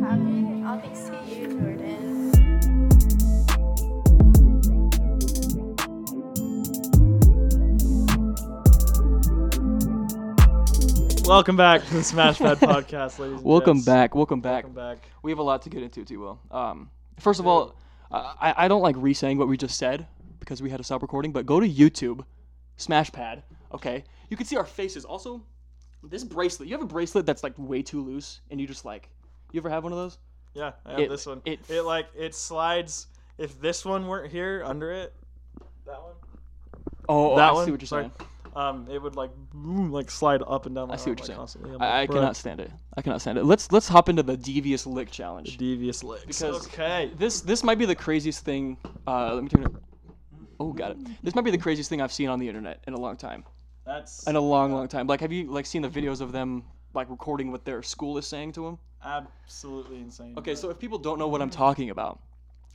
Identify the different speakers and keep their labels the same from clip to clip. Speaker 1: have it, obviously you, Jordan.
Speaker 2: Welcome back to the Smash Pad podcast, ladies. And
Speaker 3: Welcome
Speaker 2: gents.
Speaker 3: back. Welcome back.
Speaker 2: Welcome back.
Speaker 3: We have a lot to get into, too. Will. Um, first of all, I, I don't like re-saying what we just said because we had to stop recording. But go to YouTube, Smash Pad. Okay, you can see our faces. Also, this bracelet. You have a bracelet that's like way too loose, and you just like. You ever have one of those?
Speaker 2: Yeah, I have
Speaker 3: It-
Speaker 2: this one. It,
Speaker 3: it-
Speaker 2: like it slides. If this one weren't here under it, that one,
Speaker 3: Oh,
Speaker 2: that
Speaker 3: I
Speaker 2: one.
Speaker 3: see what you're
Speaker 2: sorry,
Speaker 3: saying.
Speaker 2: Um, it would like boom, like slide up and down. My
Speaker 3: I see what
Speaker 2: arm,
Speaker 3: you're
Speaker 2: like, Constantly. I'm
Speaker 3: I, I
Speaker 2: like, "Bruh,
Speaker 3: cannot stand it. I cannot stand it. Let's let's hop into the devious lick
Speaker 2: the
Speaker 3: challenge.
Speaker 2: devious legs.
Speaker 3: Because-
Speaker 2: okay,
Speaker 3: This this might be the craziest thing. Uh, let me turn it. Oh, got it. This might be the craziest thing I've seen on the internet in a long time.
Speaker 2: that's
Speaker 3: in a long, long time. Like, have you like seen the videos of them like recording what their school is saying to them?
Speaker 2: absolutely insane.
Speaker 3: Okay, so if people don't know what I'm talking about,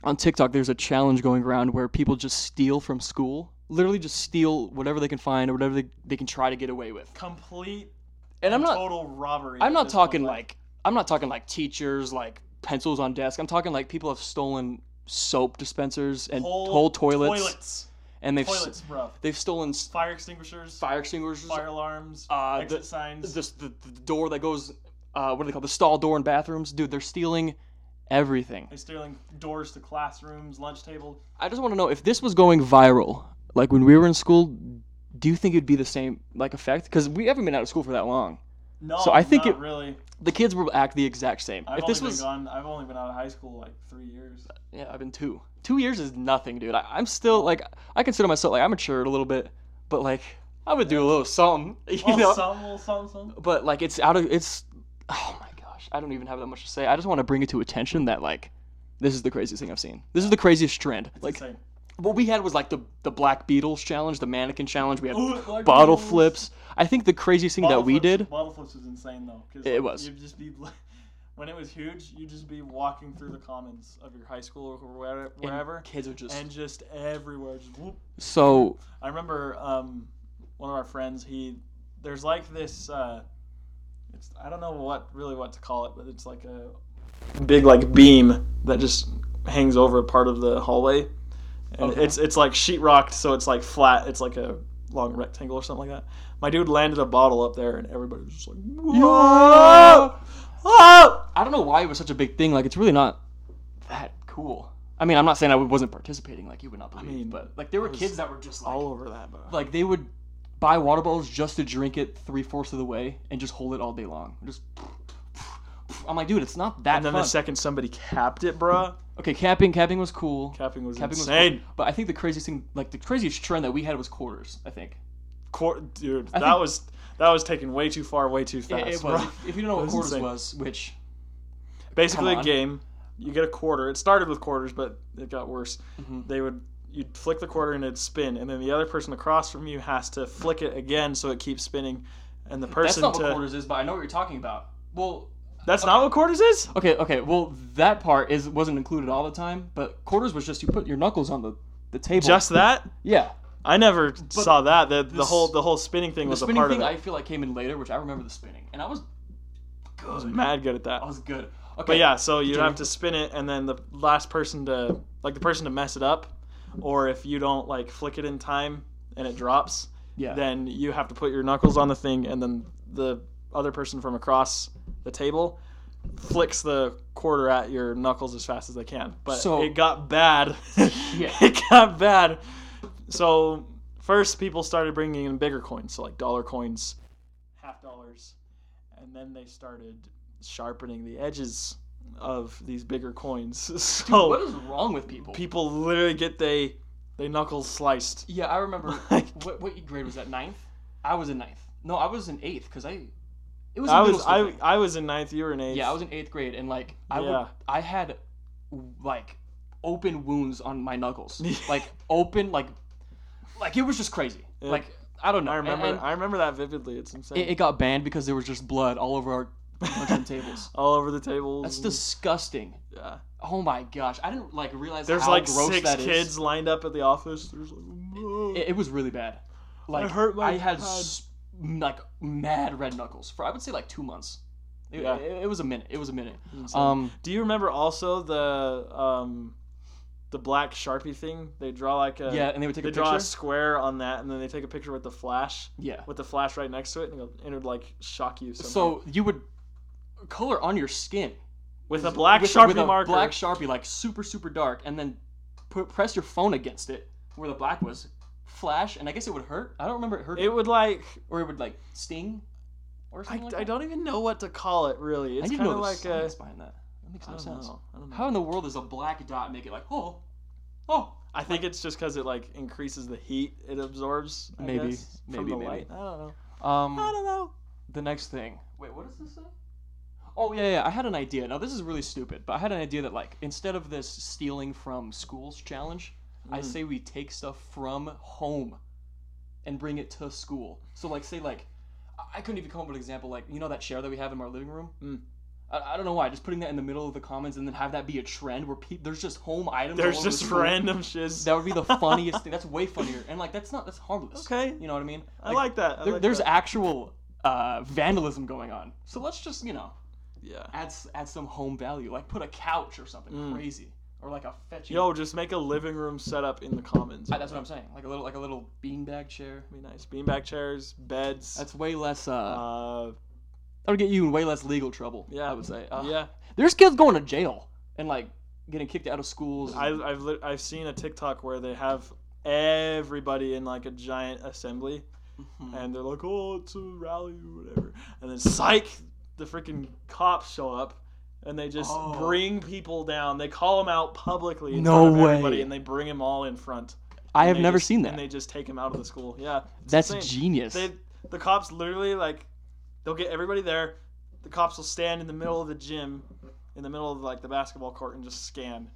Speaker 3: on TikTok there's a challenge going around where people just steal from school, literally just steal whatever they can find or whatever they, they can try to get away with.
Speaker 2: complete
Speaker 3: And I'm not,
Speaker 2: total robbery.
Speaker 3: I'm
Speaker 2: at
Speaker 3: not
Speaker 2: this point,
Speaker 3: talking like, I'm not talking like teachers, like pencils on desk. I'm talking like people have stolen soap dispensers and whole, toilets,
Speaker 2: toilets,
Speaker 3: and they've s-
Speaker 2: toilets, bro.
Speaker 3: they've stolen s-
Speaker 2: Fire extinguishers,
Speaker 3: fire extinguishers,
Speaker 2: fire alarms,
Speaker 3: Uh,
Speaker 2: exit
Speaker 3: the-
Speaker 2: signs.
Speaker 3: this the, the door that goes uh, what do they call the stall door in bathrooms dude they're stealing everything
Speaker 2: They're stealing doors to classrooms, lunch table.
Speaker 3: i just want to know if this was going viral like when we were in school do you think it'd be the same like effect because we haven't been out of school for that long
Speaker 2: No,
Speaker 3: So I think
Speaker 2: not
Speaker 3: it-
Speaker 2: really.
Speaker 3: the kids will act the exact same
Speaker 2: I've
Speaker 3: if
Speaker 2: only
Speaker 3: this
Speaker 2: been
Speaker 3: was
Speaker 2: gone. I've only been out of high school like three years.
Speaker 3: yeah i've been two two years is nothing dude I, i'm still like i consider myself like i'm matured a little bit but like i would do a little something you
Speaker 2: Well,
Speaker 3: know
Speaker 2: some, well, some, some.
Speaker 3: but like it's out of it's oh my gosh i don't even have that much to say i just want to bring it to attention that like this is the craziest thing i've seen this is the craziest trend like
Speaker 2: Insane.
Speaker 3: what we had was like the the black beetles challenge the mannequin challenge we had
Speaker 2: Ooh, Black
Speaker 3: bottle
Speaker 2: Beatles.
Speaker 3: flips i think the craziest thing
Speaker 2: Bottle
Speaker 3: that we
Speaker 2: flips-
Speaker 3: did
Speaker 2: Bottle flips was insane though. 'cause,
Speaker 3: It
Speaker 2: like,
Speaker 3: was.
Speaker 2: You'd just be, when it was huge, you'd just be walking through the commons of your high school or where,
Speaker 3: and
Speaker 2: wherever,
Speaker 3: kids are just
Speaker 2: and just everywhere, just whoop,
Speaker 3: so
Speaker 2: I remember um, one of our friends. He there's like this. Uh, it's I don't know what really what to call it, but it's like a big like beam that just hangs over part of the hallway, and
Speaker 3: Okay.
Speaker 2: it's it's like sheetrocked, so it's like flat. It's like a long rectangle or something like that. My dude landed a bottle up there, and everybody was just like, "Whoa!" Oh!
Speaker 3: i don't know why it was such a big thing like it's really not that cool i mean i'm not saying i wasn't participating like you would not believe
Speaker 2: mean,
Speaker 3: but like there were
Speaker 2: was
Speaker 3: kids that were just like
Speaker 2: All over that, bro.
Speaker 3: like they would buy water bottles just to drink it three fourths of the way and just hold it all day long. Just I'm like, dude, it's not that
Speaker 2: And then
Speaker 3: fun.
Speaker 2: the second somebody capped it, bro,
Speaker 3: okay, capping, capping was cool.
Speaker 2: capping was
Speaker 3: Capping was
Speaker 2: insane.
Speaker 3: cool. But I think the craziest thing, like the craziest trend that we had was quarters. I think
Speaker 2: Cor- dude,
Speaker 3: I
Speaker 2: that
Speaker 3: think-
Speaker 2: was that was taken way too far, way too
Speaker 3: It-
Speaker 2: fast.
Speaker 3: it,
Speaker 2: bro.
Speaker 3: was. If, if you don't know
Speaker 2: It
Speaker 3: what
Speaker 2: was
Speaker 3: quarters
Speaker 2: insane.
Speaker 3: was, which
Speaker 2: Basically,
Speaker 3: come
Speaker 2: a
Speaker 3: on.
Speaker 2: game. You get a quarter. It started with quarters, but it got worse.
Speaker 3: Mm-hmm.
Speaker 2: They would you'd flick the quarter and it'd spin, and then the other person across from you has to flick it again so it keeps spinning. And the
Speaker 3: that's
Speaker 2: person
Speaker 3: not
Speaker 2: to
Speaker 3: what quarters is, but I know what you're talking about. Well,
Speaker 2: that's not what quarters is.
Speaker 3: okay, okay. Well, that part is wasn't included all the time, but quarters was just you put your knuckles on the the table.
Speaker 2: Just that.
Speaker 3: yeah.
Speaker 2: I never saw that. The, the
Speaker 3: this-
Speaker 2: whole the whole spinning thing
Speaker 3: The
Speaker 2: was a
Speaker 3: spinning
Speaker 2: part
Speaker 3: thing
Speaker 2: of
Speaker 3: I
Speaker 2: it.
Speaker 3: feel like came in later, which I remember the spinning, and I was
Speaker 2: I was
Speaker 3: good.
Speaker 2: mad good at that.
Speaker 3: I was good. Okay.
Speaker 2: But yeah, so you
Speaker 3: Continue.
Speaker 2: have to spin it, and then the last person to, like the person to mess it up, or if you don't like flick it in time and it drops,
Speaker 3: Yeah.
Speaker 2: then you have to put your knuckles on the thing, and then the other person from across the table flicks the quarter at your knuckles as fast as they can. But
Speaker 3: So-
Speaker 2: it got bad.
Speaker 3: Yeah.
Speaker 2: it got bad. So first, people started bringing in bigger coins, so like dollar coins, half dollars, and then they started sharpening the edges of these bigger coins. So
Speaker 3: what is wrong with people?
Speaker 2: people literally get they they knuckles sliced.
Speaker 3: yeah, I remember.
Speaker 2: Like-
Speaker 3: what, what grade was that? Ninth? I was in ninth. No, I was in eighth because I. It was. a
Speaker 2: I
Speaker 3: middle
Speaker 2: was
Speaker 3: school
Speaker 2: I,
Speaker 3: thing.
Speaker 2: I was in ninth, you were in eighth.
Speaker 3: Yeah, I was in eighth grade, and like I would,
Speaker 2: Yeah.
Speaker 3: I had like open wounds on my knuckles, like open, like like it was just crazy.
Speaker 2: Yeah.
Speaker 3: Like I don't know.
Speaker 2: I
Speaker 3: And-
Speaker 2: remember
Speaker 3: and
Speaker 2: I remember that vividly. It's insane.
Speaker 3: it, it got banned because there was just blood all over our luncheon tables.
Speaker 2: All over the tables.
Speaker 3: That's
Speaker 2: and-
Speaker 3: disgusting.
Speaker 2: yeah.
Speaker 3: Oh my gosh, I didn't like realize
Speaker 2: There's
Speaker 3: how
Speaker 2: like
Speaker 3: gross
Speaker 2: six
Speaker 3: that is.
Speaker 2: kids lined up at the office. There's like, "Whoa."
Speaker 3: It, it was really bad. Like
Speaker 2: hurt my
Speaker 3: I had
Speaker 2: pad.
Speaker 3: s- m- like mad red knuckles for I would say like two months. It,
Speaker 2: Yeah.
Speaker 3: it, it was a minute. It was a minute.
Speaker 2: Insane.
Speaker 3: Um,
Speaker 2: Do you remember also the um, the black sharpie thing? They draw like a
Speaker 3: yeah, and they would take
Speaker 2: they
Speaker 3: a
Speaker 2: draw
Speaker 3: picture.
Speaker 2: a square on that, and then they take a picture with the flash
Speaker 3: yeah.
Speaker 2: with the flash right next to it, and it'll, and it'd like shock you. Somehow.
Speaker 3: So you would color on your skin
Speaker 2: with a black
Speaker 3: with
Speaker 2: sharpie
Speaker 3: with a
Speaker 2: marker,
Speaker 3: black sharpie, like super super dark, and then put, press your phone against it where the black was, flash, and I guess it would hurt. I don't remember it hurt,
Speaker 2: it would like
Speaker 3: or it would like sting, or
Speaker 2: I,
Speaker 3: something like
Speaker 2: I
Speaker 3: that.
Speaker 2: don't even know what to call it really.
Speaker 3: I
Speaker 2: It's
Speaker 3: didn't
Speaker 2: kind of
Speaker 3: know the
Speaker 2: like a
Speaker 3: science behind that. That makes
Speaker 2: I
Speaker 3: no
Speaker 2: don't
Speaker 3: sense.
Speaker 2: know. I don't know.
Speaker 3: How in the world does a black dot make it like oh, oh?
Speaker 2: I think it's just because it like increases the heat it absorbs. I
Speaker 3: Maybe,
Speaker 2: guess, from
Speaker 3: maybe,
Speaker 2: the
Speaker 3: maybe.
Speaker 2: light. I don't know.
Speaker 3: Um,
Speaker 2: I don't know.
Speaker 3: the next thing. Wait, what does this say? Oh yeah, yeah. I had an idea. Now this is really stupid, but I had an idea that like instead of this stealing from schools challenge, I
Speaker 2: Mm.
Speaker 3: say we take stuff from home, and bring it to school. So like say like, I- I couldn't even come up with an example like you know that chair that we have in our living room.
Speaker 2: Mm.
Speaker 3: I, I don't know why. Just putting that in the middle of the comments and then have that be a trend where pe- there's just home items. all
Speaker 2: There's
Speaker 3: over the
Speaker 2: just
Speaker 3: school.
Speaker 2: random shiz.
Speaker 3: That would be the funniest thing. That's way funnier. And like that's not that's harmless.
Speaker 2: Okay,
Speaker 3: You know what I mean?
Speaker 2: I like that. I
Speaker 3: There,
Speaker 2: like
Speaker 3: there's
Speaker 2: that.
Speaker 3: actual uh, vandalism going on. So let's just, you know,
Speaker 2: yeah.
Speaker 3: add s- add some home value. Like put a couch or something
Speaker 2: Mm.
Speaker 3: crazy, or like a fetching.
Speaker 2: Yo, just make a living room setup in the commons.
Speaker 3: I- that's what I'm saying. Like a little like a little beanbag chair.
Speaker 2: Be nice. Beanbag chairs, beds.
Speaker 3: That's way less. Uh,
Speaker 2: uh,
Speaker 3: that'll get you in way less legal trouble.
Speaker 2: Yeah.
Speaker 3: I would say. Uh,
Speaker 2: yeah.
Speaker 3: There's kids going to jail and like getting kicked out of schools.
Speaker 2: I, I've lit I've seen a TikTok where they have everybody in like a giant assembly,
Speaker 3: Mhm.
Speaker 2: and they're like, "Oh, it's a rally or whatever," and then psych, the freaking cops show up, and they just
Speaker 3: Oh.
Speaker 2: bring people down. They call them out publicly. In
Speaker 3: No
Speaker 2: front of everybody,
Speaker 3: way.
Speaker 2: and they bring them all in front.
Speaker 3: I
Speaker 2: And
Speaker 3: have
Speaker 2: they
Speaker 3: never
Speaker 2: just-
Speaker 3: seen that.
Speaker 2: And they just take them out of the school. Yeah, it's
Speaker 3: that's
Speaker 2: insane.
Speaker 3: genius.
Speaker 2: They, the cops literally like, they'll get everybody there. The cops will stand in the middle of the gym, in the middle of like the basketball court, and just scan.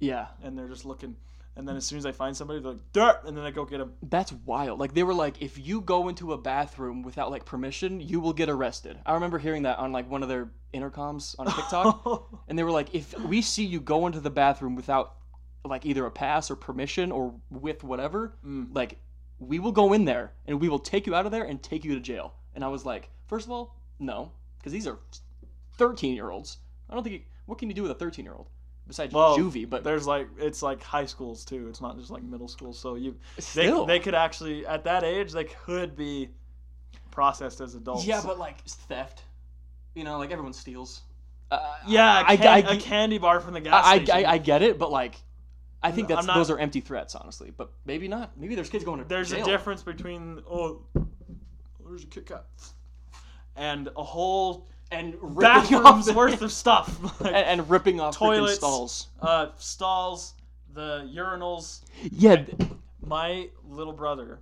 Speaker 3: yeah.
Speaker 2: And they're just looking. And then as soon as they find somebody, they're like, "Dirt!" And then they go get them.
Speaker 3: That's wild. Like they were like, if you go into a bathroom without like permission, you will get arrested. I remember hearing that on like one of their intercoms on TikTok, and they were like, if we see you go into the bathroom without like either a pass or permission or with whatever,
Speaker 2: Mm.
Speaker 3: like we will go in there and we will take you out of there and take you to jail. And I was like, first of all, no, because these are thirteen-year-olds. I don't think you, what can you do with a thirteen-year-old besides
Speaker 2: Well,
Speaker 3: juvie, but
Speaker 2: There's like it's like high schools too. It's not just like middle school. So you they
Speaker 3: still.
Speaker 2: they could actually at that age they could be processed as adults.
Speaker 3: Yeah, but like it's theft. You know, like everyone steals. Uh,
Speaker 2: yeah,
Speaker 3: I-
Speaker 2: a, can-
Speaker 3: I-
Speaker 2: a candy bar from the gas
Speaker 3: I,
Speaker 2: station.
Speaker 3: I, I get it, but like, I think
Speaker 2: I'm
Speaker 3: that's
Speaker 2: not-
Speaker 3: those are empty threats, honestly. But maybe not. Maybe there's kids going to
Speaker 2: there's
Speaker 3: jail.
Speaker 2: a difference between oh there's a Kit Kat and a whole
Speaker 3: and ripping off
Speaker 2: bathroom's
Speaker 3: the,
Speaker 2: worth of stuff
Speaker 3: and,
Speaker 2: like,
Speaker 3: and ripping off
Speaker 2: Toilets.
Speaker 3: freaking stalls.
Speaker 2: uh stalls the urinals
Speaker 3: Yeah, th-
Speaker 2: my little brother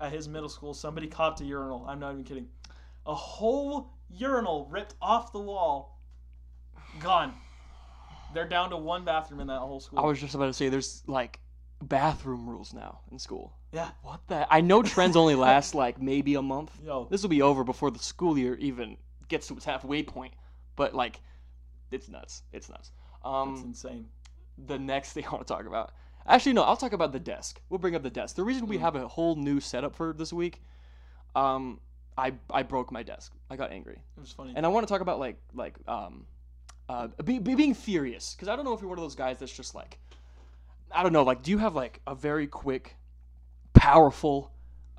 Speaker 2: at his middle school somebody copped a urinal i'm not even kidding a whole urinal ripped off the wall gone they're down to one bathroom in that whole school
Speaker 3: I was just about to say there's like bathroom rules now in school.
Speaker 2: yeah
Speaker 3: What the? I know trends only last like maybe a month.
Speaker 2: yo
Speaker 3: This will be over before the school year even gets to its halfway point. But like, it's nuts. It's nuts. Um,
Speaker 2: it's insane
Speaker 3: the next thing I want to talk about. Actually, no, I'll talk about the desk. We'll bring up the desk. The reason we
Speaker 2: Mm.
Speaker 3: have a whole new setup for this week, um, I I broke my desk. I got angry,
Speaker 2: it was funny
Speaker 3: and I want to talk about like like um, uh, be, be being furious because I don't know if you're one of those guys that's just like, I don't know, like do you have like a very quick, powerful,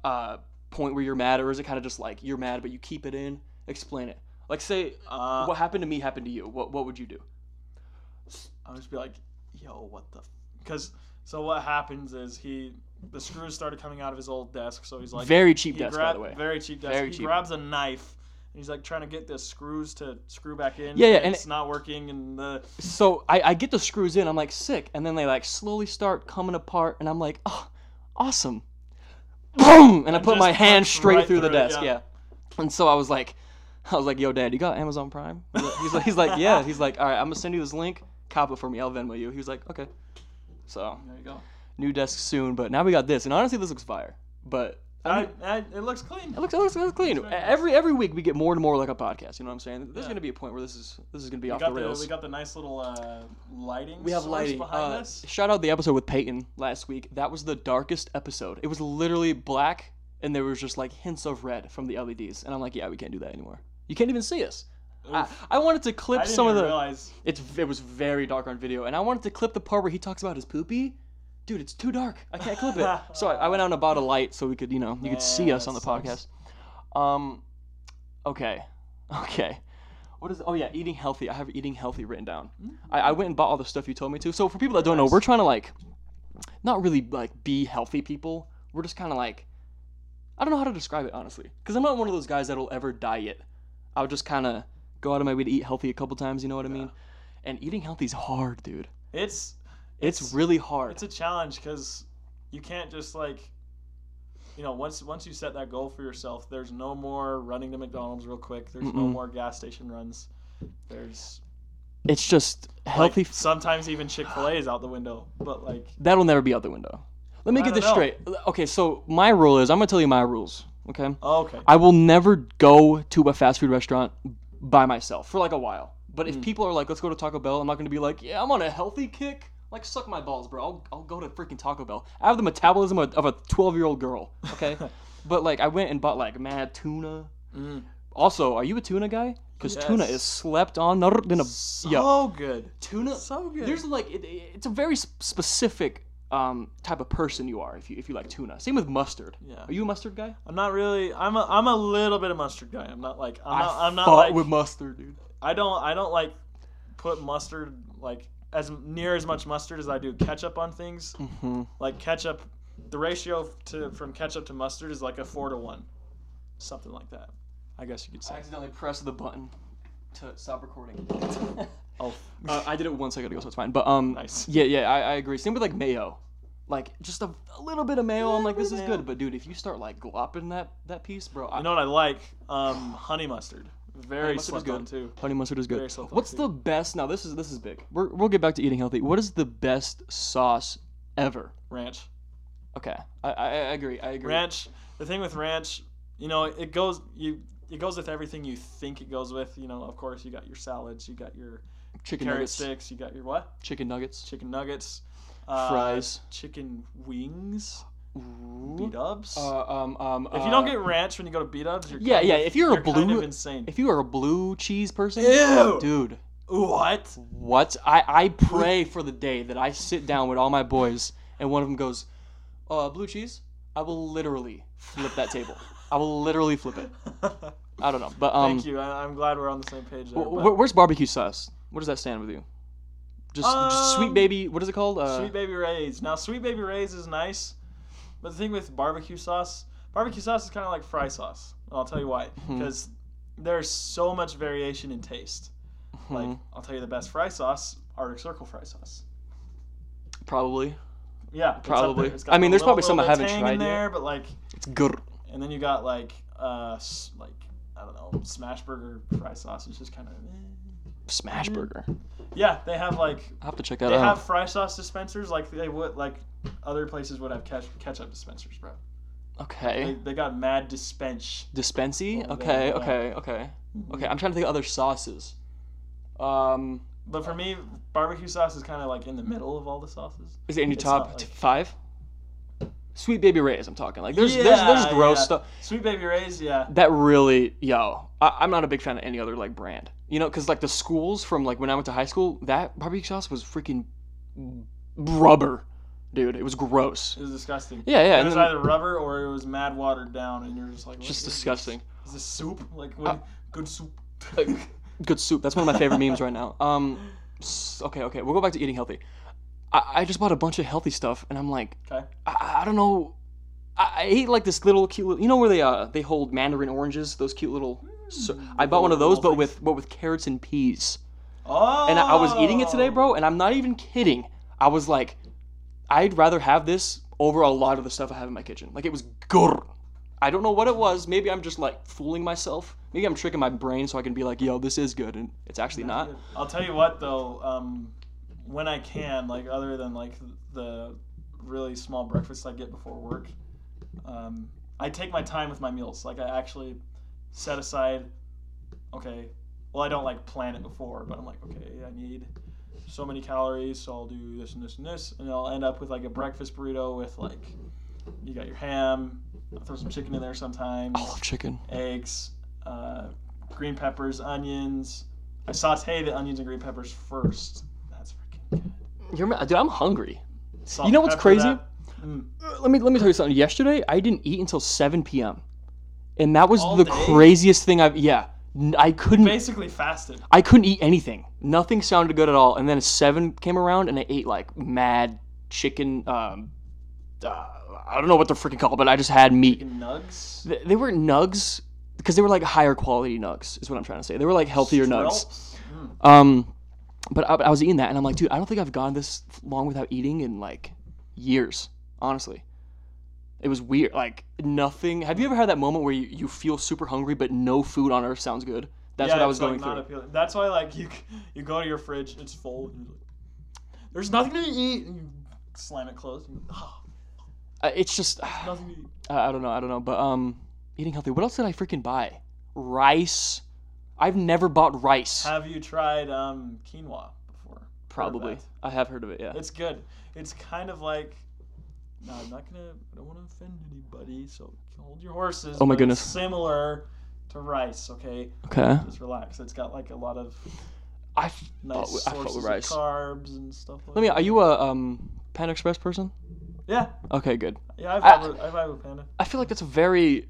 Speaker 3: uh, point where you're mad, or is it kind of just like you're mad but you keep it in? Explain it. Like say,
Speaker 2: uh,
Speaker 3: what happened to me happened to you. What what would you do?
Speaker 2: I'll just be like, yo, what the? Because so what happens is he the screws started coming out of his old desk, so he's like
Speaker 3: very cheap
Speaker 2: he
Speaker 3: desk, by
Speaker 2: grab-
Speaker 3: the way.
Speaker 2: very cheap desk.
Speaker 3: Very
Speaker 2: he
Speaker 3: cheap.
Speaker 2: grabs a knife. And he's like trying to get the screws to screw back in.
Speaker 3: Yeah, yeah, and-
Speaker 2: it's not working, and the
Speaker 3: so I, I get the screws in. I'm like sick, and then they like slowly start coming apart, and I'm like, oh, awesome, boom, and I put
Speaker 2: just
Speaker 3: my hand
Speaker 2: punch
Speaker 3: straight
Speaker 2: right
Speaker 3: through the
Speaker 2: through it,
Speaker 3: desk,
Speaker 2: yeah.
Speaker 3: yeah. And so I was like, I was like, yo, dad, you got Amazon Prime? He's like- He's like, he's like, yeah. He's like, all right, I'm gonna send you this link. Cop it for me. I'll Venmo you. He was like, okay. So
Speaker 2: there you go.
Speaker 3: new desk soon, but now we got this, and honestly, this looks fire. But I
Speaker 2: I,
Speaker 3: mean,
Speaker 2: I, it looks clean.
Speaker 3: it looks, it looks, it looks clean. E-,
Speaker 2: It's very nice.
Speaker 3: Every every week we get more and more like a podcast. You know what I'm saying? There's
Speaker 2: Yeah.
Speaker 3: gonna be a point where this is this is gonna be
Speaker 2: We
Speaker 3: off
Speaker 2: got
Speaker 3: the
Speaker 2: the,
Speaker 3: rails.
Speaker 2: we got the nice little uh, lighting.
Speaker 3: We have
Speaker 2: source
Speaker 3: lighting.
Speaker 2: behind
Speaker 3: Uh,
Speaker 2: us.
Speaker 3: Shout out the episode with Peyton last week. That was the darkest episode. It was literally E black, and there was just like hints of red from the LEDs. And I'm like, yeah, we can't do that anymore. You can't even see us. I, I wanted to
Speaker 2: I
Speaker 3: clip
Speaker 2: didn't
Speaker 3: some of
Speaker 2: even
Speaker 3: the.
Speaker 2: realize.
Speaker 3: It's it was very dark on video, and I wanted to clip the part where he talks about his poopy. Dude, it's too dark. I can't clip it. So I, I went out and bought a light so we could, you know, you could see
Speaker 2: Yeah,
Speaker 3: us on the
Speaker 2: that sucks.
Speaker 3: podcast. Um, okay, okay. What is? Oh yeah, eating healthy. I have eating healthy written down. I, I went and bought all the stuff you told me to. So for people that don't know,
Speaker 2: Mm. Nice.
Speaker 3: we're trying to like, not really like be healthy people. We're just kind of like, I don't know how to describe it honestly, because I'm not one of those guys that'll ever diet. I'll just kind of go out of my way to eat healthy a couple times. You know what I mean? And eating healthy is hard, dude.
Speaker 2: It's
Speaker 3: It's,
Speaker 2: It's-
Speaker 3: really hard.
Speaker 2: it's a challenge because you can't just like you know once once you set that goal for yourself there's no more running to mcdonald's real quick there's no
Speaker 3: Mm-mm.
Speaker 2: more gas station runs there's
Speaker 3: it's just
Speaker 2: like,
Speaker 3: healthy. f-
Speaker 2: sometimes even chick-fil-a is out the window but like
Speaker 3: That'll never be out the window. Let me
Speaker 2: I
Speaker 3: get
Speaker 2: don't
Speaker 3: this
Speaker 2: know.
Speaker 3: straight. Okay, so my rule is I'm gonna tell you my rules. Okay,
Speaker 2: oh, okay
Speaker 3: I will never go to a fast food restaurant by myself for like a while. But if people are like, let's go to Taco Bell, I'm not gonna be like, yeah, I'm on a healthy kick. Like suck my balls, bro. I'll, I'll go to freaking Taco Bell. I have the metabolism of, of a 12 year old girl. Okay, but like I went and bought like mad tuna.
Speaker 2: Mm.
Speaker 3: Also, are you a tuna guy? Because tuna
Speaker 2: Yes.
Speaker 3: is slept on in a
Speaker 2: so
Speaker 3: yo
Speaker 2: good
Speaker 3: tuna.
Speaker 2: so good
Speaker 3: There's like it, it- it's a very s- specific um, type of person you are if you if you like tuna. Same with mustard.
Speaker 2: Yeah.
Speaker 3: Are you a mustard guy?
Speaker 2: i'm not really i'm a i'm a little bit of mustard guy i'm not like i'm not, I'm not
Speaker 3: fought
Speaker 2: like
Speaker 3: with mustard, dude.
Speaker 2: i don't i don't like put mustard like as near as much mustard as i do ketchup on things
Speaker 3: Mm-hmm.
Speaker 2: like ketchup the ratio to from ketchup to mustard is like a four to one something like that i guess you could
Speaker 3: I
Speaker 2: say
Speaker 3: accidentally pressed the button to stop recording.
Speaker 2: oh
Speaker 3: uh, I did it one second ago, so it's fine. But um,
Speaker 2: Nice.
Speaker 3: yeah, yeah, I, I agree. Same with like mayo. Like just a, a little bit of mayo. I'm like, this
Speaker 2: bit
Speaker 3: is
Speaker 2: of mayo.
Speaker 3: good. But dude, if you start like glopping that that piece, bro, I
Speaker 2: you know what i like um honey mustard very
Speaker 3: Honey mustard is
Speaker 2: slept on
Speaker 3: good.
Speaker 2: too
Speaker 3: Honey mustard is good.
Speaker 2: Very slow
Speaker 3: What's the best? Now this is this is big. We're, we'll get back to eating healthy. What is the best sauce ever?
Speaker 2: ranch
Speaker 3: Okay, I, I, I agree. I agree.
Speaker 2: ranch the thing with ranch you know it goes you it goes with everything you think it goes with you know of course you got your salads you got your
Speaker 3: chicken
Speaker 2: carrot
Speaker 3: nuggets,
Speaker 2: sticks you got your what
Speaker 3: chicken nuggets,
Speaker 2: chicken nuggets uh,
Speaker 3: fries.
Speaker 2: chicken wings
Speaker 3: Ooh.
Speaker 2: b-dubs
Speaker 3: Uh, um, um,
Speaker 2: if you don't
Speaker 3: uh,
Speaker 2: get ranch when you go to B-dubs, you're
Speaker 3: yeah,
Speaker 2: kind
Speaker 3: yeah.
Speaker 2: of-
Speaker 3: If you're a
Speaker 2: you're kind
Speaker 3: blue,
Speaker 2: of insane.
Speaker 3: if you are a blue cheese person,
Speaker 2: Ew!
Speaker 3: dude,
Speaker 2: What?
Speaker 3: what? I I pray for the day that I sit down with all my boys and one of them goes, uh, blue cheese. I will literally flip that table. I will literally flip it. I don't know, but um,
Speaker 2: Thank you. I, I'm glad we're on the same page. There,
Speaker 3: Wh-
Speaker 2: but
Speaker 3: wh- where's barbecue sauce? What does that stand with you? Just, just sweet
Speaker 2: Um,
Speaker 3: baby. What is it called? Uh,
Speaker 2: Sweet Baby Ray's. Now, Sweet Baby Ray's is nice, but the thing with barbecue sauce, barbecue sauce is kind of like fry sauce. And I'll tell you why.
Speaker 3: Hmm.
Speaker 2: Because there's so much variation in taste.
Speaker 3: Hmm.
Speaker 2: Like, I'll tell you the best fry sauce, Arctic Circle fry sauce.
Speaker 3: probably.
Speaker 2: Yeah, it's up
Speaker 3: Probably.
Speaker 2: there. It's got
Speaker 3: I mean,
Speaker 2: a
Speaker 3: there's
Speaker 2: little-
Speaker 3: probably some I
Speaker 2: little bit of
Speaker 3: haven't
Speaker 2: tang in
Speaker 3: tried yet.
Speaker 2: there, but like,
Speaker 3: It's good.
Speaker 2: and then you got like, uh, s- like I don't know, smash burger fry sauce. It's just kind of,
Speaker 3: Smash burger.
Speaker 2: yeah. They have like
Speaker 3: I have to check that
Speaker 2: Mm. They
Speaker 3: out.
Speaker 2: have fry sauce dispensers like they would like other places would have ketch- ketchup dispensers, bro. They,
Speaker 3: okay.
Speaker 2: they got mad dispense.
Speaker 3: Dispensy.
Speaker 2: Oh,
Speaker 3: Okay.
Speaker 2: yeah. Mm-hmm.
Speaker 3: Okay. Okay. Okay. I'm trying to think of other sauces. Um,
Speaker 2: But for me, barbecue sauce is kind of like in the middle of all the sauces.
Speaker 3: is it in your
Speaker 2: It's
Speaker 3: top
Speaker 2: not
Speaker 3: t-
Speaker 2: like-
Speaker 3: five? Sweet baby Ray's. I'm talking like there's there's there's
Speaker 2: Yeah,
Speaker 3: gross
Speaker 2: yeah.
Speaker 3: stuff
Speaker 2: Sweet Baby Ray's, yeah.
Speaker 3: that really yo. I, I'm not a big fan of any other like brand. You know, because like the schools from like when I went to high school, that barbecue sauce was freaking rubber, dude. It was gross.
Speaker 2: It was disgusting.
Speaker 3: Yeah, yeah,
Speaker 2: It
Speaker 3: and
Speaker 2: was
Speaker 3: then-
Speaker 2: either rubber or it was mad watered down, and you're just like, what
Speaker 3: just
Speaker 2: is
Speaker 3: Uh,
Speaker 2: this?
Speaker 3: disgusting.
Speaker 2: Is this soup? Like, what? good soup.
Speaker 3: Good soup. That's one of my favorite memes right now. Um, s- okay, okay. We'll go back to eating healthy. I, I just bought a bunch of healthy stuff, and I'm like,
Speaker 2: okay.
Speaker 3: I, I don't know. I, I ate like this little cute. Little, you know where they uh they hold mandarin oranges? Those cute little. So, I bought one of those, but with but with carrots and peas.
Speaker 2: Oh.
Speaker 3: And I, I was eating it today, bro. And I'm not even kidding. I was like, I'd rather have this over a lot of the stuff I have in my kitchen. Like it was good. I don't know what it was. Maybe I'm just like fooling myself. Maybe I'm tricking my brain so I can be like, yo, this is good, and it's actually not.
Speaker 2: I'll tell you what though, um, when I can, like other than like the really small breakfast I get before work, um, I take my time with my meals. Like I actually set aside, okay, well I don't like plan it before, but I'm like, okay, I need so many calories, so I'll do this and this and this, and I'll end up with like a breakfast burrito with like you got your ham, I'll throw some chicken in there sometimes,
Speaker 3: I love chicken.
Speaker 2: eggs, uh, green peppers, onions. I saute the onions and green peppers first. That's freaking good.
Speaker 3: You're, ma- dude, I'm hungry.
Speaker 2: Salt
Speaker 3: You know
Speaker 2: and
Speaker 3: what's
Speaker 2: pepper
Speaker 3: crazy?
Speaker 2: that. Mm.
Speaker 3: Uh, Let me let me tell you something. Yesterday, I didn't eat until 7 p.m. And that was
Speaker 2: All
Speaker 3: the
Speaker 2: day?
Speaker 3: craziest thing I've yeah. N- I couldn't
Speaker 2: Basically fasted.
Speaker 3: I couldn't eat anything. Nothing sounded good at all. And then seven came around, and I ate like mad chicken. Um, uh, I don't know what they're freaking called, but I just had meat.
Speaker 2: Freaking nugs.
Speaker 3: Th- They were nugs because they were like higher quality nugs, is what I'm trying to say. They were like healthier nugs.
Speaker 2: Strelps. Mm.
Speaker 3: Um, but I, I was eating that, and I'm like, dude, I don't think I've gone this long without eating in like years. Honestly, it was weird. Like nothing. Have you ever had that moment where you, you feel super hungry, but no food on earth sounds good? That's
Speaker 2: Yeah,
Speaker 3: what I was
Speaker 2: it's, like,
Speaker 3: going
Speaker 2: not
Speaker 3: through.
Speaker 2: appealing. That's why like you you go to your fridge, it's full. And you're like, There's nothing to eat. And you slam it closed. And, oh,
Speaker 3: Uh, it's just.
Speaker 2: nothing to eat.
Speaker 3: I I don't know. I don't know. But um, eating healthy. What else did I freaking buy? Rice. I've never bought rice.
Speaker 2: Have you tried um, quinoa before? Heard of
Speaker 3: Probably.
Speaker 2: that?
Speaker 3: I have heard of it. Yeah.
Speaker 2: It's good. It's kind of like. No, I'm not gonna. I don't want to offend anybody, so hold your horses.
Speaker 3: Oh
Speaker 2: but
Speaker 3: my
Speaker 2: it's
Speaker 3: goodness.
Speaker 2: similar to rice, okay?
Speaker 3: okay.
Speaker 2: Just relax. It's got like a lot of
Speaker 3: I f-
Speaker 2: nice
Speaker 3: thought, with- I thought
Speaker 2: sources
Speaker 3: with
Speaker 2: of
Speaker 3: rice.
Speaker 2: carbs and stuff. Like
Speaker 3: Let me. Are you a um Pan Express person?
Speaker 2: Yeah,
Speaker 3: Okay, good.
Speaker 2: yeah. I
Speaker 3: I-
Speaker 2: vibe, with, I vibe with panda.
Speaker 3: I feel like that's a very.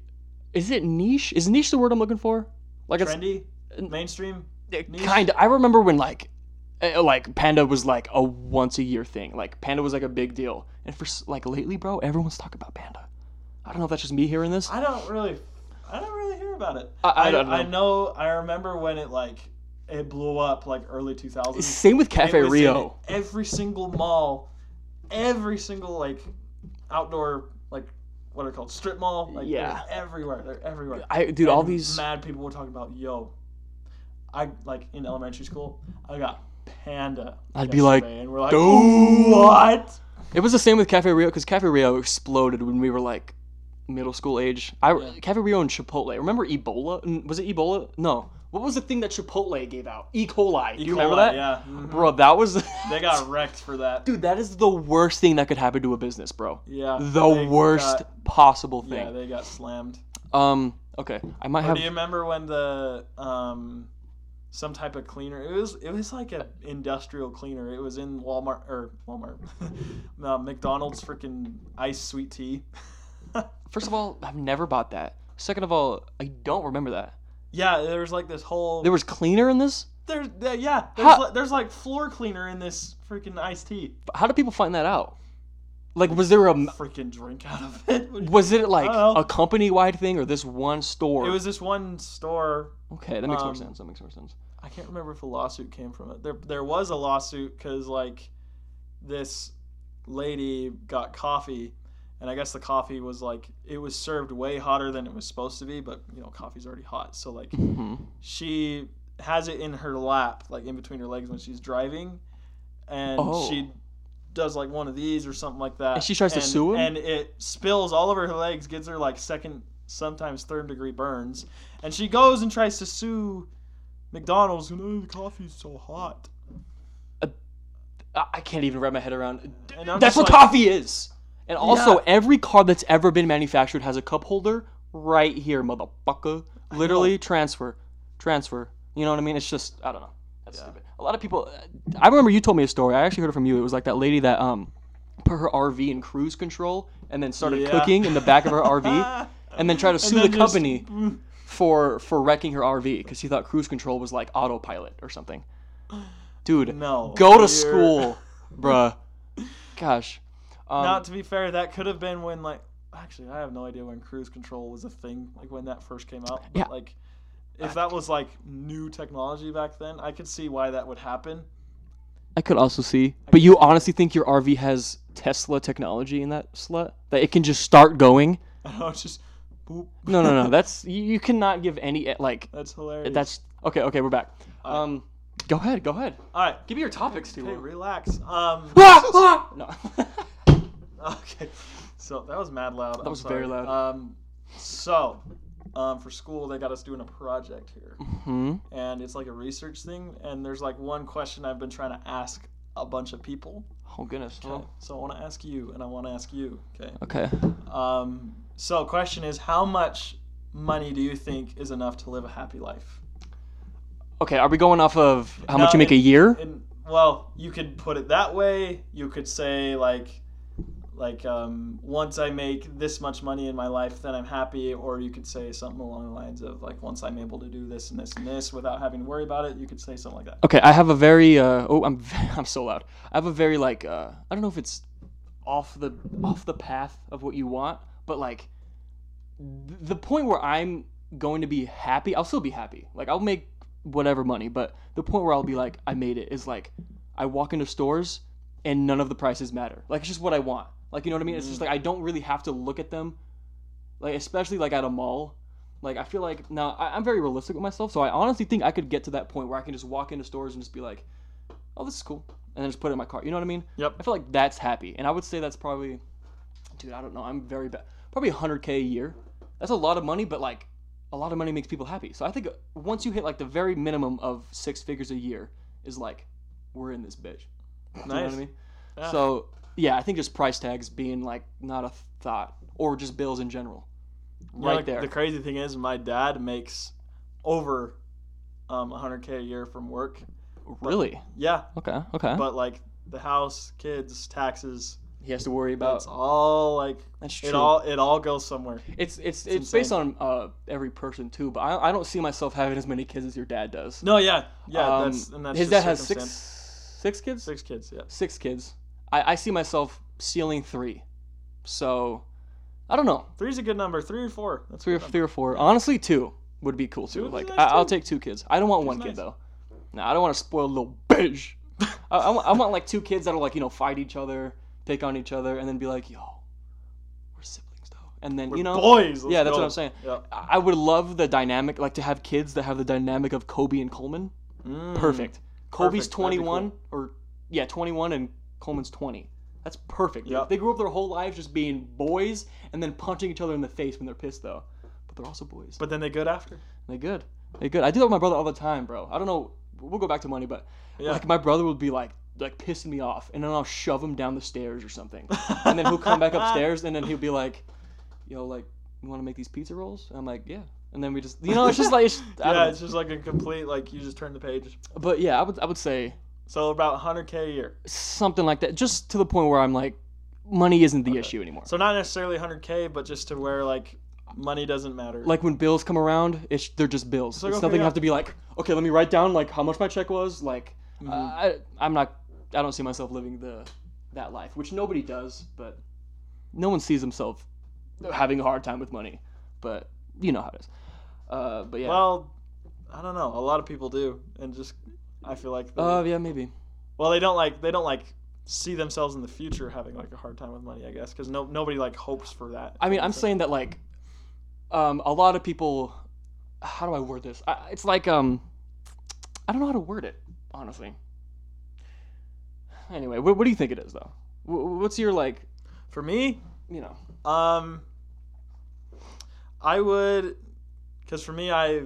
Speaker 3: Is it niche? Is niche the word I'm looking for? Like
Speaker 2: Trendy, mainstream.
Speaker 3: it's
Speaker 2: niche?
Speaker 3: kind. of I remember when like, eh, like Panda was like a once a year thing. Like Panda was like a big deal. And for s- like lately, bro, everyone's talking about Panda. I don't know if that's just me hearing this.
Speaker 2: I don't really, I don't really hear about it.
Speaker 3: I- I don't know.
Speaker 2: I know. I remember when it like it blew up like early 2000s.
Speaker 3: Same with
Speaker 2: It
Speaker 3: Cafe
Speaker 2: was in
Speaker 3: Rio.
Speaker 2: every single mall, every single like outdoor like what are they called strip mall. Like, they're
Speaker 3: Yeah.
Speaker 2: everywhere. They're everywhere.
Speaker 3: I dude, all
Speaker 2: And
Speaker 3: these
Speaker 2: mad people were talking about yo. I like in elementary school. I got panda.
Speaker 3: I'd be like,
Speaker 2: yesterday," and we're like,
Speaker 3: "Dude."
Speaker 2: what?
Speaker 3: It was the same with Cafe Rio because Cafe Rio exploded when we were like middle school age. I
Speaker 2: Yeah.
Speaker 3: Cafe Rio and Chipotle. Remember Ebola? N- Was it Ebola? No. What was the thing that Chipotle gave out? E. coli. Do you remember
Speaker 2: Coli,
Speaker 3: that?
Speaker 2: Yeah. Mhm.
Speaker 3: Bro, that was
Speaker 2: They got wrecked for that.
Speaker 3: Dude, that is the worst thing that could happen to a business, bro.
Speaker 2: Yeah.
Speaker 3: The
Speaker 2: they
Speaker 3: worst
Speaker 2: got-
Speaker 3: possible
Speaker 2: yeah,
Speaker 3: thing.
Speaker 2: they got slammed.
Speaker 3: um, okay. I might
Speaker 2: Or
Speaker 3: have
Speaker 2: do you remember when the um some type of cleaner? It was it was like an industrial cleaner. It was in Walmart or Walmart, no, McDonald's freaking iced sweet tea.
Speaker 3: First of all, I've never bought that. Second of all, I don't remember that.
Speaker 2: yeah, there's like this whole
Speaker 3: There was cleaner in this?
Speaker 2: there's there, yeah there's,
Speaker 3: How-
Speaker 2: li- there's like floor cleaner in this freaking iced tea.
Speaker 3: How do people find that out? Like was there a
Speaker 2: Freaking drink out of it.
Speaker 3: Was it like
Speaker 2: don't know.
Speaker 3: a company wide thing or this one store?
Speaker 2: It was this one store
Speaker 3: okay, that makes more
Speaker 2: um,
Speaker 3: sense. That makes more sense.
Speaker 2: I can't remember if a lawsuit came from it. There, there was a lawsuit because like this lady got coffee, and I guess the coffee was like it was served way hotter than it was supposed to be. But you know, coffee's already hot, so like
Speaker 3: hmm
Speaker 2: she has it in her lap, like in between her legs when she's driving, and
Speaker 3: Oh.
Speaker 2: she does like one of these or something like that.
Speaker 3: And she tries to
Speaker 2: and-
Speaker 3: sue him?
Speaker 2: and it spills all over her legs, gives her like second, sometimes third degree burns, and she goes and tries to sue McDonald's. You know the coffee's so hot.
Speaker 3: I, I can't even wrap my head around.
Speaker 2: And I'm
Speaker 3: That's
Speaker 2: just
Speaker 3: what
Speaker 2: like-
Speaker 3: coffee is. And also,
Speaker 2: Yeah.
Speaker 3: every car that's ever been manufactured has a cup holder right here, motherfucker. Literally, transfer, transfer. You know what I mean? It's just I don't know. That's
Speaker 2: Yeah.
Speaker 3: stupid. A lot of people. I remember you told me a story. I actually heard it from you. It was like that lady that um put her RV in cruise control and then started
Speaker 2: Yeah.
Speaker 3: cooking in the back of her RV and then tried to sue the
Speaker 2: then just-
Speaker 3: company. for for wrecking her RV because she thought cruise control was like autopilot or something. Dude,
Speaker 2: No.
Speaker 3: go to
Speaker 2: you're-
Speaker 3: school, bruh. Gosh. Um,
Speaker 2: Now, to be fair, that could have been when like actually I have no idea when cruise control was a thing, like when that first came out. But
Speaker 3: Yeah.
Speaker 2: like if that was like new technology back then, I could see why that would happen.
Speaker 3: I could also see, but you honestly think your RV has Tesla technology in that slut that it can just start going?
Speaker 2: I know it's just boop.
Speaker 3: No, no, no. That's you, you cannot give any eh, like.
Speaker 2: That's hilarious.
Speaker 3: That's okay. Okay, we're back. Um, go ahead. Go ahead.
Speaker 2: all right.
Speaker 3: Give me your topics,
Speaker 2: Okay,
Speaker 3: too.
Speaker 2: relax. Um
Speaker 3: Ah, ah! No.
Speaker 2: okay. So that was mad loud. That
Speaker 3: was very loud.
Speaker 2: Um so um, for school they got us doing a project here.
Speaker 3: hmm.
Speaker 2: And it's like a research thing and there's like one question I've been trying to ask a bunch of people.
Speaker 3: Oh goodness.
Speaker 2: Okay, so I want to ask you, and I want to ask you. Okay.
Speaker 3: Okay.
Speaker 2: Um, so question is, how much money do you think is enough to live a happy life?
Speaker 3: Okay, are we going off of how
Speaker 2: No,
Speaker 3: much you make
Speaker 2: it-
Speaker 3: a year?
Speaker 2: And well, you could put it that way. You could say like like um, once I make this much money in my life, then I'm happy. Or you could say something along the lines of like once I'm able to do this and this and this without having to worry about it. You could say something like that.
Speaker 3: Okay, I have a very uh, oh I'm I'm so loud. I have a very like uh, I don't know if it's off the off the path of what you want, but like th- the point where I'm going to be happy, I'll still be happy. Like I'll make whatever money, but the point where I'll be like I made it is like I walk into stores and none of the prices matter. Like it's just what I want. Like you know what I mean? It's just like I don't really have to look at them. Like especially like at a mall. Like I feel like now I, I'm very realistic with myself, so I honestly think I could get to that point where I can just walk into stores and just be like, "Oh, this is cool," and then just put it in my cart. You know what I mean?
Speaker 2: Yep.
Speaker 3: I feel like that's happy, and I would say that's probably, dude, I don't know. I'm very bad. Probably 100k a year. That's a lot of money, but like, a lot of money makes people happy. So I think once you hit like the very minimum of six figures a year is like, we're in this bitch.
Speaker 2: Nice.
Speaker 3: You know what I mean?
Speaker 2: Yeah.
Speaker 3: So yeah, I think just price tags being like not a thought, or just bills in general.
Speaker 2: You know,
Speaker 3: Right
Speaker 2: like,
Speaker 3: there.
Speaker 2: The crazy thing is, my dad makes over um, 100k a year from work.
Speaker 3: Really?
Speaker 2: Yeah,
Speaker 3: Okay. Okay.
Speaker 2: but like the house, kids, taxes,
Speaker 3: he has to worry about.
Speaker 2: that's all like
Speaker 3: That's true.
Speaker 2: it all it all goes somewhere.
Speaker 3: it's it's it's,
Speaker 2: insane.
Speaker 3: based on uh, every person too, but I, I don't see myself having as many kids as your dad does.
Speaker 2: No, yeah, yeah.
Speaker 3: Um,
Speaker 2: that's and that's
Speaker 3: his dad
Speaker 2: just
Speaker 3: has six
Speaker 2: circumstance.
Speaker 3: six kids.
Speaker 2: six kids. Yeah.
Speaker 3: Six kids. I, I see myself ceiling three, so I don't know
Speaker 2: Three's a good number. Three or four. That's
Speaker 3: three or
Speaker 2: good
Speaker 3: three or four. Honestly, two would be cool too.
Speaker 2: would be
Speaker 3: Like
Speaker 2: nice,
Speaker 3: I, I'll
Speaker 2: too.
Speaker 3: take two kids. I don't want one
Speaker 2: Two's
Speaker 3: kid
Speaker 2: nice.
Speaker 3: though. Nah, I don't want to spoil little bitch. I, I, want, I want like two kids that'll like you know fight each other, pick on each other, and then be like, yo, we're siblings though. And then
Speaker 2: We're
Speaker 3: you know,
Speaker 2: boys. let's
Speaker 3: yeah, that's
Speaker 2: go.
Speaker 3: what I'm saying.
Speaker 2: Yeah.
Speaker 3: I would love the dynamic, like to have kids that have the dynamic of Kobe and Coleman.
Speaker 2: Mm,
Speaker 3: Perfect. Kobe's
Speaker 2: Perfect, that'd be
Speaker 3: 21, or yeah, 21, and Coleman's 20. That's perfect. dude.
Speaker 2: Yep.
Speaker 3: They grew up their whole lives just being boys and then punching each other in the face when they're pissed though. But they're also boys.
Speaker 2: But then they good after.
Speaker 3: They good. They good. I do that with my brother all the time, bro. I don't know. We'll go back to money, but
Speaker 2: Yeah.
Speaker 3: like my brother would be like like pissing me off, and then I'll shove him down the stairs or something, and then he'll come back upstairs, and then he'll be like, "Yo, like, you want to make these pizza rolls?" And I'm like, "Yeah." And then we just, you know, it's just like, it's, I don't
Speaker 2: yeah,
Speaker 3: know.
Speaker 2: it's just like a complete like you just turn the page.
Speaker 3: but yeah, I would, I would say
Speaker 2: So about 100k a year.
Speaker 3: something like that, just to the point where I'm like, money isn't the issue anymore.
Speaker 2: So not necessarily 100k, but just to where like money doesn't matter.
Speaker 3: like when bills come around, it's they're just bills. It's,
Speaker 2: like, okay,
Speaker 3: nothing I
Speaker 2: yeah.
Speaker 3: have to be like, okay, let me write down like how much my check was. Like,
Speaker 2: Mm.
Speaker 3: uh,
Speaker 2: Mm-hmm.
Speaker 3: I, I'm not, I don't see myself living the that life, which nobody does, but no one sees himself having a hard time with money. But you know how it is. Uh, but yeah,
Speaker 2: well, I don't know. A lot of people do, and just I feel like they,
Speaker 3: uh, yeah, maybe.
Speaker 2: well they don't like they don't like see themselves in the future having like a hard time with money. I guess because no nobody like hopes for that.
Speaker 3: I mean, I'm saying that like, um, a lot of people. How do I word this? I, it's like um, I don't know how to word it honestly. Anyway, what, what do you think it is though? Wh- What's your like,
Speaker 2: for me,
Speaker 3: you know?
Speaker 2: Um, I would, because for me, I,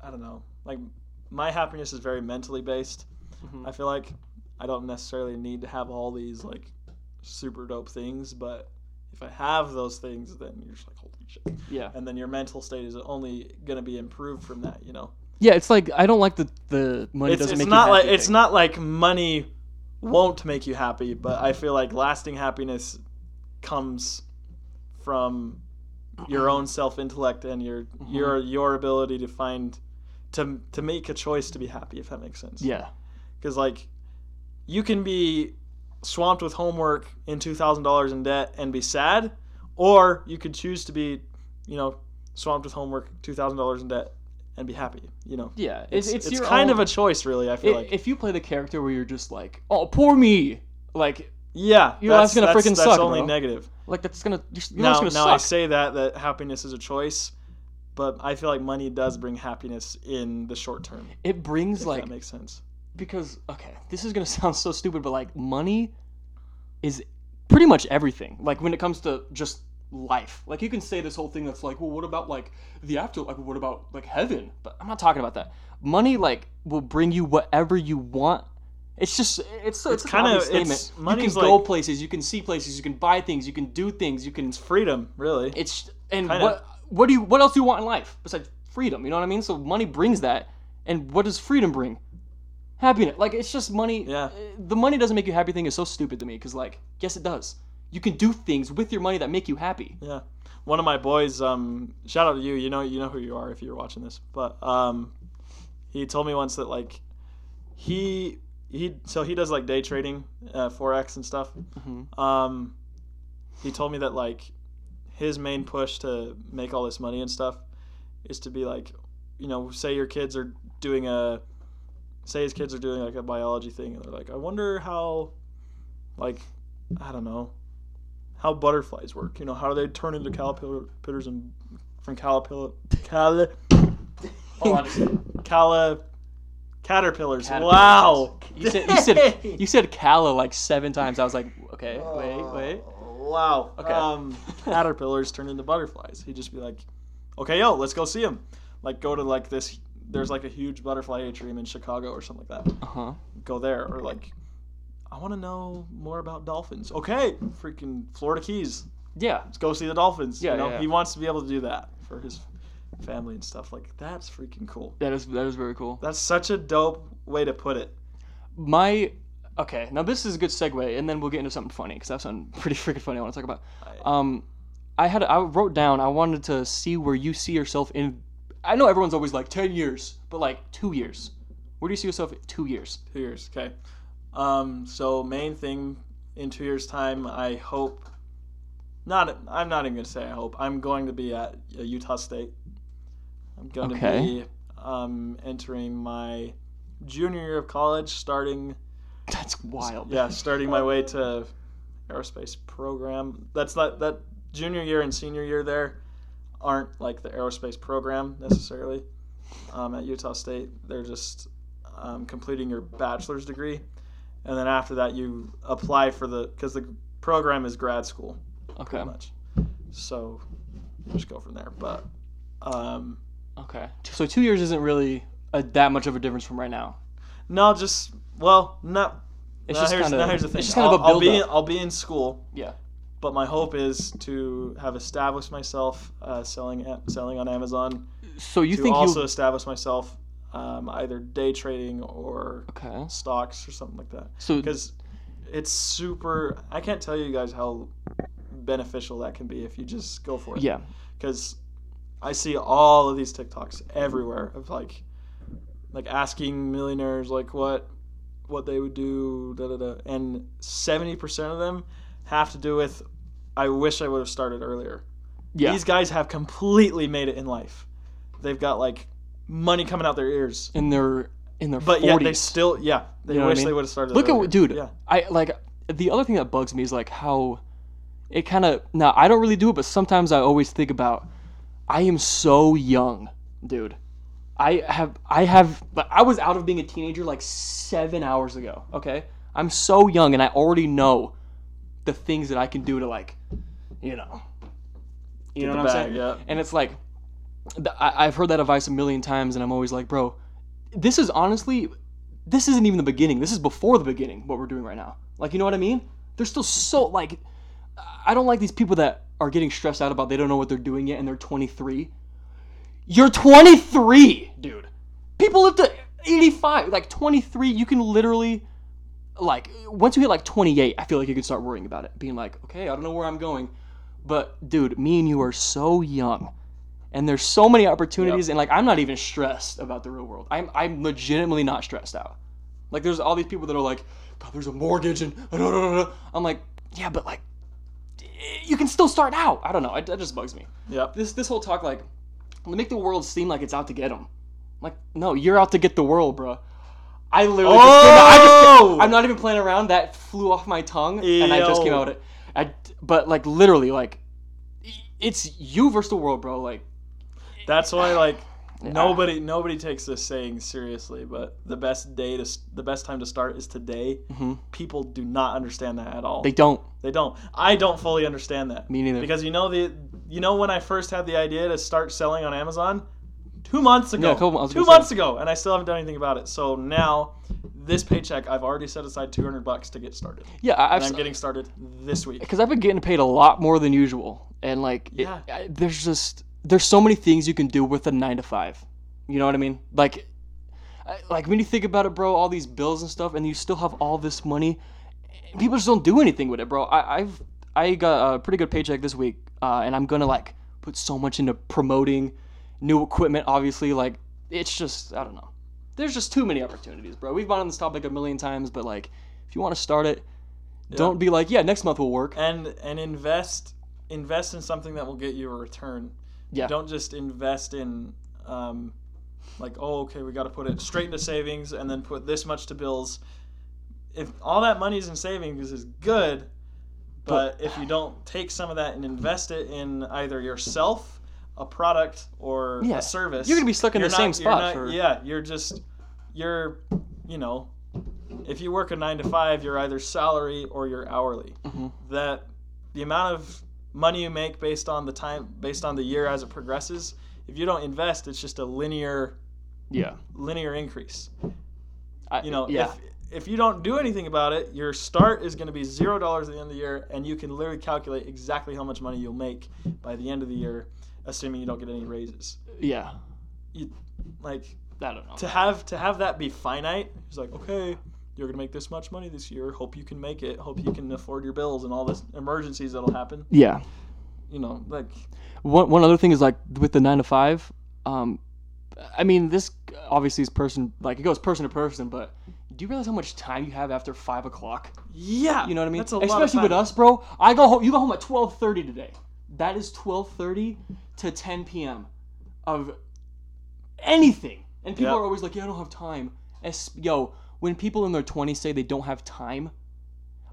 Speaker 2: I don't know, like my happiness is very mentally based.
Speaker 3: Mhm.
Speaker 2: I feel like I don't necessarily need to have all these like super dope things, but if I have those things, then you're just like holy shit,
Speaker 3: Yeah.
Speaker 2: and then your mental state is only gonna be improved from that, you know.
Speaker 3: Yeah, it's like I don't like the the money
Speaker 2: it's
Speaker 3: doesn't
Speaker 2: it's
Speaker 3: make
Speaker 2: not
Speaker 3: you
Speaker 2: like
Speaker 3: happy
Speaker 2: it's
Speaker 3: thing.
Speaker 2: not like money won't make you happy, but I feel like lasting happiness comes from your own self intellect and your
Speaker 3: Mm-hmm.
Speaker 2: your your ability to find to to make a choice to be happy if that makes sense.
Speaker 3: Yeah.
Speaker 2: Cuz like you can be swamped with homework and $2000 in debt and be sad or you could choose to be, you know, swamped with homework, $2000 in debt and be happy, you know.
Speaker 3: Yeah.
Speaker 2: It's,
Speaker 3: It's
Speaker 2: it's,
Speaker 3: your
Speaker 2: kind
Speaker 3: own-
Speaker 2: of a choice, really. I feel
Speaker 3: i-
Speaker 2: like.
Speaker 3: if you play the character where you're just like, oh, poor me, like
Speaker 2: yeah,
Speaker 3: your life's gonna
Speaker 2: that's-
Speaker 3: freaking
Speaker 2: that's
Speaker 3: suck,
Speaker 2: only
Speaker 3: bro.
Speaker 2: negative.
Speaker 3: like that's gonna you're, you're
Speaker 2: now,
Speaker 3: just gonna
Speaker 2: now I
Speaker 3: suck.
Speaker 2: say that that happiness is a choice, but I feel like money does bring happiness in the short term.
Speaker 3: it brings
Speaker 2: If
Speaker 3: like
Speaker 2: that makes sense.
Speaker 3: because okay, this is gonna sound so stupid, but like money is pretty much everything. Like when it comes to just life, like you can say this whole thing that's like, well, what about like the after? Like what about like heaven? But I'm not talking about that. Money like will bring you whatever you want. It's just it's it's, kind
Speaker 2: kinda-
Speaker 3: of
Speaker 2: it's-
Speaker 3: statement. You can
Speaker 2: money's
Speaker 3: go
Speaker 2: like-
Speaker 3: places, you can see places, you can buy things, you can do things, you can.
Speaker 2: Freedom, really.
Speaker 3: It's and
Speaker 2: Kinda.
Speaker 3: what what do you what else do you want in life besides freedom? You know what I mean? So money brings that, And what does freedom bring? Happiness. Like it's just money.
Speaker 2: Yeah.
Speaker 3: uh, The money doesn't make you happy thing is so stupid to me because like yes it does. You can do things with your money that make you happy.
Speaker 2: Yeah. One of my boys, um, shout out to you. You know, you know who you are if you're watching this. But um, he told me once that like he he so he does like day trading, uh, forex and stuff.
Speaker 3: Mhm.
Speaker 2: Um, he told me that like his main push to make all this money and stuff is to be like, you know, say your kids are doing a say his kids are doing like a biology thing and they're like, I wonder how like I don't know how butterflies work. You know, how do they turn into caterpillars and from caterpillar cali Hold on a second. cali caterpillars. Wow.
Speaker 3: You said you said you said calla like seven times. I was like okay
Speaker 2: Oh.
Speaker 3: wait wait.
Speaker 2: Wow.
Speaker 3: Okay.
Speaker 2: Um, caterpillars turn into butterflies. He'd just be like, okay, yo, let's go see him. Like, go to like this. There's like a huge butterfly atrium in Chicago or something like that.
Speaker 3: Uh huh.
Speaker 2: Go there or like, I want to know more about dolphins. Okay, freaking Florida Keys.
Speaker 3: Yeah.
Speaker 2: Let's go see the dolphins.
Speaker 3: Yeah,
Speaker 2: you know,
Speaker 3: yeah, yeah.
Speaker 2: he wants to be able to do that for his family and stuff. Like, that's freaking cool.
Speaker 3: That is that is very cool.
Speaker 2: That's such a dope way to put it.
Speaker 3: my okay now this is a good segue and then we'll get into something funny because that's something pretty freaking funny i want to talk about um i had i wrote down i wanted to see where you see yourself in i know everyone's always like 10 years but like two years where do you see yourself in two years
Speaker 2: Two years, okay. Um, so main thing in two years' time, I hope. Not, I'm not even gonna say I hope. I'm going to be at uh, Utah State. I'm going
Speaker 3: Okay.
Speaker 2: to be um, entering my junior year of college, starting
Speaker 3: that's wild
Speaker 2: yeah, starting my way to aerospace program. That's not that junior year and senior year there aren't like the aerospace program necessarily. Um, at Utah State, they're just um, completing your bachelor's degree, and then after that you apply for the because the program is grad school
Speaker 3: okay
Speaker 2: pretty much. So you just go from there. But um,
Speaker 3: okay so two years isn't really a, that much of a difference from right now
Speaker 2: no, just well, no.
Speaker 3: It's
Speaker 2: now
Speaker 3: just
Speaker 2: here's,
Speaker 3: kinda-
Speaker 2: now here's the
Speaker 3: it's
Speaker 2: thing.
Speaker 3: just kind of a
Speaker 2: I'll- I'll be
Speaker 3: buildup.
Speaker 2: in- I'll be in school.
Speaker 3: yeah
Speaker 2: but my hope is to have established myself uh, selling selling on Amazon.
Speaker 3: so you
Speaker 2: to
Speaker 3: think
Speaker 2: also
Speaker 3: you
Speaker 2: establish myself um, either day trading or
Speaker 3: okay
Speaker 2: stocks or something like that.
Speaker 3: so
Speaker 2: Because it's super. I can't tell you guys how beneficial that can be if you just go for it.
Speaker 3: yeah
Speaker 2: Because I see all of these TikToks everywhere of like, like asking millionaires like what what they would do, da da da, and seventy percent of them have to do with, I wish I would have started earlier.
Speaker 3: yeah
Speaker 2: These guys have completely made it in life. They've got like money coming out their ears,
Speaker 3: in their in their
Speaker 2: but
Speaker 3: 40s.
Speaker 2: yet they still, yeah, they
Speaker 3: know what I
Speaker 2: wish
Speaker 3: mean?
Speaker 2: they would have started.
Speaker 3: Look at
Speaker 2: earlier.
Speaker 3: what, dude.
Speaker 2: Yeah,
Speaker 3: I like the other thing that bugs me is like how it kind of now I don't really do it, but sometimes I always think about I am so young, dude. I have I have but I was out of being a teenager like seven hours ago. Okay, I'm so young and I already know the things that I can do to like, you know, you know
Speaker 2: the
Speaker 3: what I'm
Speaker 2: bag,
Speaker 3: saying.
Speaker 2: yeah.
Speaker 3: And it's like th- I, I've heard that advice a million times, and I'm always like, bro, this is honestly this isn't even the beginning. This is before the beginning, what we're doing right now. Like, you know what I mean? They're still so, like, I don't like these people that are getting stressed out about they don't know what they're doing yet and they're 23. You're 23, dude. People live to 85. Like, 23, you can literally, like, once you hit like 28, I feel like you can start worrying about it. Being like, okay, I don't know where I'm going. But, dude, me and you are so young. And there's so many opportunities, and like I'm not even stressed about the real world. I'm I'm legitimately not stressed out. Like there's all these people that are like, "God, there's a mortgage and da, da, da, da." I'm like, yeah, but like, you can still start out. I don't know. It, that just bugs me.
Speaker 2: yeah.
Speaker 3: This this whole talk like, make the world seem like it's out to get them. Like, no, you're out to get the world, bro. I literally just came out, I just
Speaker 2: Oh!
Speaker 3: I'm not even playing around. That flew off my tongue, and I just came
Speaker 2: Ew.
Speaker 3: out with it. I, but like literally, like it's you versus the world, bro. Like
Speaker 2: That's why like nobody nobody takes this saying seriously, but the best day to s- the best time to start is today.
Speaker 3: Mhm.
Speaker 2: People do not understand that at all.
Speaker 3: they don't.
Speaker 2: They don't. I don't fully understand that.
Speaker 3: Me neither.
Speaker 2: Because you know the you know when I first had the idea to start selling on Amazon, two months ago.
Speaker 3: Yeah, a couple- I was
Speaker 2: two
Speaker 3: gonna say.
Speaker 2: months ago, and I still haven't done anything about it. So now, this paycheck, I've already set aside two hundred bucks to get started,
Speaker 3: Yeah, I,
Speaker 2: and
Speaker 3: I've
Speaker 2: I'm getting started this week.
Speaker 3: because I've been getting paid a lot more than usual, and like, it-
Speaker 2: Yeah.
Speaker 3: I, there's just there's so many things you can do with a nine to five. You know what I mean? Like, I- like when you think about it, bro, all these bills and stuff, and you still have all this money. and People just don't do anything with it, bro. I, I've I got a pretty good paycheck this week, uh, and I'm gonna like put so much into promoting new equipment. Obviously, like it's just I don't know. There's just too many opportunities, bro. We've gone on this topic a million times, but like if you want to start it, don't be like, yeah, next month will work.
Speaker 2: and and invest invest in something that will get you a return.
Speaker 3: Yeah.
Speaker 2: Don't just invest in um, like oh okay we got to put it straight into savings and then put this much to bills. If all that money's in savings is good, but, if you don't take some of that and invest it in either yourself, a product, or
Speaker 3: Yeah.
Speaker 2: a service,
Speaker 3: You're gonna be stuck in
Speaker 2: you're
Speaker 3: the same
Speaker 2: not- you're
Speaker 3: spot
Speaker 2: not-
Speaker 3: for-
Speaker 2: Yeah, you're just you're you know if you work a nine to five, you're either salary or you're hourly.
Speaker 3: Mm-hmm.
Speaker 2: That the amount of money you make based on the time, based on the year as it progresses, if you don't invest, it's just a linear
Speaker 3: Yeah.
Speaker 2: linear increase.
Speaker 3: I,
Speaker 2: You know,
Speaker 3: Yeah.
Speaker 2: if if you don't do anything about it, your start is going to be zero dollars at the end of the year, and you can literally calculate exactly how much money you'll make by the end of the year, assuming you don't get any raises.
Speaker 3: yeah.
Speaker 2: You, like
Speaker 3: I don't know.
Speaker 2: to have to have that be finite it's like okay you're gonna make this much money this year hope you can make it hope you can afford your bills and all this emergencies that'll happen
Speaker 3: Yeah.
Speaker 2: you know like
Speaker 3: One one other thing is like with the nine to five. Um, I mean, this obviously is person like it goes person to person, but do you realize how much time you have after five o'clock?
Speaker 2: yeah
Speaker 3: You know what I mean?
Speaker 2: that's a
Speaker 3: Especially
Speaker 2: lot of time.
Speaker 3: with us, bro. I go home. You go home at twelve thirty today. That is twelve thirty to ten p.m. of anything, and people
Speaker 2: Yeah.
Speaker 3: are always like, "Yeah, I don't have time." Es- yo, when people in their twenties say they don't have time,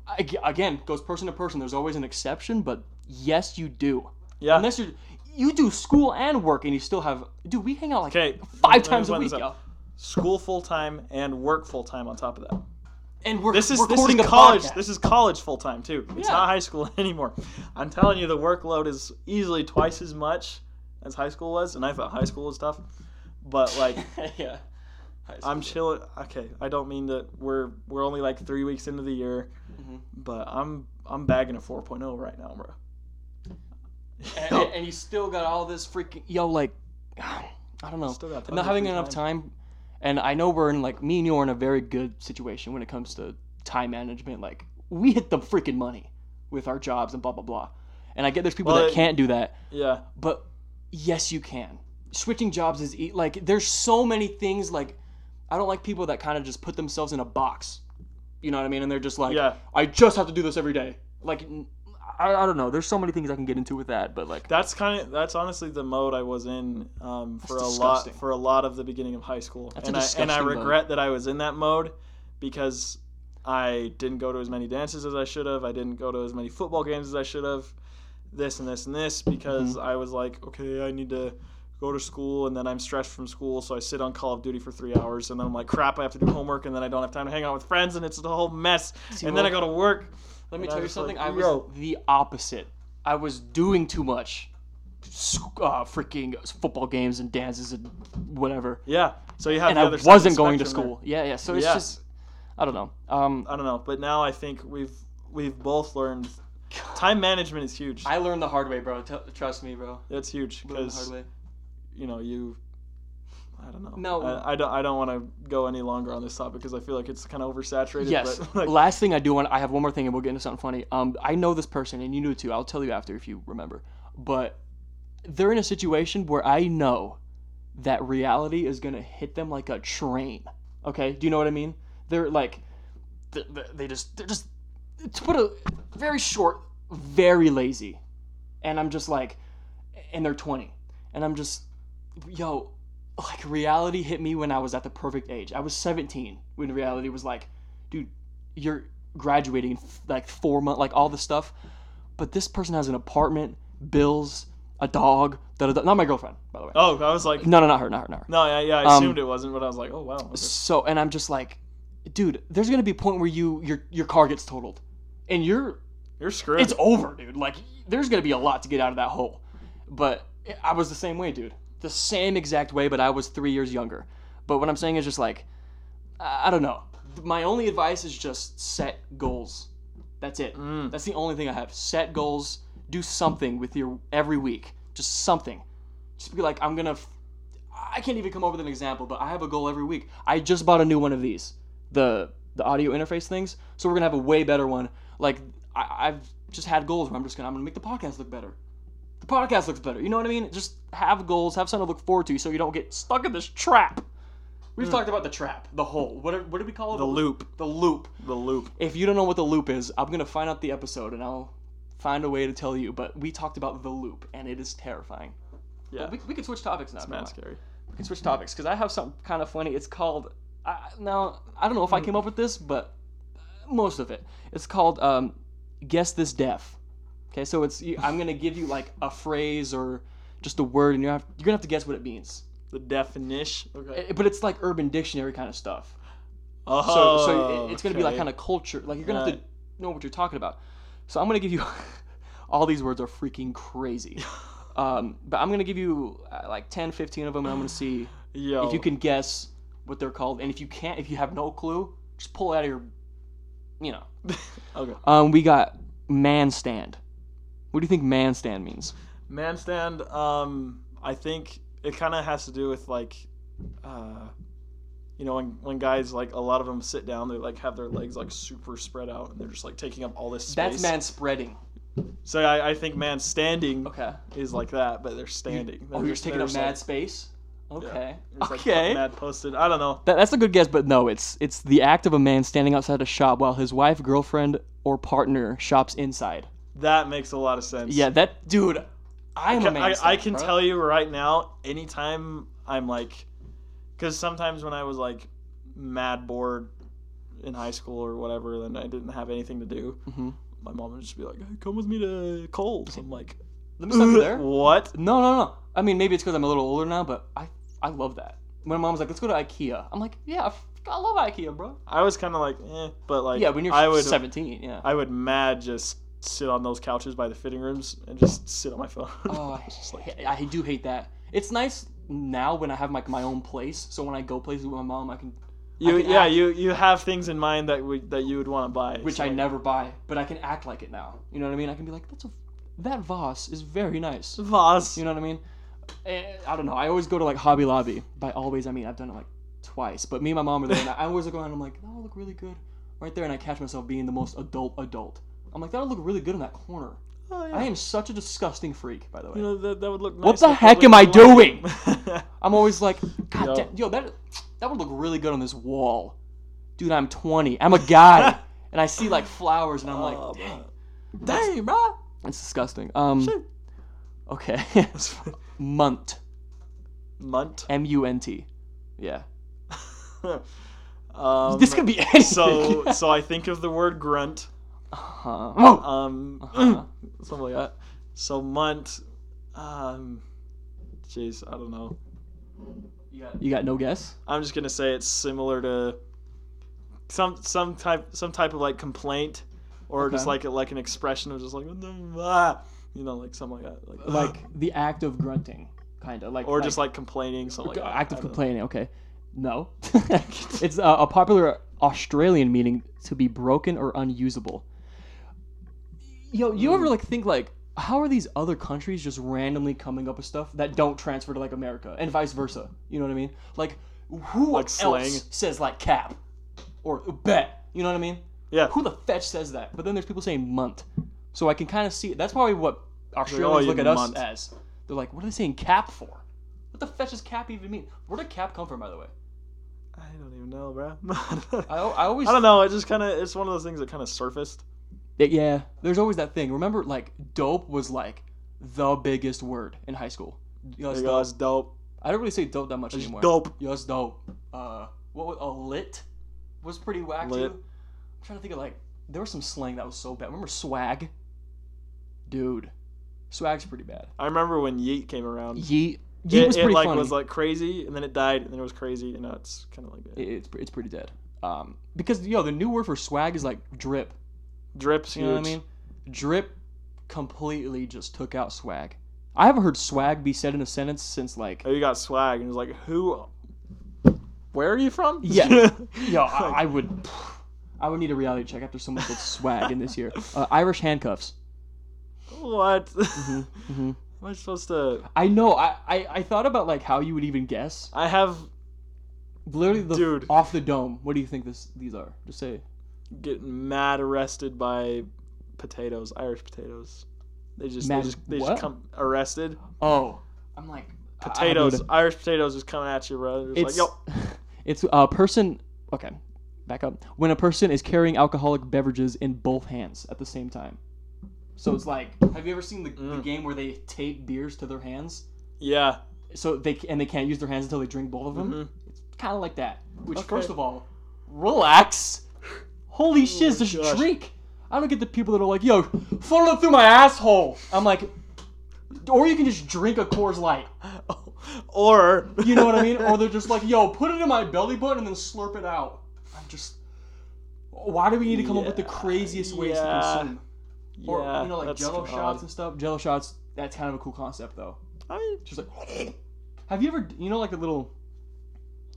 Speaker 3: I, again goes person to person. There's always an exception, but yes, you
Speaker 2: Uh,
Speaker 3: do.
Speaker 2: yeah
Speaker 3: Unless you're, you do school and work, and you still have. Dude, we hang out like
Speaker 2: okay
Speaker 3: five times a
Speaker 2: blend
Speaker 3: week,
Speaker 2: this
Speaker 3: yo.
Speaker 2: up. school full-time and work full-time on top of that
Speaker 3: And we're
Speaker 2: this is this is
Speaker 3: recording a
Speaker 2: college
Speaker 3: podcast.
Speaker 2: this is college full-time too it's
Speaker 3: Yeah.
Speaker 2: not high school anymore i'm telling you the workload is easily twice as much as high school was and i thought high school was tough but like
Speaker 3: yeah.
Speaker 2: I'm chilling. Okay, I don't mean that we're we're only like three weeks into the year,
Speaker 3: Mhm.
Speaker 2: but I'm I'm bagging a 4.0 right now, bro.
Speaker 3: and, and- and you still got all this freaking yo like i don't know
Speaker 2: Still got tons
Speaker 3: not
Speaker 2: of
Speaker 3: having
Speaker 2: free
Speaker 3: enough time and i know we're in like me and you are in a very good situation when it comes to time management like we hit the freaking money with our jobs and blah blah blah and i get there's people
Speaker 2: Well,
Speaker 3: that
Speaker 2: it-
Speaker 3: can't do that
Speaker 2: yeah,
Speaker 3: but yes you can switching jobs is e- like there's so many things like i don't like people that kind of just put themselves in a box you know what i mean and they're just like
Speaker 2: Yeah.
Speaker 3: i just have to do this every day like n- I, I don't know there's so many things i can get into with that but like
Speaker 2: that's kind of that's honestly the mode I was in um, for a
Speaker 3: disgusting.
Speaker 2: lot for a lot of the beginning of high school,
Speaker 3: That's a
Speaker 2: and I and I
Speaker 3: disgusting mode.
Speaker 2: regret that I was in that mode because I didn't go to as many dances as I should have. I didn't go to as many football games as I should have. This and this and this because
Speaker 3: Mm-hmm.
Speaker 2: I was like, okay, I need to go to school and then I'm stressed from school, so I sit on Call of Duty for three hours and then I'm like, crap, I have to do homework and then I don't have time to hang out with friends and it's a whole mess. and then I go to work.
Speaker 3: Let me
Speaker 2: And I
Speaker 3: tell you
Speaker 2: was like,
Speaker 3: something. I was
Speaker 2: "Yo."
Speaker 3: the opposite. I was doing too much, s- uh, freaking football games and dances and whatever,
Speaker 2: Yeah. So you have
Speaker 3: and
Speaker 2: the
Speaker 3: I
Speaker 2: other side of the
Speaker 3: wasn't going to
Speaker 2: spectrum there.
Speaker 3: school. Yeah, yeah. So it's
Speaker 2: Yeah.
Speaker 3: just, I don't know. Um,
Speaker 2: I don't know, but now I think we've we've both learned time management is huge.
Speaker 3: I learned the hard way, bro. T- trust me, bro.
Speaker 2: That's huge
Speaker 3: Learned the hard
Speaker 2: because
Speaker 3: way.
Speaker 2: you know you. I don't know.
Speaker 3: No.
Speaker 2: I, I don't. I don't want to go any longer on this topic because I feel like it's kind of oversaturated.
Speaker 3: Yes.
Speaker 2: But like,
Speaker 3: Last thing I do want I have one more thing and we'll get into something funny. Um I know this person and you knew too. I'll tell you after if you remember. But they're in a situation where I know that reality is going to hit them like a train. Okay? Do you know what I mean? They're like th- th- they just they're just to put a very short, very lazy. And I'm just like and they're 20. And I'm just yo like reality hit me when I was at the perfect age. I was 17 when reality was like dude, you're graduating in f- like four months, like all this stuff. But this person has an apartment, bills, a dog. Da, da, da. Not my girlfriend, by the way.
Speaker 2: oh, I was like,
Speaker 3: No, no, not her, not her, not her.
Speaker 2: no, yeah, yeah. I
Speaker 3: Um,
Speaker 2: assumed it wasn't, but I was like, oh wow. okay.
Speaker 3: So, and I'm just like, dude, there's gonna be a point where you your your car gets totaled, and you're
Speaker 2: You're screwed.
Speaker 3: it's over, dude. Like, there's gonna be a lot to get out of that hole. But I was the same way, dude. The same exact way, but I was three years younger. But what I'm saying is just like, I I don't know. My only advice is just set goals. That's it.
Speaker 2: Mm.
Speaker 3: That's the only thing I have. Set goals. Do something with your every week. Just something. Just be like, I'm gonna. f- I can't even come up with an example, but I have a goal every week. I just bought a new one of these, the the audio interface things. So we're gonna have a way better one. Like I, I've just had goals where I'm just gonna I'm gonna make the podcast look better. The podcast looks better. You know what I mean? Just have goals, have something to look forward to, so you don't get stuck in this trap. We've talked about the trap, the hole. What are, what do we call it?
Speaker 2: Hmm. The loop.
Speaker 3: The loop.
Speaker 2: The loop.
Speaker 3: If you don't know what the loop is, I'm gonna find out the episode and I'll find a way to tell you. But we talked about the loop, and it is terrifying.
Speaker 2: Yeah.
Speaker 3: But we, we could switch topics now. if you
Speaker 2: Mad
Speaker 3: want.
Speaker 2: scary.
Speaker 3: We can switch topics because I have something kind of funny. It's called. I, now I don't know if I came up with this, but most of it. It's called um, guess this deaf. Okay, so it's you, I'm gonna give you like a phrase or just a word, and you have you're gonna have to guess what it means.
Speaker 2: The definition. Okay.
Speaker 3: Eh, but it's like Urban Dictionary kind of stuff. So,
Speaker 2: oh,
Speaker 3: so it- it's gonna be like
Speaker 2: okay.
Speaker 3: kind of culture. Like you're gonna have to
Speaker 2: Right.
Speaker 3: know what you're talking about. So I'm gonna give you. all these words are freaking crazy. Um, but I'm gonna give you uh, like 10, 15 of them, and I'm gonna see
Speaker 2: Yo.
Speaker 3: if you can guess what they're called and if you can't if you have no clue just pull it out of your you know
Speaker 2: Okay.
Speaker 3: um we got man stand what do you think man stand means
Speaker 2: Man stand, um, I think it kind of has to do with like, uh, you know, when, when guys like a lot of them sit down, they like have their legs like super spread out and they're just like taking up all this space.
Speaker 3: that's man spreading
Speaker 2: So I, I think man standing
Speaker 3: okay
Speaker 2: is like that, but they're standing.
Speaker 3: oh
Speaker 2: They're
Speaker 3: you're
Speaker 2: just-
Speaker 3: just taking up
Speaker 2: they're
Speaker 3: mad
Speaker 2: just,
Speaker 3: space okay
Speaker 2: like- it's, like,
Speaker 3: okay
Speaker 2: mad posted. I don't know.
Speaker 3: That, that's a good guess, but no, it's it's the act of a man standing outside a shop while his wife, girlfriend, or partner shops inside.
Speaker 2: That makes a lot of sense.
Speaker 3: Yeah, that dude, I'm a
Speaker 2: Ca-
Speaker 3: man.
Speaker 2: I, I
Speaker 3: stand,
Speaker 2: can
Speaker 3: bro.
Speaker 2: tell you right now, anytime I'm like, because sometimes when I was like mad bored in high school or whatever, then I didn't have anything to do.
Speaker 3: Mhm.
Speaker 2: My mom would just be like, hey, come with me to Coles. I'm like,
Speaker 3: Let me stop you
Speaker 2: "Ugh,
Speaker 3: there.
Speaker 2: what?
Speaker 3: No, no, no. I mean, maybe it's because I'm a little older now, but I I love that. When my mom's like, let's go to IKEA, I'm like, yeah, f- I love IKEA, bro.
Speaker 2: I was kind of like, eh, but like,
Speaker 3: yeah, when you're
Speaker 2: I would,
Speaker 3: 17, yeah.
Speaker 2: I would mad just sit on those couches by the fitting rooms and just sit on my phone.
Speaker 3: oh, I, ha- I do hate that. It's nice now when I have like my own place, so when I go places with my mom, I can,
Speaker 2: you,
Speaker 3: I can
Speaker 2: yeah,
Speaker 3: act-
Speaker 2: you you have things in mind that we, that you would want to buy,
Speaker 3: which
Speaker 2: So,
Speaker 3: I
Speaker 2: like,
Speaker 3: never buy, but I can act like it now. You know what I mean? I can be like, that's a that vase is very nice.
Speaker 2: Vase.
Speaker 3: You know what I mean? Eh, I don't know. I always go to like Hobby Lobby. By always, I mean I've done it like twice. But me and my mom are there, and I always look around. And I'm like, that'll look really good right there, and I catch myself being the most adult adult. I'm like, that'll look really good in that corner.
Speaker 2: Oh, yeah.
Speaker 3: I am such a disgusting freak, by the way.
Speaker 2: You know, that, that would look nice.
Speaker 3: What the
Speaker 2: if it
Speaker 3: heck
Speaker 2: looked
Speaker 3: am I
Speaker 2: like-
Speaker 3: doing? I'm always like, God
Speaker 2: Yo.
Speaker 3: damn, yo, that that would look really good on this wall, dude. I'm 20. I'm a guy, and I see like flowers, and I'm
Speaker 2: Oh,
Speaker 3: like, dang,
Speaker 2: Dang, bro.
Speaker 3: that's disgusting. Um,
Speaker 2: Shit.
Speaker 3: okay, munt,
Speaker 2: Munt.
Speaker 3: M U N T, yeah.
Speaker 2: Um,
Speaker 3: this could be anything.
Speaker 2: so so I think of the word grunt.
Speaker 3: Huh.
Speaker 2: Um
Speaker 3: Uh-huh.
Speaker 2: something like that. So munt um jeez, I don't know.
Speaker 3: you got no guess?
Speaker 2: I'm just gonna say it's similar to some some type some type of like complaint or just
Speaker 3: Okay.
Speaker 2: like a, like an expression of just like what the ah, you know, like something like that. Like,
Speaker 3: Like the act of grunting, kind of Uh-huh. like
Speaker 2: Uh, or just like complaining, something like that.
Speaker 3: act of
Speaker 2: I don't know.
Speaker 3: complaining. Okay, no, it's uh, a popular Australian meaning to be broken or unusable. Yo, you
Speaker 2: Mm.
Speaker 3: ever like think like how are these other countries just randomly coming up with stuff that don't transfer to like America and vice versa? You know what I mean? Like who
Speaker 2: Like
Speaker 3: else
Speaker 2: slang.
Speaker 3: says like cap or bet? You know what I mean?
Speaker 2: Yeah.
Speaker 3: who the fetch says that? But then there's people saying month. So I can kind of see that's probably what
Speaker 2: "Oh,
Speaker 3: Australians
Speaker 2: you
Speaker 3: look at
Speaker 2: munt."
Speaker 3: us as. They're like, what are they saying cap for? What the fetch does cap even mean? Where did cap come from, by the way?
Speaker 2: I don't even know, bro.
Speaker 3: I, I always
Speaker 2: I don't know. It just kind of it's one of those things that kind of surfaced.
Speaker 3: yeah. There's always that thing. Remember, like dope was like the biggest word in high school. Yo, it's
Speaker 2: Like,
Speaker 3: dope.
Speaker 2: oh, it's dope.
Speaker 3: I don't really say dope that much
Speaker 2: It's
Speaker 3: anymore.
Speaker 2: dope.
Speaker 3: Yo, it's dope. Uh, what was a lit was pretty whack
Speaker 2: Lit.
Speaker 3: too. I'm trying to think of like there was some slang that was so bad. Remember swag? Dude, swag's pretty bad.
Speaker 2: I remember when Yeet came around.
Speaker 3: Yeet. Yeet
Speaker 2: it,
Speaker 3: was
Speaker 2: it,
Speaker 3: pretty
Speaker 2: like
Speaker 3: funny.
Speaker 2: was like crazy, and then it died, and then it was crazy, and now it's kind of like that.
Speaker 3: It- it's pre- it's pretty dead. Um, because yo, the new word for swag is like drip.
Speaker 2: drips
Speaker 3: You
Speaker 2: huge.
Speaker 3: know what I mean? Drip completely just took out swag. I haven't heard swag be said in a sentence since like
Speaker 2: Oh, you got swag, and it's like who? Where are you from?
Speaker 3: Yeah. yo, I, I would, I would need a reality check after someone said swag in this year. Uh, Irish handcuffs.
Speaker 2: what?
Speaker 3: Mhm.
Speaker 2: am I supposed to?
Speaker 3: I know. I, I, I thought about like how you would even guess.
Speaker 2: I have
Speaker 3: Literally, the
Speaker 2: Dude.
Speaker 3: off the dome. What do you think this these are? Just say.
Speaker 2: getting mad arrested by potatoes, Irish potatoes. They just
Speaker 3: Mad
Speaker 2: they just they
Speaker 3: what?
Speaker 2: just come arrested.
Speaker 3: Oh, I'm like I- I don't know
Speaker 2: Potatoes,
Speaker 3: what
Speaker 2: Irish potatoes is coming at you, brother.
Speaker 3: to-
Speaker 2: It's,
Speaker 3: It's
Speaker 2: like, yo,
Speaker 3: it's a person. Okay, back up. When a person is carrying alcoholic beverages in both hands at the same time. So it's like, have you ever seen the, the
Speaker 2: Mm.
Speaker 3: game where they tape beers to their hands?
Speaker 2: yeah,
Speaker 3: so they c- and they can't use their hands until they drink both of them.
Speaker 2: Mhm.
Speaker 3: It's kind of like that. Which,
Speaker 2: Okay. Oh
Speaker 3: first of all, relax. Holy shit,
Speaker 2: my
Speaker 3: just
Speaker 2: gosh.
Speaker 3: drink. I don't get the people that are like, "Yo, funnel it through my asshole." I'm like, or you can just drink a Coors Light.
Speaker 2: mm-hmm. or
Speaker 3: You know what I mean? or they're just like, "Yo, put it in my belly button and then slurp it out." I'm just, why do we need to come up with the
Speaker 2: Yeah,
Speaker 3: craziest ways
Speaker 2: yeah,
Speaker 3: to consume?
Speaker 2: yeah,
Speaker 3: Or you know, like
Speaker 2: that's
Speaker 3: Jello
Speaker 2: kinda
Speaker 3: shots
Speaker 2: odd.
Speaker 3: and stuff. Jello shots. That's kind of a cool concept, though.
Speaker 2: I mean,
Speaker 3: Just like, have you ever, you know, like the little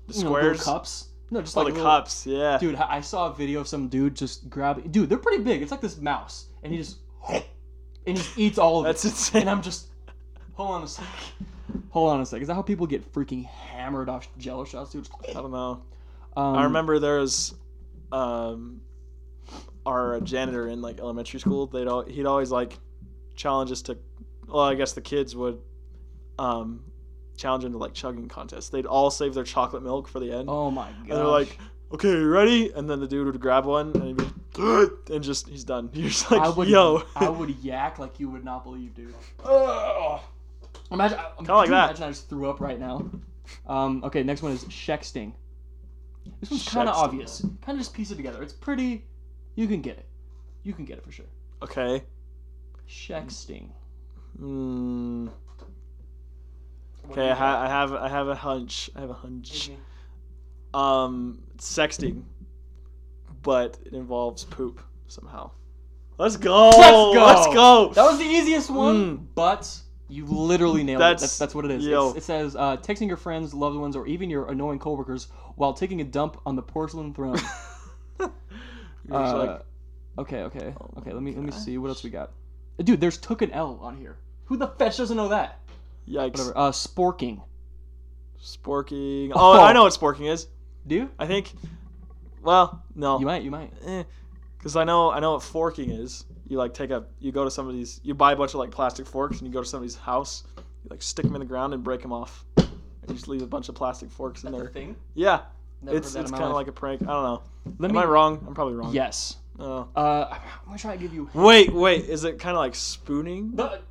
Speaker 2: the
Speaker 3: you know, little
Speaker 2: squares,
Speaker 3: cups. No, just
Speaker 2: oh,
Speaker 3: like
Speaker 2: the
Speaker 3: little-
Speaker 2: cups, yeah.
Speaker 3: Dude, I I saw a video of some dude just grab. Dude, they're pretty big. It's like this mouse, and he just and just eats all of
Speaker 2: that's
Speaker 3: it.
Speaker 2: insane.
Speaker 3: And I'm just, hold on a sec. Hold on a sec. Is that how people get freaking hammered off Jello shots, dude?
Speaker 2: I don't know.
Speaker 3: Um,
Speaker 2: I remember there was um, our janitor in like elementary school. They'd al- he'd always like challenge us to. Well, I guess the kids would um, challenge him to like chugging contests. They'd all save their chocolate milk for the end,
Speaker 3: Oh my god.
Speaker 2: and they're like, "Okay, you ready?" And then the dude would grab one and he'd be, "Ugh," and just he's done. You're just like,
Speaker 3: I would,
Speaker 2: "Yo,
Speaker 3: I would yak like you would not believe, dude. Ugh. Imagine, I- I'm-
Speaker 2: Kinda like
Speaker 3: could you
Speaker 2: that.
Speaker 3: Imagine I just threw up right now. Um, okay, next one is Shexting. This one's kind
Speaker 2: Shexting.
Speaker 3: of obvious. Kind of just piece it together. It's pretty. You can get it. You can get it for sure.
Speaker 2: okay."
Speaker 3: Shexting.
Speaker 2: Hmm. Okay, I, ha- I have I have a hunch. I have a hunch. Um, sexting, but it involves poop somehow. Let's go.
Speaker 3: go!
Speaker 2: Let's go.
Speaker 3: That was the easiest one,
Speaker 2: Mm.
Speaker 3: but you literally nailed it.
Speaker 2: That's-
Speaker 3: That's, that's what it is.
Speaker 2: yo.
Speaker 3: It's- It says uh, texting your friends, loved ones, or even your annoying coworkers while taking a dump on the porcelain throne.
Speaker 2: You're just
Speaker 3: Uh,
Speaker 2: like,
Speaker 3: okay, okay,
Speaker 2: Oh
Speaker 3: okay.
Speaker 2: my
Speaker 3: Let me let me see what else we got. Uh, Dude, there's took an L on here. Who the fetch doesn't know that?
Speaker 2: yikes.
Speaker 3: Whatever. Uh, sporking.
Speaker 2: Sporking. Oh, I know what sporking is.
Speaker 3: Do you?
Speaker 2: I think. Well,
Speaker 3: You
Speaker 2: no.
Speaker 3: might. You might.
Speaker 2: Because Eh. I know I know what forking is. You like take a you go to somebody's you buy a bunch of like plastic forks and you go to somebody's house, you like stick them in the ground and break them off. And you just leave a bunch of plastic forks in there.
Speaker 3: thing.
Speaker 2: Yeah,
Speaker 3: Never
Speaker 2: it's it's kind of like a prank. I don't know.
Speaker 3: Let
Speaker 2: Am
Speaker 3: me.
Speaker 2: I wrong? I'm probably wrong.
Speaker 3: Yes.
Speaker 2: Oh.
Speaker 3: Uh, I'm gonna try to give you.
Speaker 2: Wait, wait. Is it kind of like spooning?
Speaker 3: But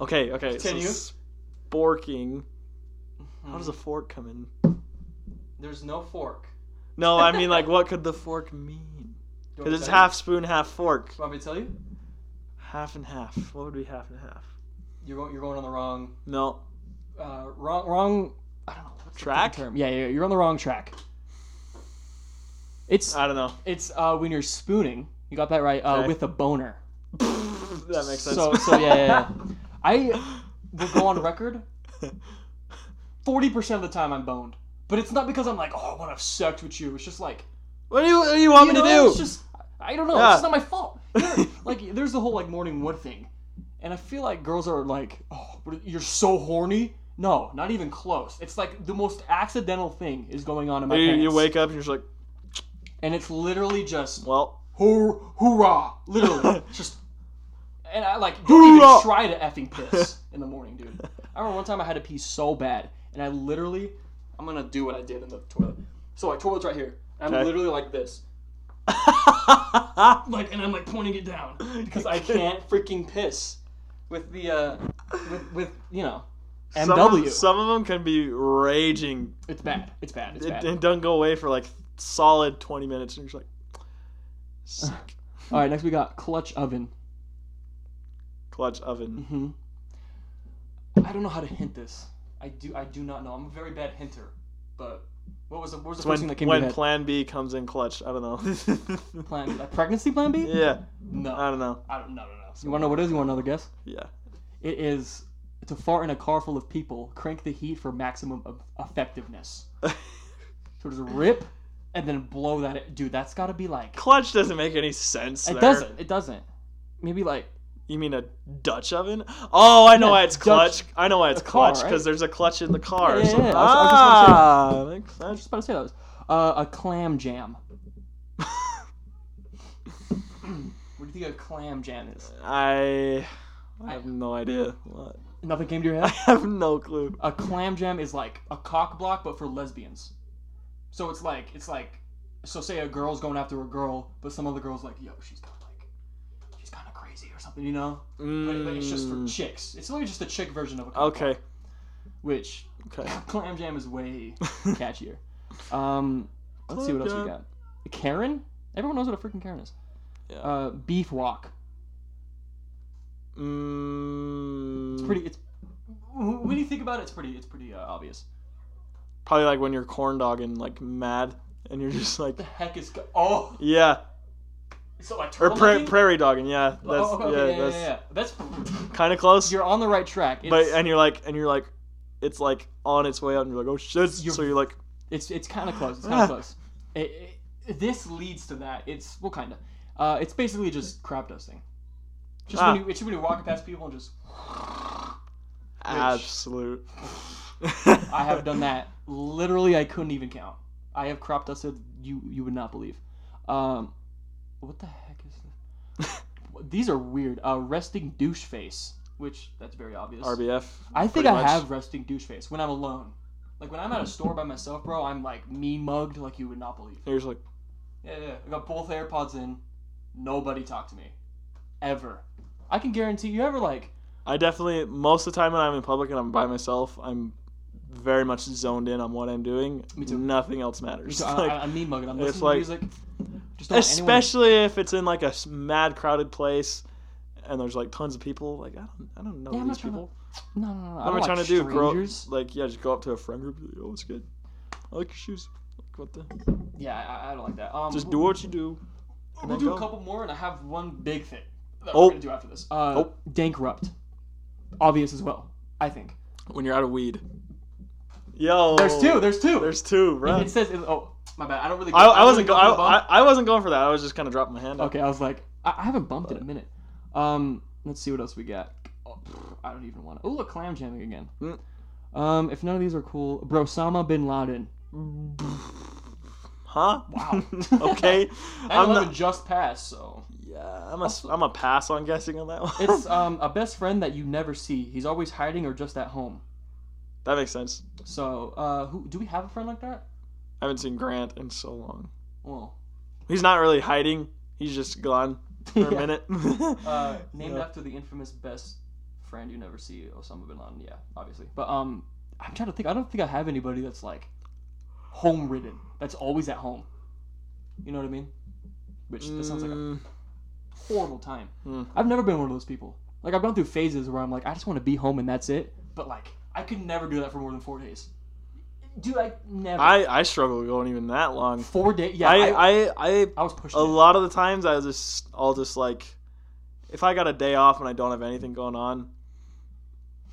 Speaker 2: Okay, okay. so
Speaker 3: Continue.
Speaker 2: sporking. How does a fork come in?
Speaker 3: there's no fork.
Speaker 2: No, I mean like, what could the fork mean? Because it's half spoon, half fork,
Speaker 3: Want me to tell you?
Speaker 2: half and half. What would be half and half?
Speaker 3: You're going. You're going on the wrong.
Speaker 2: No,
Speaker 3: Uh, wrong. Wrong. I don't know. What's the
Speaker 2: Track?
Speaker 3: fucking Term. Yeah, yeah. You're on the wrong track. It's
Speaker 2: I don't know.
Speaker 3: it's uh when you're spooning. You got that right. Uh,
Speaker 2: Okay.
Speaker 3: with a boner.
Speaker 2: that makes sense.
Speaker 3: So, so yeah, yeah, yeah. I will go on record. Forty percent of the time, I'm boned, but it's not because I'm like, oh, I want to have sex with you. It's just like,
Speaker 2: What do you What do you want
Speaker 3: you
Speaker 2: me
Speaker 3: know,
Speaker 2: to do?
Speaker 3: it's just, I don't know.
Speaker 2: Yeah.
Speaker 3: It's not my fault. You're- like, there's the whole like morning wood thing, and I feel like girls are like, oh, what- you're so horny. No, not even close. It's like the most accidental thing is going on in my
Speaker 2: you,
Speaker 3: pants.
Speaker 2: you wake up and you're just like,
Speaker 3: and it's literally just
Speaker 2: well,
Speaker 3: Hoor, hoorah! Literally, just and I like don't even
Speaker 2: Hoorah!
Speaker 3: try to effing piss in the morning, dude. I remember one time I had to pee so bad, and I literally, I'm gonna do what I did in the toilet. So like toilet's right here. I'm
Speaker 2: Okay.
Speaker 3: literally like this, like, and I'm like pointing it down because I can't freaking piss with the uh, with with you know,
Speaker 2: some of,
Speaker 3: MW.
Speaker 2: some of them can be raging.
Speaker 3: It's bad. It's bad. It's
Speaker 2: It,
Speaker 3: bad.
Speaker 2: it doesn't go away for like solid 20 minutes, and you're just like, "Sick."
Speaker 3: All right, next we got clutch oven.
Speaker 2: clutch oven.
Speaker 3: hmm I don't know how to hint this. I do. I do not know. I'm a very bad hinter. But what was the, what was the
Speaker 2: It's
Speaker 3: first
Speaker 2: when
Speaker 3: thing that came to
Speaker 2: when
Speaker 3: your
Speaker 2: Plan B comes in clutch. I don't know.
Speaker 3: head? Plan, like pregnancy plan B?
Speaker 2: yeah, Uh,
Speaker 3: No.
Speaker 2: I don't know.
Speaker 3: I don't. No. No. No. You want to know what it is? You want another guess?
Speaker 2: Yeah.
Speaker 3: It is to fart in a car full of people. Crank the heat for maximum of effectiveness. so just rip, and then blow that. Dude, that's got to be like.
Speaker 2: Clutch doesn't make any sense.
Speaker 3: It
Speaker 2: there.
Speaker 3: doesn't. It doesn't. Maybe like
Speaker 2: You mean a Dutch oven? Oh, I know
Speaker 3: Yeah,
Speaker 2: why it's
Speaker 3: Dutch-
Speaker 2: clutch. I know why it's
Speaker 3: the car,
Speaker 2: clutch because
Speaker 3: right?
Speaker 2: there's a clutch in the car.
Speaker 3: Yeah,
Speaker 2: or
Speaker 3: yeah,
Speaker 2: something.
Speaker 3: yeah, I
Speaker 2: Ah, makes
Speaker 3: I was
Speaker 2: sense.
Speaker 3: just about to say that was uh, a clam jam. what do you think a clam jam is?
Speaker 2: I, I have no idea. What?
Speaker 3: Nothing came to your
Speaker 2: I
Speaker 3: head.
Speaker 2: have no clue.
Speaker 3: a clam jam is like a cock block but for lesbians so it's like it's like so say a girl's going after a girl but some other girl's like yo she's kind of like she's kind of crazy or something you know but, but it's just for
Speaker 2: Mm,
Speaker 3: chicks it's literally just a chick version of a cock
Speaker 2: okay.
Speaker 3: block, which
Speaker 2: Okay.
Speaker 3: clam jam is way catchier um let's see what else we got
Speaker 2: Clam
Speaker 3: karen everyone knows what a freaking karen is
Speaker 2: Yeah.
Speaker 3: uh beef wok
Speaker 2: Mm,
Speaker 3: it's pretty it's when you think about it it's pretty it's pretty uh, obvious
Speaker 2: Probably like when you're corn dogging, like mad, and you're just like,
Speaker 3: the heck is go- oh
Speaker 2: yeah,
Speaker 3: so like
Speaker 2: or
Speaker 3: turtle
Speaker 2: pra-
Speaker 3: monkey?
Speaker 2: prairie dogging. Yeah, that's
Speaker 3: Oh, okay,
Speaker 2: yeah,
Speaker 3: yeah, yeah,
Speaker 2: that's
Speaker 3: yeah, that's
Speaker 2: kind of close.
Speaker 3: you're on the right track. It's,
Speaker 2: but and you're like and you're like it's like on its way out and you're like oh shit
Speaker 3: You're-
Speaker 2: so you're like
Speaker 3: it's it's kind of close. It's
Speaker 2: Ah.
Speaker 3: kind of close. It, it, this leads to that. It's well, kind of. Uh, it's basically just crap dusting. Just
Speaker 2: Ah.
Speaker 3: when you, it's when you walk past people and just
Speaker 2: absolute
Speaker 3: I have done that. Literally, I couldn't even count. I have crop dusted. You you would not believe. Um, what the heck is this? These are weird. Uh, resting douche face, which that's very obvious.
Speaker 2: RBF
Speaker 3: I think
Speaker 2: pretty
Speaker 3: I
Speaker 2: much.
Speaker 3: have resting douche face when I'm alone. Like when I'm at a store by myself, bro, I'm like mean mugged like you would not believe.
Speaker 2: you're just like
Speaker 3: Yeah, yeah. I got both AirPods in. Nobody talked to me. Ever. I can guarantee you ever like
Speaker 2: I definitely most of the time when I'm in public and I'm by myself I'm very much zoned in on what I'm doing
Speaker 3: Me too.
Speaker 2: nothing else matters
Speaker 3: I,
Speaker 2: Like,
Speaker 3: I, I'm mean mugging. I'm
Speaker 2: it's
Speaker 3: listening
Speaker 2: like-
Speaker 3: to music. Just don't want anyone-
Speaker 2: especially if it's in like a s- mad crowded place and there's like tons of people like I don't I don't know
Speaker 3: Yeah, I'm
Speaker 2: these
Speaker 3: not trying to-
Speaker 2: people
Speaker 3: No, no, no. I
Speaker 2: what am I
Speaker 3: don't
Speaker 2: trying
Speaker 3: like
Speaker 2: to do grow
Speaker 3: strangers.
Speaker 2: like yeah just go up to a friend group and be like, oh it's good I like your shoes like, what the
Speaker 3: Yeah, I, I don't like that. Um,
Speaker 2: just do what you do and then
Speaker 3: We'll do
Speaker 2: go.
Speaker 3: a couple more, and I have one big thing that
Speaker 2: Oh.
Speaker 3: we're gonna do after this. Uh,
Speaker 2: Oh.
Speaker 3: Dankrupt. Obvious as well. I think.
Speaker 2: when you're out of weed. Yo,
Speaker 3: There's two. There's two.
Speaker 2: Oh. There's two,
Speaker 3: It-
Speaker 2: bro.
Speaker 3: It says, oh, my bad. I don't really.
Speaker 2: I, I
Speaker 3: don't
Speaker 2: wasn't go,
Speaker 3: really
Speaker 2: I,
Speaker 3: for the bump.
Speaker 2: I, I wasn't going for that. I was just kind of dropping my hand. up.
Speaker 3: Okay, I was like, I, I haven't bumped in a minute. Um, let's see what else we got. Oh, pff, I don't even want to. Oh, look, clam jamming again.
Speaker 2: Mm.
Speaker 3: Um, if none of these are cool, bro, Osama bin Laden.
Speaker 2: Huh?
Speaker 3: Wow.
Speaker 2: okay.
Speaker 3: I'm
Speaker 2: I'm
Speaker 3: eleven
Speaker 2: not,
Speaker 3: just passed, so
Speaker 2: yeah, I'm a s- I'm a pass on guessing on that one.
Speaker 3: it's um a best friend that you never see. He's always hiding or just at home.
Speaker 2: that makes sense.
Speaker 3: So, uh, who do we have a friend like that?
Speaker 2: I haven't seen Grant in so long.
Speaker 3: Well,
Speaker 2: He's not really hiding. He's just gone for a
Speaker 3: Yeah.
Speaker 2: minute.
Speaker 3: uh, named
Speaker 2: Yeah.
Speaker 3: after the infamous best friend you never see, Osama bin Laden. Yeah, obviously. But um, I'm trying to think. I don't think I have anybody that's like home ridden. That's always at home. You know what I mean? Which that sounds like a
Speaker 2: Mm,
Speaker 3: horrible time.
Speaker 2: Hmm.
Speaker 3: I've never been one of those people. Like I've gone through phases where I'm like, I just want to be home and that's it. But like, I could never do that for more than four days. Dude, I never.
Speaker 2: I I struggle going even that long.
Speaker 3: four days. Yeah, I, I,
Speaker 2: I I, I
Speaker 3: was pushing.
Speaker 2: a
Speaker 3: it.
Speaker 2: lot of the times I just I'll just like if I got a day off and I don't have anything going on,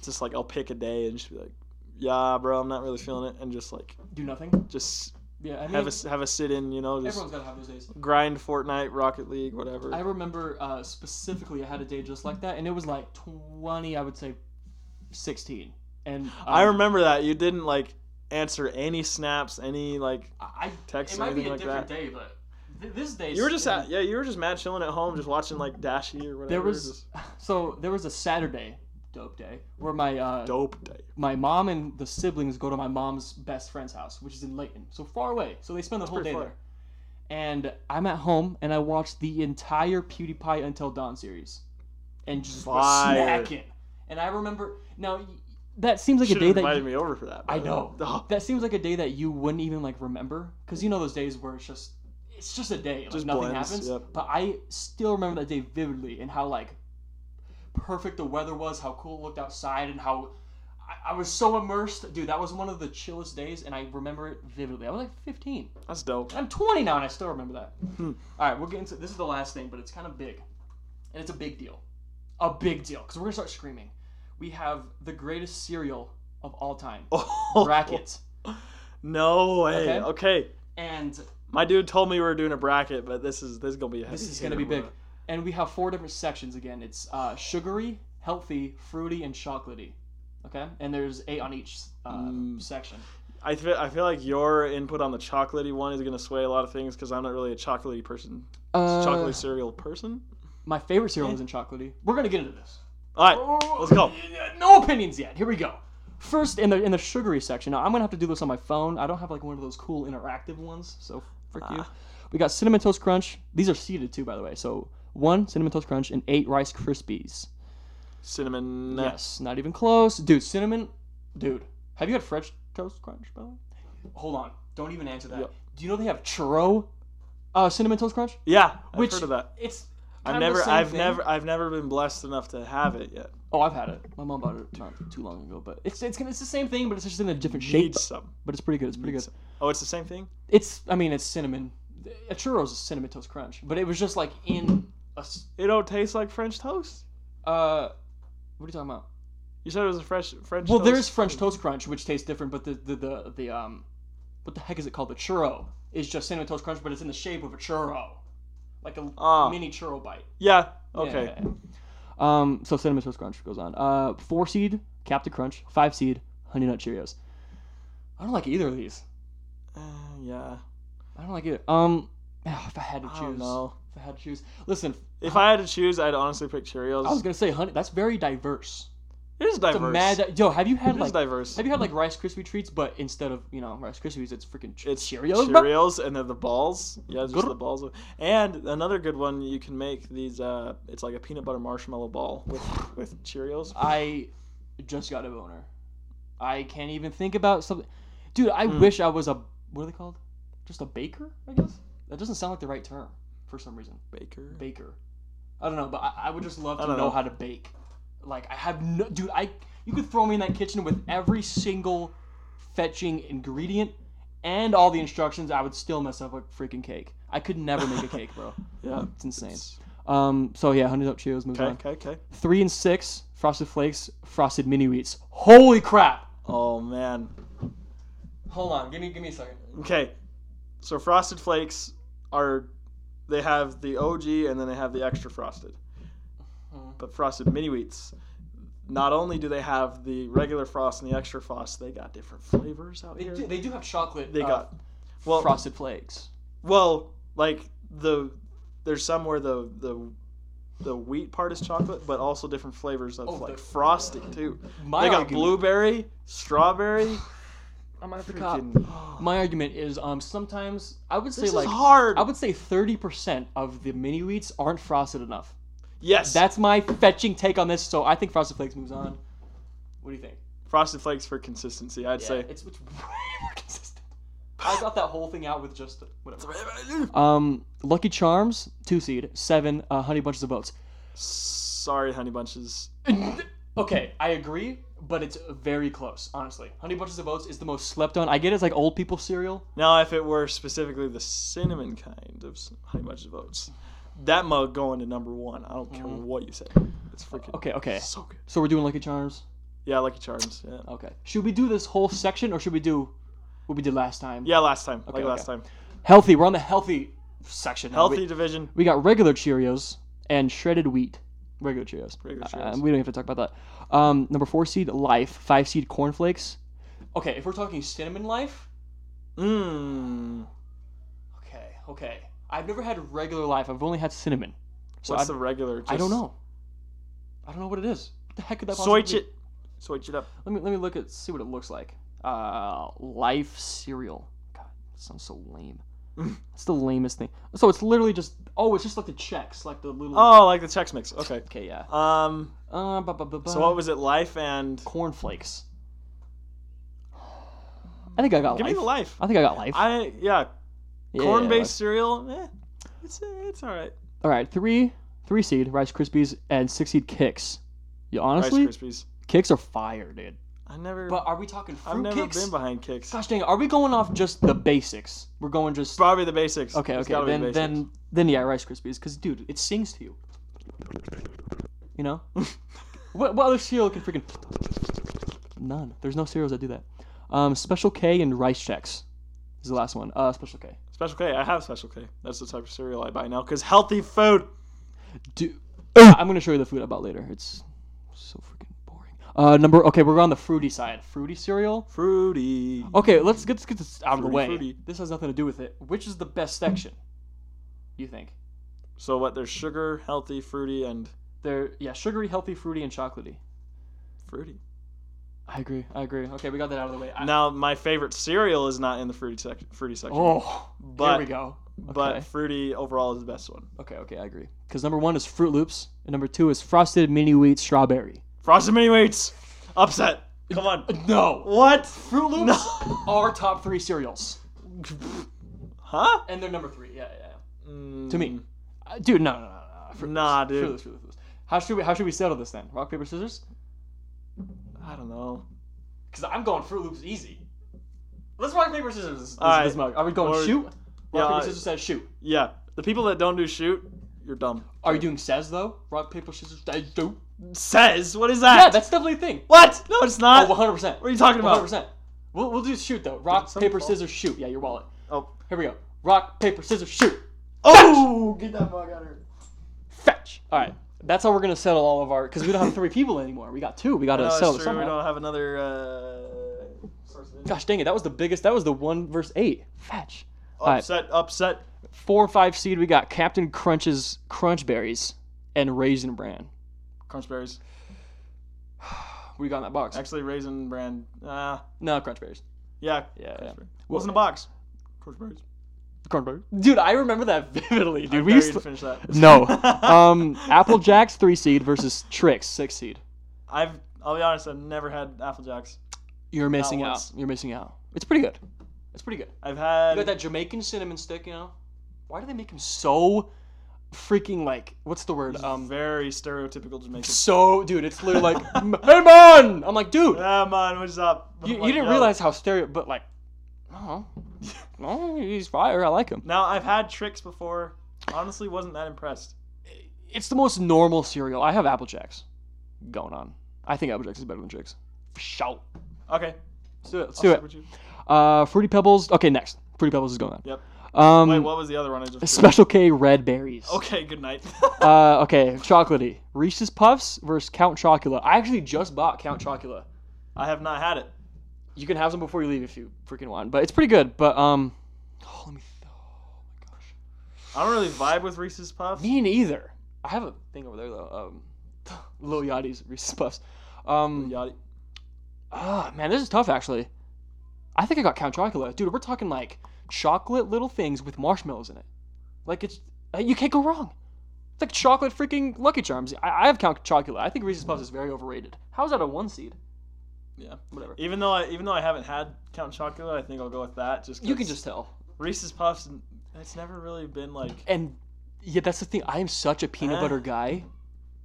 Speaker 2: just like I'll pick a day and just be like, yeah, bro, I'm not really feeling it, and just like
Speaker 3: Do nothing.
Speaker 2: just
Speaker 3: Yeah, I mean,
Speaker 2: have a have a sit in, you know, just
Speaker 3: everyone's gotta have those days.
Speaker 2: grind Fortnite, Rocket League, whatever.
Speaker 3: I remember uh, specifically I had a day just like that, and it was like 20, I would say 16. And um,
Speaker 2: I remember that you didn't like answer any snaps, any like
Speaker 3: I, I-
Speaker 2: text
Speaker 3: it
Speaker 2: or
Speaker 3: might be
Speaker 2: anything
Speaker 3: a
Speaker 2: like
Speaker 3: different
Speaker 2: that.
Speaker 3: day, but th- this day.
Speaker 2: You were just at, yeah, you were just mad chilling at home, just watching like Dashy or whatever.
Speaker 3: There was
Speaker 2: Just
Speaker 3: so there was a Saturday, dope day, where my uh,
Speaker 2: dope day.
Speaker 3: my mom and the siblings go to my mom's best friend's house, which is in Layton, so far away. So they spend the whole
Speaker 2: pretty
Speaker 3: day
Speaker 2: far.
Speaker 3: there. And I'm at home, and I watched the entire PewDiePie Until Dawn series, and just was
Speaker 2: Fire.
Speaker 3: snacking. And I remember now y- that seems like
Speaker 2: Should
Speaker 3: a day
Speaker 2: have
Speaker 3: that
Speaker 2: invited
Speaker 3: you,
Speaker 2: me over for that.
Speaker 3: I
Speaker 2: but-
Speaker 3: know.
Speaker 2: Oh,
Speaker 3: that seems like a day that you wouldn't even like remember, because you know those days where it's just it's just a day, like
Speaker 2: Just
Speaker 3: nothing
Speaker 2: blends,
Speaker 3: happens.
Speaker 2: yep.
Speaker 3: But I still remember that day vividly, and how like perfect the weather was, how cool it looked outside, and how I, I was so immersed. Dude, that was one of the chillest days, and I remember it vividly. I was like 15.
Speaker 2: that's dope.
Speaker 3: I'm 20 now, and I still remember that.
Speaker 2: Hmm.
Speaker 3: All right, we're getting to this is the last thing, but it's kind of big, and it's a big deal, a big deal, because we're gonna start screaming. We have the greatest cereal of all time,
Speaker 2: Oh,
Speaker 3: brackets.
Speaker 2: No way.
Speaker 3: Okay.
Speaker 2: okay.
Speaker 3: and
Speaker 2: My dude told me we were doing a bracket, but this is this is gonna be a heavy
Speaker 3: this is
Speaker 2: hitter,
Speaker 3: gonna be big.
Speaker 2: bro.
Speaker 3: and we have four different sections again. It's uh, sugary, healthy, fruity, and chocolatey. Okay, and there's eight on each uh,
Speaker 2: Mm.
Speaker 3: section.
Speaker 2: I feel, I feel like your input on the chocolatey one is going to sway a lot of things because I'm not really a chocolatey person.
Speaker 3: Uh,
Speaker 2: chocolate cereal person?
Speaker 3: My favorite cereal isn't chocolatey. We're gonna get into this.
Speaker 2: All right. let's go.
Speaker 3: No opinions yet. Here we go. First in the in the sugary section. Now I'm gonna have to do this on my phone. I don't have like one of those cool interactive ones, so frick you. We got cinnamon toast crunch. These are seeded too, by the way. So one cinnamon toast crunch and eight rice krispies.
Speaker 2: Cinnamon.
Speaker 3: Yes, not even close, dude. Cinnamon, dude. Have you had French toast crunch, by the way? Hold on. Don't even answer that.
Speaker 2: Yep.
Speaker 3: Do you know they have churro, uh, cinnamon toast crunch?
Speaker 2: Yeah. I've
Speaker 3: Which-
Speaker 2: heard of that.
Speaker 3: It's. kind
Speaker 2: I've
Speaker 3: of the
Speaker 2: never,
Speaker 3: same
Speaker 2: I've
Speaker 3: thing.
Speaker 2: never, I've never been blessed enough to have it yet.
Speaker 3: Oh, I've had it. My mom bought it not too long ago, but it's it's gonna- it's the same thing, but it's just in a different shape.
Speaker 2: Need some.
Speaker 3: But it's pretty good. It's pretty good.
Speaker 2: Needs Oh, it's the same thing.
Speaker 3: It's I mean it's cinnamon. A churro is a cinnamon toast crunch, but it was just like in a s-
Speaker 2: It don't taste like French toast.
Speaker 3: uh, what are you talking about?
Speaker 2: You said it was a fresh French.
Speaker 3: Well,
Speaker 2: toast.
Speaker 3: there's French toast crunch, which tastes different, but the, the the the um, what the heck is it called? The churro is just cinnamon toast crunch, but it's in the shape of a churro, like a
Speaker 2: Ah.
Speaker 3: mini churro bite.
Speaker 2: Yeah.
Speaker 3: Yeah,
Speaker 2: Okay.
Speaker 3: yeah, yeah. Um, so cinnamon toast crunch goes on. Uh, four seed Captain Crunch, five seed Honey Nut Cheerios. I don't like either of these.
Speaker 2: Uh, yeah.
Speaker 3: I don't like either. Um, if I had to
Speaker 2: I
Speaker 3: choose,
Speaker 2: don't know.
Speaker 3: if I had to choose, listen,
Speaker 2: If I had to choose, I'd honestly pick Cheerios.
Speaker 3: I was gonna say honey. That's very diverse.
Speaker 2: It is diverse.
Speaker 3: It's a mad. Yo, have you had
Speaker 2: It is
Speaker 3: like?
Speaker 2: diverse.
Speaker 3: Have you had like Rice Krispie treats, but instead of you know Rice Krispies, it's freaking ch-
Speaker 2: It's
Speaker 3: Cheerios, bro?
Speaker 2: Cheerios, and they're the balls. Yeah, just
Speaker 3: Grr.
Speaker 2: the balls. of- And another good one you can make these. Uh, it's like a peanut butter marshmallow ball with with Cheerios.
Speaker 3: I just got a boner. I can't even think about something. Dude, I
Speaker 2: Mm.
Speaker 3: wish I was a what are they called? Just a baker, I guess. That doesn't sound like the right term for some reason.
Speaker 2: Baker.
Speaker 3: Baker. I don't know, but I, I would just love
Speaker 2: I
Speaker 3: to know,
Speaker 2: don't know.
Speaker 3: how to bake. Like I have no, dude. I you could throw me in that kitchen with every single fetching ingredient and all the instructions. I would still mess up a freaking cake. I could never make a cake, bro.
Speaker 2: Yeah.
Speaker 3: It's insane. Um. So yeah, honey nut Cheerios. Moves
Speaker 2: Okay.
Speaker 3: on.
Speaker 2: Okay. Okay.
Speaker 3: Three and six, Frosted Flakes, Frosted Mini Wheats. Holy crap!
Speaker 2: Oh man.
Speaker 3: Hold on, give me give me a second.
Speaker 2: Okay. So frosted flakes are they have the OG and then they have the extra frosted.
Speaker 3: Mhm.
Speaker 2: But frosted mini wheats, not only do they have the regular frost and the extra frost, they got different flavors out
Speaker 3: They
Speaker 2: here.
Speaker 3: do, they do have chocolate.
Speaker 2: They
Speaker 3: uh,
Speaker 2: got well,
Speaker 3: Frosted Flakes.
Speaker 2: well, like the there's some where the the the wheat part is chocolate, but also different flavors of
Speaker 3: Oh,
Speaker 2: like
Speaker 3: the-
Speaker 2: frosting too.
Speaker 3: My
Speaker 2: they got
Speaker 3: argument,
Speaker 2: blueberry, strawberry.
Speaker 3: I'm
Speaker 2: I
Speaker 3: gonna
Speaker 2: freaking,
Speaker 3: My argument is um sometimes I would say
Speaker 2: this
Speaker 3: like
Speaker 2: is hard.
Speaker 3: I would say thirty percent of the mini wheats aren't frosted enough.
Speaker 2: yes,
Speaker 3: That's my fetching take on this. So I think Frosted Flakes moves on. What do you think?
Speaker 2: frosted flakes for consistency. I'd say
Speaker 3: it's, it's way more consistent. I got that whole thing out with just whatever.
Speaker 2: S-
Speaker 3: Um, Lucky Charms, two seed, seven, uh, Honey Bunches of Oats.
Speaker 2: Sorry, Honey Bunches.
Speaker 3: okay, I agree, but it's very close, honestly. Honey Bunches of Oats is the most slept on. I get it's like old people cereal.
Speaker 2: Now, if it were specifically the cinnamon kind of s- Honey Bunches of Oats, that mug going to number one. I don't care
Speaker 3: Mm-hmm.
Speaker 2: what you say. It's freaking
Speaker 3: Okay, okay.
Speaker 2: so good.
Speaker 3: So we're doing Lucky Charms.
Speaker 2: Yeah, Lucky Charms. Yeah,
Speaker 3: Okay. Should we do this whole section or should we do what we did last time?
Speaker 2: yeah last time. like
Speaker 3: okay.
Speaker 2: last time.
Speaker 3: Healthy. We're on the healthy section. now.
Speaker 2: Healthy
Speaker 3: We, Uh,
Speaker 2: division.
Speaker 3: we got regular Cheerios and shredded wheat. Regular Cheerios.
Speaker 2: Regular
Speaker 3: Uh,
Speaker 2: Cheerios.
Speaker 3: we don't have to talk about that. Um, number four seed, Life. Five seed, Cornflakes. Okay, if we're talking cinnamon life,
Speaker 2: Mmm.
Speaker 3: Okay, okay. I've never had regular life. I've only had cinnamon. So
Speaker 2: What's
Speaker 3: I,
Speaker 2: the regular? Just
Speaker 3: I don't know. I don't know what it is. What the heck could that
Speaker 2: Soy
Speaker 3: possibly
Speaker 2: chip. Soy chip up.
Speaker 3: Let me let me look at see what it looks like. Uh, life cereal. God, that sounds so lame. it's the lamest thing. So it's literally just oh, it's just like the checks, like the little.
Speaker 2: Oh, like the Chex Mix. Okay.
Speaker 3: Okay, yeah.
Speaker 2: Um.
Speaker 3: Uh, ba, ba, ba, ba.
Speaker 2: So what was it? Life and
Speaker 3: cornflakes? I think I got
Speaker 2: give me
Speaker 3: life.
Speaker 2: the life.
Speaker 3: I think I got Uh, life.
Speaker 2: I yeah.
Speaker 3: Yeah,
Speaker 2: Corn
Speaker 3: life.
Speaker 2: based cereal. Eh, it's it's all right.
Speaker 3: All right, three three seed Rice Krispies and six seed Kicks. You honestly,
Speaker 2: Rice Krispies.
Speaker 3: Kicks are fire, dude.
Speaker 2: I never.
Speaker 3: But are we talking
Speaker 2: I've
Speaker 3: fruit
Speaker 2: never
Speaker 3: kicks?
Speaker 2: been behind kicks.
Speaker 3: Gosh dang, it, are we going off just the basics? We're going just
Speaker 2: Probably the basics.
Speaker 3: okay,
Speaker 2: It's
Speaker 3: okay.
Speaker 2: gotta be
Speaker 3: Then
Speaker 2: the basics.
Speaker 3: then then yeah, Rice Krispies, because dude, it sings to you. You know, what what other cereal can freaking none? There's no cereals that do that. Um, Special K and Rice Checks is the last one. Uh, Special K.
Speaker 2: Special K. I have Special K. That's the type of cereal I buy now because healthy food.
Speaker 3: Do,
Speaker 2: Oh!
Speaker 3: I'm gonna show you the food I bought later. It's so freaking boring. Uh, number okay, we're on the fruity side. Fruity cereal.
Speaker 2: Fruity.
Speaker 3: Okay, let's get, let's get this out of the
Speaker 2: Fruity,
Speaker 3: way.
Speaker 2: fruity.
Speaker 3: This has nothing to do with it. Which is the best section? You think?
Speaker 2: So what? There's sugar, healthy, fruity, and
Speaker 3: They're yeah, sugary, healthy, fruity, and chocolatey.
Speaker 2: fruity.
Speaker 3: I agree. I agree. Okay, we got that out of the way. I,
Speaker 2: Now my favorite cereal is not in the fruity section. Fruity section.
Speaker 3: oh, there
Speaker 2: But-
Speaker 3: we go. Okay.
Speaker 2: But fruity overall is the best one.
Speaker 3: okay, okay, I agree. Because number one is Fruit Loops, and number two is Frosted Mini Wheat Strawberry.
Speaker 2: Frosted Mini Wheats. Upset. Come on.
Speaker 3: No,
Speaker 2: What?
Speaker 3: Fruit Loops
Speaker 2: No.
Speaker 3: are top three cereals,
Speaker 2: Huh?
Speaker 3: and they're number three. Yeah, yeah. yeah.
Speaker 2: Mm,
Speaker 3: To me, Uh, dude, no, no, no, no. no. Fruit
Speaker 2: Nah,
Speaker 3: Loops, Fruit
Speaker 2: dude.
Speaker 3: Loops, Fruit Loops, Fruit Loops. How should we how should we settle this then? Rock paper scissors?
Speaker 2: I don't know.
Speaker 3: Because I'm going Fruit Loops easy. Let's rock paper scissors this, this,
Speaker 2: Alright.
Speaker 3: this mug. Are we going
Speaker 2: Or-
Speaker 3: shoot? Rock
Speaker 2: Yeah,
Speaker 3: paper
Speaker 2: I-
Speaker 3: scissors says shoot.
Speaker 2: Yeah. The people that don't do shoot, you're dumb.
Speaker 3: Are you doing says though? Rock paper scissors says shoot.
Speaker 2: Says. What is that?
Speaker 3: Yeah, that's definitely a thing.
Speaker 2: What? No, it's
Speaker 3: Oh,
Speaker 2: not.
Speaker 3: 100. percent
Speaker 2: What are you talking
Speaker 3: One hundred
Speaker 2: about?
Speaker 3: percent. We'll we'll do shoot though. Rock
Speaker 2: something
Speaker 3: paper
Speaker 2: fall?
Speaker 3: scissors shoot. Yeah, your wallet.
Speaker 2: Oh.
Speaker 3: Here we go. Rock paper scissors shoot.
Speaker 2: Oh! Get that bug out of here.
Speaker 3: Fetch. All right. That's how we're gonna settle all of our because we don't have three people anymore. We got two. We gotta
Speaker 2: No,
Speaker 3: settle
Speaker 2: it's
Speaker 3: it
Speaker 2: true. We
Speaker 3: somehow.
Speaker 2: don't have another. Uh, source of income.
Speaker 3: Gosh dang it! That was the biggest. That was the one verse eight. Fetch. All right.
Speaker 2: upset. Upset.
Speaker 3: Four and five seed. We got Captain Crunch's Crunch Berries and Raisin Bran.
Speaker 2: Crunch berries.
Speaker 3: What do you got in that box?
Speaker 2: Actually, raisin brand. Uh,
Speaker 3: No, Crunch Berries.
Speaker 2: yeah.
Speaker 3: Yeah, yeah.
Speaker 2: Crunch berry. What's in the
Speaker 3: Well-
Speaker 2: box? Crunch berries.
Speaker 3: Crunch Berries. Dude, I remember that vividly. Dude,
Speaker 2: I'm
Speaker 3: we
Speaker 2: very
Speaker 3: used
Speaker 2: to
Speaker 3: to.
Speaker 2: finish that.
Speaker 3: No. um, Apple Jacks three seed versus Trix six seed.
Speaker 2: I've. I'll be honest. I've never had Apple Jacks.
Speaker 3: You're missing out.
Speaker 2: once.
Speaker 3: You're missing out. It's pretty good. It's pretty good.
Speaker 2: I've
Speaker 3: You
Speaker 2: had.
Speaker 3: got that Jamaican cinnamon stick, you know? Why do they make them so freaking like what's the word? Um
Speaker 2: very stereotypical Jamaican.
Speaker 3: so dude, it's literally like "M- Hey man! I'm like, dude,
Speaker 2: Yeah, Ah, man, what's up?
Speaker 3: you,
Speaker 2: Like,
Speaker 3: you didn't
Speaker 2: yo.
Speaker 3: realize how stereo but like oh, no, he's fire. I like him.
Speaker 2: Now I've had tricks before. Honestly, wasn't that impressed.
Speaker 3: It's the most normal cereal. I have Apple Jacks going on. I think Apple Jacks is better than Trix. Shout.
Speaker 2: Okay,
Speaker 3: Let's do it. Let's
Speaker 2: I'll
Speaker 3: do
Speaker 2: stick
Speaker 3: it.
Speaker 2: with you.
Speaker 3: Uh, Fruity Pebbles. Okay, next. Fruity Pebbles is going on.
Speaker 2: Yep.
Speaker 3: Um,
Speaker 2: Wait, what was the other one? I just
Speaker 3: Special K Red Berries.
Speaker 2: okay, good night.
Speaker 3: Uh, okay, chocolatey. Reese's Puffs versus Count Chocula. I actually just bought Count Chocula.
Speaker 2: I have not had it.
Speaker 3: You can have some before you leave if you freaking want, but it's pretty good. But um, oh, let me. Th- oh my gosh.
Speaker 2: I don't really vibe with Reese's Puffs.
Speaker 3: Me neither. I have a thing over there though. Um, Lil Yachty's Reese's Puffs. Um,
Speaker 2: Yachty.
Speaker 3: ah, man, this is tough actually. I think I got Count Chocula, dude. We're talking like chocolate little things with marshmallows in it. Like it's uh, you can't go wrong. It's like chocolate freaking Lucky Charms. I, I have Count Chocula. I think Reese's Puffs is very overrated. How is that a one seed?
Speaker 2: Yeah.
Speaker 3: Whatever.
Speaker 2: Even though I, even though I haven't had Count Chocula, I think I'll go with that. Just 'cause
Speaker 3: You can just tell.
Speaker 2: Reese's Puffs. It's never really been like.
Speaker 3: And yeah, that's the thing. I am such a peanut
Speaker 2: Huh?
Speaker 3: butter guy.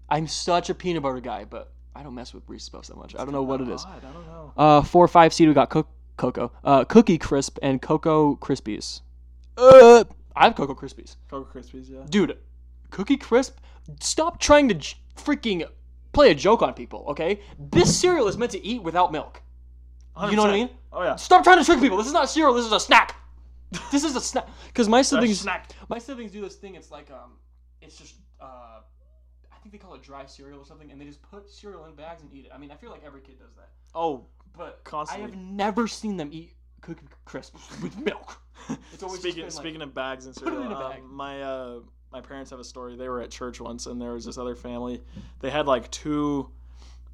Speaker 3: I'm such a peanut butter guy, but I don't mess with Reese's Puffs that much. I don't know what it is.
Speaker 2: odd, I don't know.
Speaker 3: Uh, four or five seed. We got co- cocoa, uh, cookie crisp, and cocoa krispies. Uh, I have cocoa krispies,
Speaker 2: Cocoa Krispies, yeah.
Speaker 3: dude. Cookie crisp. Stop trying to j- freaking play a joke on people. Okay, this cereal is meant to eat without milk. You know what I
Speaker 2: 100%.
Speaker 3: mean?
Speaker 2: Oh yeah.
Speaker 3: Stop trying to trick people. This is not cereal. This is a snack. This is a snack. Because my siblings,
Speaker 2: snack.
Speaker 3: my siblings do this thing. It's like um, it's just uh, I think they call it dry cereal or something, and they just put cereal in bags and eat it. I mean, I feel like every kid does that,
Speaker 2: Oh,
Speaker 3: but
Speaker 2: Constantly.
Speaker 3: I have never seen them eat cookie crisps with milk. It's always just
Speaker 2: speaking
Speaker 3: been, like-
Speaker 2: speaking of bags and
Speaker 3: Put it
Speaker 2: cereal,
Speaker 3: in a
Speaker 2: um,
Speaker 3: bag.
Speaker 2: my uh, my parents have a story. They were at church once, and there was this other family. They had like two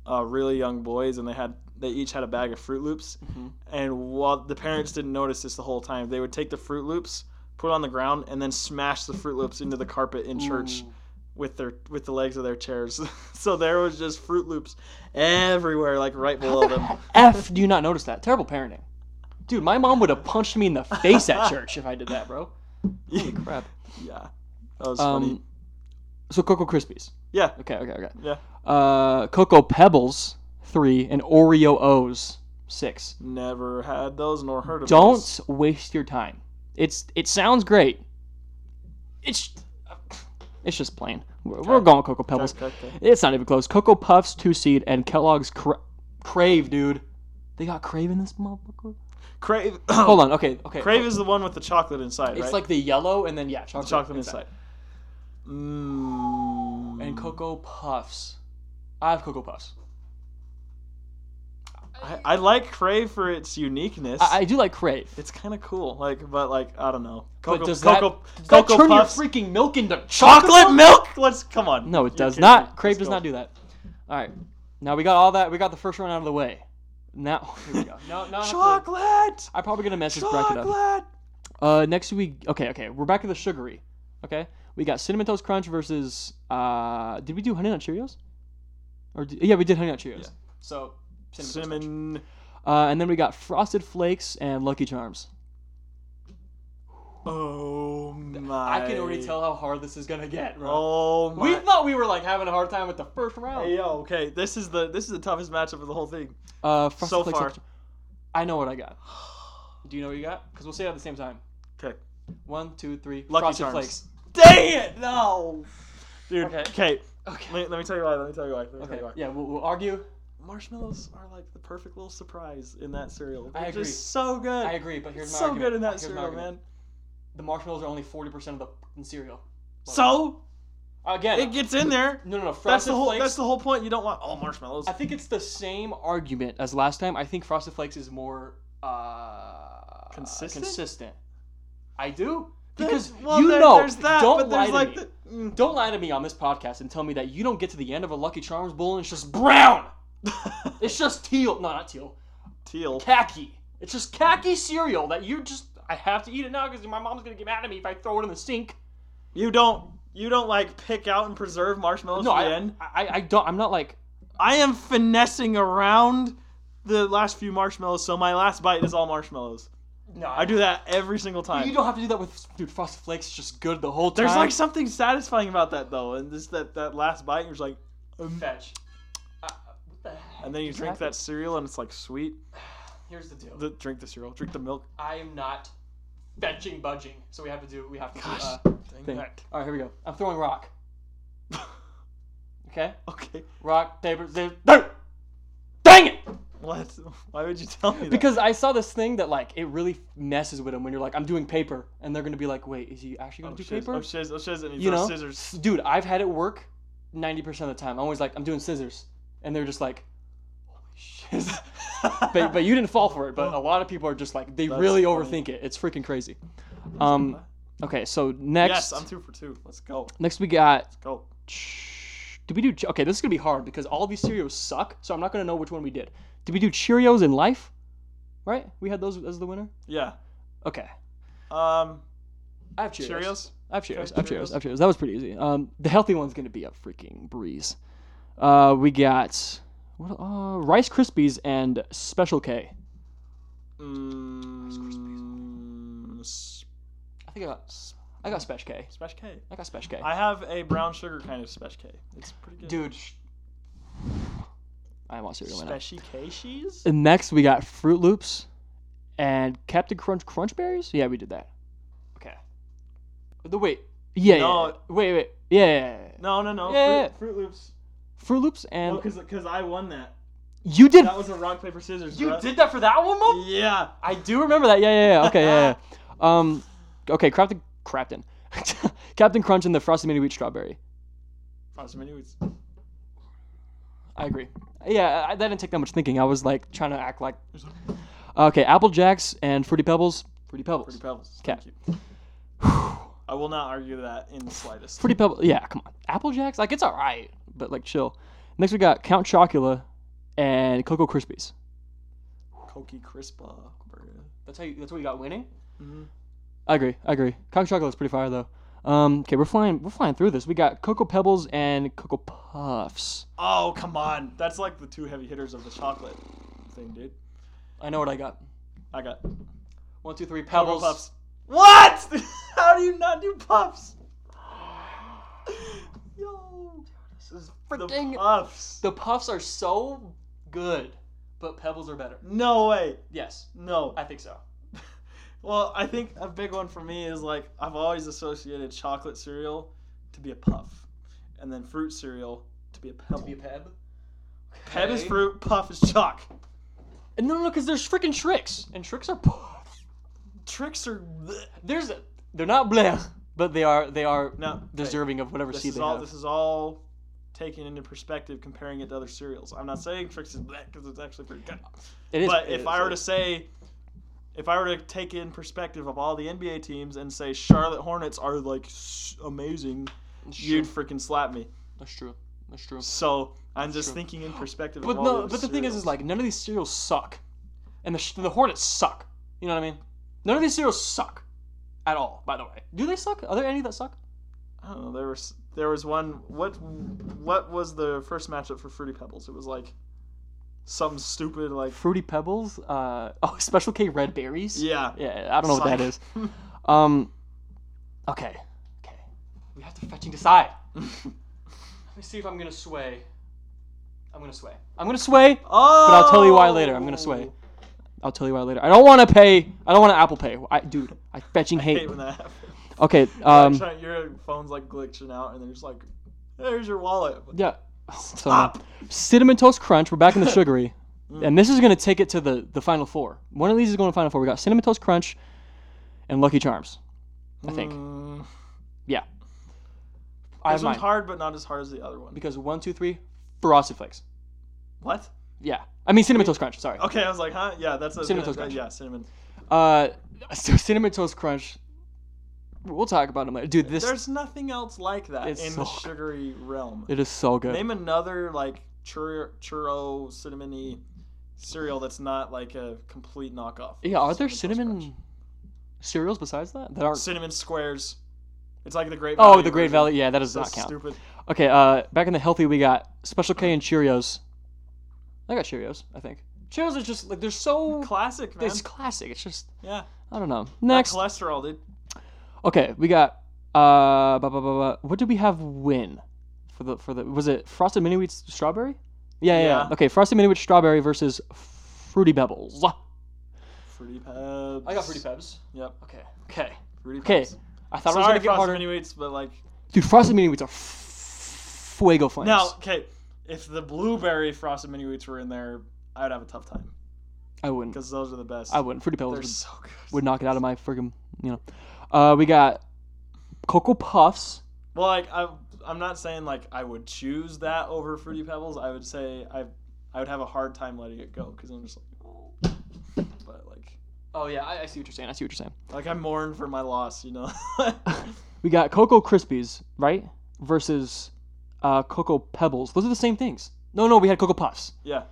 Speaker 2: uh, really young boys, and they had they each had a bag of Fruit Loops.
Speaker 3: Mm-hmm.
Speaker 2: And while the parents didn't notice this the whole time, they would take the Fruit Loops, put it on the ground, and then smash the Fruit Loops into the carpet in church.
Speaker 3: Ooh.
Speaker 2: With their with the legs of their chairs, so there was just Fruit Loops everywhere, like right below them.
Speaker 3: F, do you not notice that? Terrible parenting. Dude, my mom would have punched me in the face at church if I did that, bro. Holy crap.
Speaker 2: Yeah, that was funny.
Speaker 3: Um, so Cocoa Krispies.
Speaker 2: Yeah,
Speaker 3: Okay, okay, okay.
Speaker 2: yeah.
Speaker 3: Uh, Cocoa Pebbles three and Oreo O's six.
Speaker 2: Never had those nor heard of
Speaker 3: Don't
Speaker 2: those.
Speaker 3: waste your time. It's it sounds great. It's it's just plain. We're, we're going with Cocoa Pebbles.
Speaker 2: Okay, okay.
Speaker 3: It's not even close. Cocoa Puffs two seed and Kellogg's Cra- Crave, dude. They got Crave in this motherfucker.
Speaker 2: Crave.
Speaker 3: Hold on. Okay, okay.
Speaker 2: Oh. Crave is the one with the chocolate inside,
Speaker 3: Oh, It's
Speaker 2: right?
Speaker 3: like the yellow and then yeah, chocolate.
Speaker 2: chocolate
Speaker 3: inside.
Speaker 2: inside. Mmm.
Speaker 3: and Cocoa Puffs. I have Cocoa Puffs.
Speaker 2: I, I like Crave for its uniqueness.
Speaker 3: I, I do like Crave.
Speaker 2: it's kind of cool, like, but like I don't know.
Speaker 3: But
Speaker 2: Cocoa,
Speaker 3: does that,
Speaker 2: Cocoa,
Speaker 3: does that
Speaker 2: Cocoa
Speaker 3: turn
Speaker 2: Puffs,
Speaker 3: your freaking milk into
Speaker 2: chocolate milk. Let's come on.
Speaker 3: No, it
Speaker 2: You're
Speaker 3: does
Speaker 2: kidding me.
Speaker 3: not. Crave
Speaker 2: Let's
Speaker 3: does
Speaker 2: go.
Speaker 3: not do that. All right. Now we got all that. We got the first round out of the way. Now, here we go. No, no. I have to-
Speaker 2: Chocolate.
Speaker 3: I'm probably gonna mess this bracket up.
Speaker 2: Chocolate.
Speaker 3: Uh, next we okay, okay. We're back to the sugary. Okay, we got cinnamon toast crunch versus. Uh, did we do honey nut Cheerios? Or d yeah, we did honey nut Cheerios.
Speaker 2: Yeah.
Speaker 3: So cinnamon. Toast Crunch.
Speaker 2: Cinnamon.
Speaker 3: Uh, and then we got frosted flakes and Lucky Charms.
Speaker 2: Oh my.
Speaker 3: how hard this is gonna get,
Speaker 2: Oh my.
Speaker 3: thought we were like having a hard time with the first round.
Speaker 2: Yo, okay. This is the this is the toughest matchup of the whole thing.
Speaker 3: Uh, frosted
Speaker 2: So
Speaker 3: flakes.
Speaker 2: far.
Speaker 3: Lucky Char- I know what I got. Do you know what you got? Because we'll say it at the same time.
Speaker 2: Okay.
Speaker 3: One, two, three.
Speaker 2: Lucky
Speaker 3: frosted
Speaker 2: Charms.
Speaker 3: flakes.
Speaker 2: Dang it! No. Dude.
Speaker 3: Okay.
Speaker 2: Okay.
Speaker 3: Okay.
Speaker 2: Let, me- let me tell you why. Let me tell you why. Let me tell
Speaker 3: Okay.
Speaker 2: you why.
Speaker 3: Yeah, we'll, we'll argue.
Speaker 2: Marshmallows are like the perfect little surprise in that cereal.
Speaker 3: I
Speaker 2: They're
Speaker 3: agree.
Speaker 2: Just so good.
Speaker 3: I agree, but here's my
Speaker 2: so
Speaker 3: argument.
Speaker 2: good in that
Speaker 3: Here's my
Speaker 2: cereal,
Speaker 3: argument.
Speaker 2: man.
Speaker 3: the marshmallows are only 40% of the fucking cereal.
Speaker 2: So
Speaker 3: Again,
Speaker 2: it gets in there.
Speaker 3: no, no, no. Frosted
Speaker 2: That's the whole.
Speaker 3: Flakes.
Speaker 2: That's the whole point. You don't want all marshmallows.
Speaker 3: I think it's the same argument as last time. I think Frosted Flakes is more uh,
Speaker 2: Consistent?
Speaker 3: Consistent. I do
Speaker 2: Then-
Speaker 3: because
Speaker 2: well,
Speaker 3: you
Speaker 2: there-
Speaker 3: know.
Speaker 2: there's that,
Speaker 3: don't
Speaker 2: but
Speaker 3: lie
Speaker 2: there's
Speaker 3: to
Speaker 2: like
Speaker 3: me.
Speaker 2: the- mm.
Speaker 3: Don't lie to me on this podcast and tell me that you don't get to the end of a Lucky Charms bowl and it's just brown. it's just teal. No, not teal.
Speaker 2: teal.
Speaker 3: Khaki. It's just khaki cereal that you just. I have to eat it now because my mom's gonna get mad at me if I throw it in the sink.
Speaker 2: You don't. You don't like pick out and preserve marshmallows
Speaker 3: No,
Speaker 2: for the
Speaker 3: I,
Speaker 2: end.
Speaker 3: I, I don't. I'm not like
Speaker 2: I am finessing around the last few marshmallows, so my last bite is all marshmallows.
Speaker 3: no.
Speaker 2: I do that every single time.
Speaker 3: You don't have to do that with dude. Frosted Flakes is just good the whole time.
Speaker 2: There's like something satisfying about that though, and just that that last bite, you're just like, um,
Speaker 3: fetch. Uh, what the heck?
Speaker 2: and then you
Speaker 3: just
Speaker 2: drink
Speaker 3: happened?
Speaker 2: that cereal, and it's like sweet.
Speaker 3: Here's the deal.
Speaker 2: The, drink the cereal, drink the milk.
Speaker 3: I am not fetching budging, so we have to do. We have to.
Speaker 2: Gosh,
Speaker 3: do, uh,
Speaker 2: dang
Speaker 3: thing.
Speaker 2: it.
Speaker 3: All right, here we go. I'm throwing rock. okay,
Speaker 2: Okay,
Speaker 3: rock paper scissors. dirt. Dang it!
Speaker 2: what? Why would you tell me that?
Speaker 3: Because I saw this thing that like it really messes with them when you're like, I'm doing paper, and they're gonna be like, wait, is he actually gonna
Speaker 2: oh
Speaker 3: do
Speaker 2: shiz,
Speaker 3: paper?
Speaker 2: oh shiz, oh shiz, and he
Speaker 3: you
Speaker 2: throws
Speaker 3: know,
Speaker 2: scissors.
Speaker 3: dude, I've had it work ninety percent of the time. I'm always like, I'm doing scissors, and they're just like, holy shit. but but you didn't fall for it. But a lot of people are just like they
Speaker 2: That's
Speaker 3: really
Speaker 2: funny.
Speaker 3: overthink it. It's freaking crazy. Um, okay, so next
Speaker 2: yes, I'm two for two. Let's go,
Speaker 3: next we got.
Speaker 2: go.
Speaker 3: Ch- Did we do? Ch- Okay, this is gonna be hard because all these Cheerios suck. So I'm not gonna know which one we did. Did we do Cheerios in life? Right, we had those as the winner.
Speaker 2: Yeah.
Speaker 3: Okay,
Speaker 2: Um,
Speaker 3: I have Cheerios.
Speaker 2: Cheerios.
Speaker 3: I have Cheerios.
Speaker 2: Okay,
Speaker 3: I have Cheerios.
Speaker 2: Cheerios.
Speaker 3: I have Cheerios. That was pretty easy. Um, the healthy one's gonna be a freaking breeze. Uh, we got what? Uh, Rice Krispies and Special K.
Speaker 2: Mm, s-
Speaker 3: I think I got I got Special K.
Speaker 2: Spesh K.
Speaker 3: I got Special K.
Speaker 2: I have a brown sugar kind of Spesh K. It's pretty good.
Speaker 3: dude. sh- I want cereal right now.
Speaker 2: Speshy K cheese?
Speaker 3: And next, we got Fruit Loops and Captain Crunch Crunch Berries. Yeah, we did that. Okay. The wait, yeah, yeah,
Speaker 2: No.
Speaker 3: yeah. wait, wait, yeah, yeah, yeah.
Speaker 2: No, no, no.
Speaker 3: Yeah.
Speaker 2: Fruit, Fruit Loops.
Speaker 3: Fruit Loops and
Speaker 2: Oh, cause, 'cause I won that.
Speaker 3: you did.
Speaker 2: That was a rock paper scissors. bruh.
Speaker 3: that for that one, mom.
Speaker 2: Yeah.
Speaker 3: I do remember that. Yeah, yeah, yeah. Okay, yeah, yeah. Um, okay, Captain Crapton, Captain Crunch and the Frosted Mini Wheat Strawberry.
Speaker 2: Frosted Mini Wheats.
Speaker 3: I agree. Yeah, I, that didn't take that much thinking. I was like trying to act like. Okay, Apple Jacks and Fruity Pebbles. Fruity Pebbles.
Speaker 2: Pretty pebbles. Thank you. I will not argue that in the slightest.
Speaker 3: Pretty Pebble. Yeah, come on. Apple Jacks, like it's all right, but like chill. Next we got Count Chocula and Cocoa Krispies.
Speaker 2: Cokey Crispa. burger.
Speaker 3: That's how you, that's what you got winning.
Speaker 2: Mhm.
Speaker 3: I agree. I agree. Count Chocula's pretty fire though. Um, okay, we're flying. We're flying through this. We got Cocoa Pebbles and Cocoa Puffs.
Speaker 2: Oh, come on. That's like the two heavy hitters of the chocolate thing, dude.
Speaker 3: I know what I got.
Speaker 2: I got
Speaker 3: One, two, three.
Speaker 2: Pebble
Speaker 3: Pebbles.
Speaker 2: Puffs. What? How do you not do puffs? Yo. This is
Speaker 3: freaking-
Speaker 2: The puffs.
Speaker 3: The Puffs are so good, but Pebbles are better.
Speaker 2: No way.
Speaker 3: Yes,
Speaker 2: No.
Speaker 3: I think so.
Speaker 2: Well, I think a big one for me is like I've always associated chocolate cereal to be a puff, and then fruit cereal to be a pebble.
Speaker 3: To be a Peb.
Speaker 2: Peb is fruit, puff is chalk.
Speaker 3: No, no, no, because there's freaking tricks, and tricks are Puffs.
Speaker 2: Tricks are bleh.
Speaker 3: There's they're not bleh, but they are they are
Speaker 2: no.
Speaker 3: deserving of whatever
Speaker 2: This
Speaker 3: seed
Speaker 2: is
Speaker 3: they
Speaker 2: all.
Speaker 3: have.
Speaker 2: This is all taken into perspective comparing it to other cereals. I'm not saying Trix is black because it's actually pretty good.
Speaker 3: It is.
Speaker 2: but
Speaker 3: it
Speaker 2: if
Speaker 3: is,
Speaker 2: I were to
Speaker 3: like-
Speaker 2: say, if I were to take in perspective of all the NBA teams and say Charlotte Hornets are like s- amazing,
Speaker 3: That's
Speaker 2: you'd
Speaker 3: true.
Speaker 2: freaking slap me.
Speaker 3: That's true. That's true.
Speaker 2: So I'm just
Speaker 3: Sure.
Speaker 2: thinking in perspective.
Speaker 3: But
Speaker 2: of all
Speaker 3: no,
Speaker 2: other
Speaker 3: but the thing is,
Speaker 2: cereals.
Speaker 3: is like none of these cereals suck, and the sh- the Hornets suck. You know what I mean? None of these cereals suck at all. By the way, do they suck? Are there any that suck?
Speaker 2: I don't know. There was there was one. What what was the first matchup for Fruity Pebbles? It was like some stupid like
Speaker 3: Fruity Pebbles. Uh, oh, Special K Red Berries.
Speaker 2: yeah.
Speaker 3: Yeah, I don't know what that
Speaker 2: Suck.
Speaker 3: is. Um, okay, okay. We have to fetching decide. Let me see if I'm gonna sway. I'm gonna sway. I'm gonna sway.
Speaker 2: Oh,
Speaker 3: But I'll tell you why later. I'm gonna sway. I'll tell you why later. I don't want to pay. I don't want to Apple Pay. I, dude, I fetching
Speaker 2: I
Speaker 3: hate.
Speaker 2: hate when that happens.
Speaker 3: Okay. Um.
Speaker 2: Sorry, your phone's like glitching out, and there's like, there's your wallet.
Speaker 3: Yeah. So,
Speaker 2: Stop. Mm.
Speaker 3: cinnamon toast crunch. We're back in the sugary, and this is gonna take it to the the final four. One of these is going to final four. We got cinnamon toast crunch, and Lucky Charms. I think.
Speaker 2: Mm,
Speaker 3: Yeah. I
Speaker 2: this
Speaker 3: have
Speaker 2: one's
Speaker 3: mine
Speaker 2: hard, but not as hard as the other one.
Speaker 3: because one, two, three, frosted flakes.
Speaker 2: What?
Speaker 3: Yeah. I mean cinnamon toast crunch. Sorry.
Speaker 2: Okay, I was like, huh? Yeah, that's a
Speaker 3: Cinnamon Toast
Speaker 2: that-
Speaker 3: Crunch.
Speaker 2: Yeah, cinnamon.
Speaker 3: Uh, so cinnamon toast crunch. We'll talk about them later, dude. This
Speaker 2: There's nothing else like that
Speaker 3: It's
Speaker 2: in
Speaker 3: so
Speaker 2: the
Speaker 3: good.
Speaker 2: sugary realm.
Speaker 3: it is so good.
Speaker 2: Name another like churro, churro cinnamony cereal that's not like a complete knockoff.
Speaker 3: Yeah, are there
Speaker 2: Toast
Speaker 3: cinnamon
Speaker 2: Crunch.
Speaker 3: cereals besides that that aren't?
Speaker 2: cinnamon squares? It's like the Great Valley.
Speaker 3: oh, the Great
Speaker 2: version.
Speaker 3: Valley. Yeah, that does
Speaker 2: So
Speaker 3: not count.
Speaker 2: Stupid.
Speaker 3: Okay, uh, back in the healthy, we got Special K and Cheerios. I got Cheerios, I think. Cheerios are just like they're so
Speaker 2: Classic, man.
Speaker 3: it's classic. It's just
Speaker 2: Yeah.
Speaker 3: I don't know.
Speaker 2: That
Speaker 3: Next,
Speaker 2: cholesterol, dude.
Speaker 3: okay, we got uh, blah, blah, blah, blah. what did we have? Win for the for the was it Frosted Mini Wheats strawberry? Yeah, yeah, yeah.
Speaker 2: Yeah.
Speaker 3: Okay, Frosted Mini Wheats strawberry versus Fruity Pebbles.
Speaker 2: Fruity Pebs.
Speaker 3: Pebbles.
Speaker 2: Yep.
Speaker 3: Okay, okay,
Speaker 2: Fruity
Speaker 3: okay.
Speaker 2: Pebs.
Speaker 3: I thought it was
Speaker 2: Sorry,
Speaker 3: gonna get harder.
Speaker 2: anyways, but like
Speaker 3: Dude, Frosted Mini Wheats are f- fuego flames.
Speaker 2: now, okay, if the blueberry frosted mini wheats were in there, I'd have a tough time
Speaker 3: I wouldn't.
Speaker 2: because those are the best.
Speaker 3: I wouldn't. Fruity Pebbles
Speaker 2: They're
Speaker 3: would,
Speaker 2: so good.
Speaker 3: would knock it out of my friggin' you know. Uh, we got Cocoa Puffs.
Speaker 2: Well, like I, I'm not saying like I would choose that over fruity pebbles. I would say I, I would have a hard time letting it go because I'm just like, oh. but like,
Speaker 3: Oh yeah, I, I see what you're saying. I see what you're saying.
Speaker 2: like I mourn for my loss, you know.
Speaker 3: We got Cocoa Krispies, right? Versus uh, Cocoa Pebbles. Those are the same things. No, no, we had Cocoa Puffs.
Speaker 2: yeah,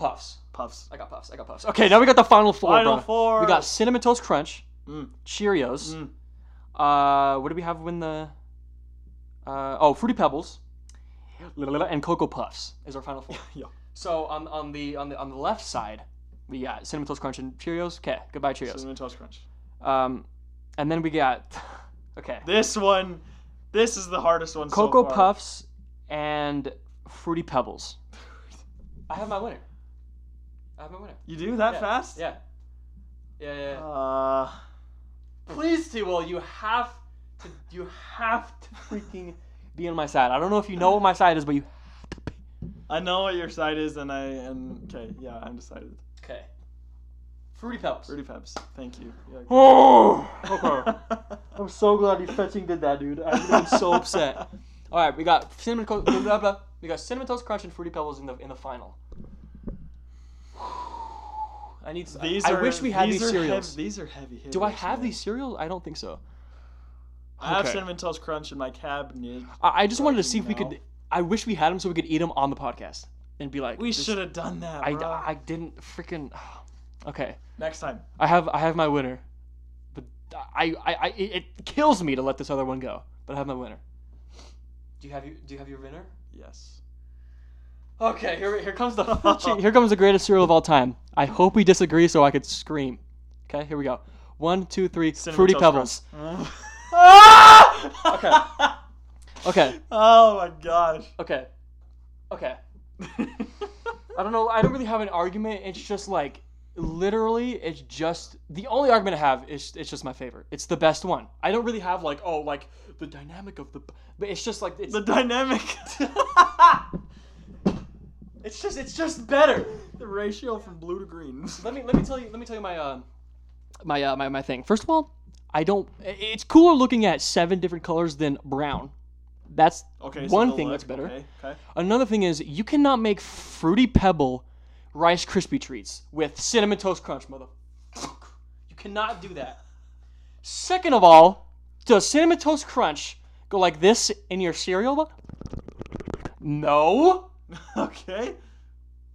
Speaker 3: Puffs.
Speaker 2: puffs.
Speaker 3: I got Puffs. I got Puffs. Okay, now we got the final four.
Speaker 2: Final
Speaker 3: bro.
Speaker 2: four.
Speaker 3: We got Cinnamon Toast Crunch,
Speaker 2: Mm.
Speaker 3: Cheerios.
Speaker 2: Mm.
Speaker 3: Uh, what do we have when the? Uh, oh, Fruity Pebbles, and Cocoa Puffs is our final four.
Speaker 2: yeah.
Speaker 3: So on on the on the on the left side, we got cinnamon toast crunch and Cheerios. Okay, goodbye Cheerios.
Speaker 2: Cinnamon toast crunch.
Speaker 3: Um, and then we got okay
Speaker 2: This one, this is the hardest one.
Speaker 3: Cocoa
Speaker 2: so far.
Speaker 3: Puffs and Fruity Pebbles. I have my winner. I have my winner.
Speaker 2: You do that
Speaker 3: Yeah,
Speaker 2: fast?
Speaker 3: Yeah. Yeah, yeah. yeah.
Speaker 2: Uh,
Speaker 3: Please, T. Will, you have to you have to freaking be on my side. I don't know if you know what my side is, but you.
Speaker 2: I know what your side is, and I and okay, yeah, I'm decided.
Speaker 3: Okay. Fruity Pebbles.
Speaker 2: Fruity Pebs. Thank you. Yeah.
Speaker 3: Oh. Okay. I'm so glad you fetching did that, dude. I would have been so upset. All right, we got cinnamon co- blah, blah, blah. we got cinnamon toast crunch and fruity pebbles in the in the final. I need.
Speaker 2: These
Speaker 3: I,
Speaker 2: are,
Speaker 3: I wish we had these,
Speaker 2: these are heav-
Speaker 3: cereals.
Speaker 2: these are heavy hitters.
Speaker 3: Do I have
Speaker 2: man.
Speaker 3: these cereals? I don't think so.
Speaker 2: I have
Speaker 3: Okay.
Speaker 2: cinnamon toast crunch in my cabinet.
Speaker 3: I, I just wanted to see if we
Speaker 2: No.
Speaker 3: could. I wish we had them so we could eat them on the podcast and be like,
Speaker 2: We
Speaker 3: this-
Speaker 2: should have done that.
Speaker 3: I,
Speaker 2: bro.
Speaker 3: I didn't freaking. Okay,
Speaker 2: Next time.
Speaker 3: I have I have my winner, but I I, I it, it kills me to let this other one go. But I have my winner. Do you have you Do you have your winner?
Speaker 2: Yes.
Speaker 3: Okay, here, here comes the here comes the greatest cereal of all time. I hope we disagree so I could scream. Okay, here we go. One, two, three.
Speaker 2: Cinnamon
Speaker 3: Fruity
Speaker 2: Toast
Speaker 3: Pebbles.
Speaker 2: Crunch.
Speaker 3: Okay. Okay.
Speaker 2: oh my gosh.
Speaker 3: Okay. Okay. I don't know. I don't really have an argument. It's just like literally, it's just the only argument I have is it's just my favorite. It's the best one. I don't really have like oh like the dynamic of the. But it's just like it's
Speaker 2: the dynamic.
Speaker 3: it's just it's just better.
Speaker 2: the ratio from blue to green.
Speaker 3: let me let me tell you let me tell you my um my uh, my my thing. First of all, I don't. i- It's cooler looking at seven different colors than brown. That's
Speaker 2: Okay. so
Speaker 3: one
Speaker 2: the
Speaker 3: thing
Speaker 2: look,
Speaker 3: that's better.
Speaker 2: Okay. okay.
Speaker 3: Another thing is you cannot make fruity pebble Rice Krispie treats with cinnamon toast crunch, mother. You cannot do that. Second of all, does cinnamon toast crunch go like this in your cereal? No.
Speaker 2: Okay.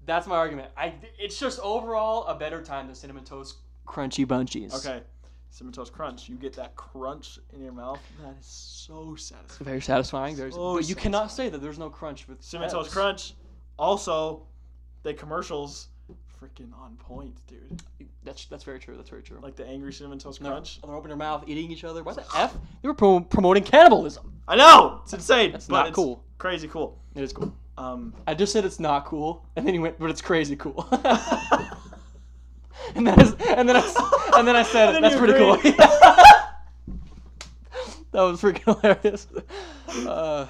Speaker 3: That's my argument. I, it's just overall a better time than cinnamon toast crunchy bunchies.
Speaker 2: Okay. Cinnamon Toast Crunch. You get that crunch in your mouth. That is so satisfying.
Speaker 3: Very satisfying. There's,
Speaker 2: Oh, So
Speaker 3: but you cannot say that there's no crunch with
Speaker 2: Cinnamon Toast
Speaker 3: Pebbles.
Speaker 2: Crunch. Also, the commercials, freaking on point, dude.
Speaker 3: That's that's very true. That's very true.
Speaker 2: Like the angry Cinnamon Toast
Speaker 3: They're-
Speaker 2: Crunch.
Speaker 3: They're opening their mouth, eating each other. Why the f? They were pro- promoting cannibalism.
Speaker 2: I know it's insane.
Speaker 3: That's
Speaker 2: but
Speaker 3: not
Speaker 2: it's
Speaker 3: cool.
Speaker 2: Crazy cool.
Speaker 3: It is cool.
Speaker 2: Um,
Speaker 3: I just said it's not cool, and then you went, but it's crazy cool. and then and then I, s- and then I
Speaker 2: And
Speaker 3: said
Speaker 2: then
Speaker 3: that's
Speaker 2: you
Speaker 3: pretty
Speaker 2: agreed.
Speaker 3: cool. that was freaking hilarious. Uh,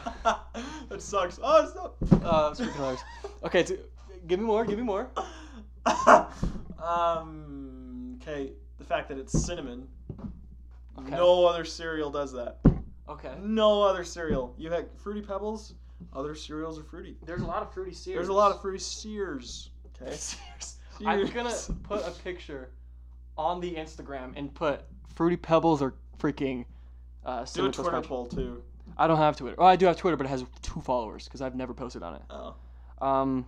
Speaker 2: that sucks. Oh,
Speaker 3: uh, it's freaking hilarious. Okay, t- give me more. Give me more.
Speaker 2: it's not. um, okay. The fact that it's cinnamon.
Speaker 3: Okay.
Speaker 2: No other cereal does that.
Speaker 3: Okay.
Speaker 2: No other cereal. You had Fruity Pebbles. Other cereals are fruity.
Speaker 3: There's a lot of fruity sears.
Speaker 2: There's a lot of fruity Sears. Okay.
Speaker 3: I'm
Speaker 2: Sears.
Speaker 3: gonna put a picture on the Instagram and put fruity pebbles or freaking. Uh,
Speaker 2: do a
Speaker 3: Cinnamon Toast
Speaker 2: Twitter
Speaker 3: Crunch.
Speaker 2: poll too.
Speaker 3: I don't have Twitter. Oh, I do have Twitter, but it has two followers because I've never posted on it.
Speaker 2: Oh.
Speaker 3: Um,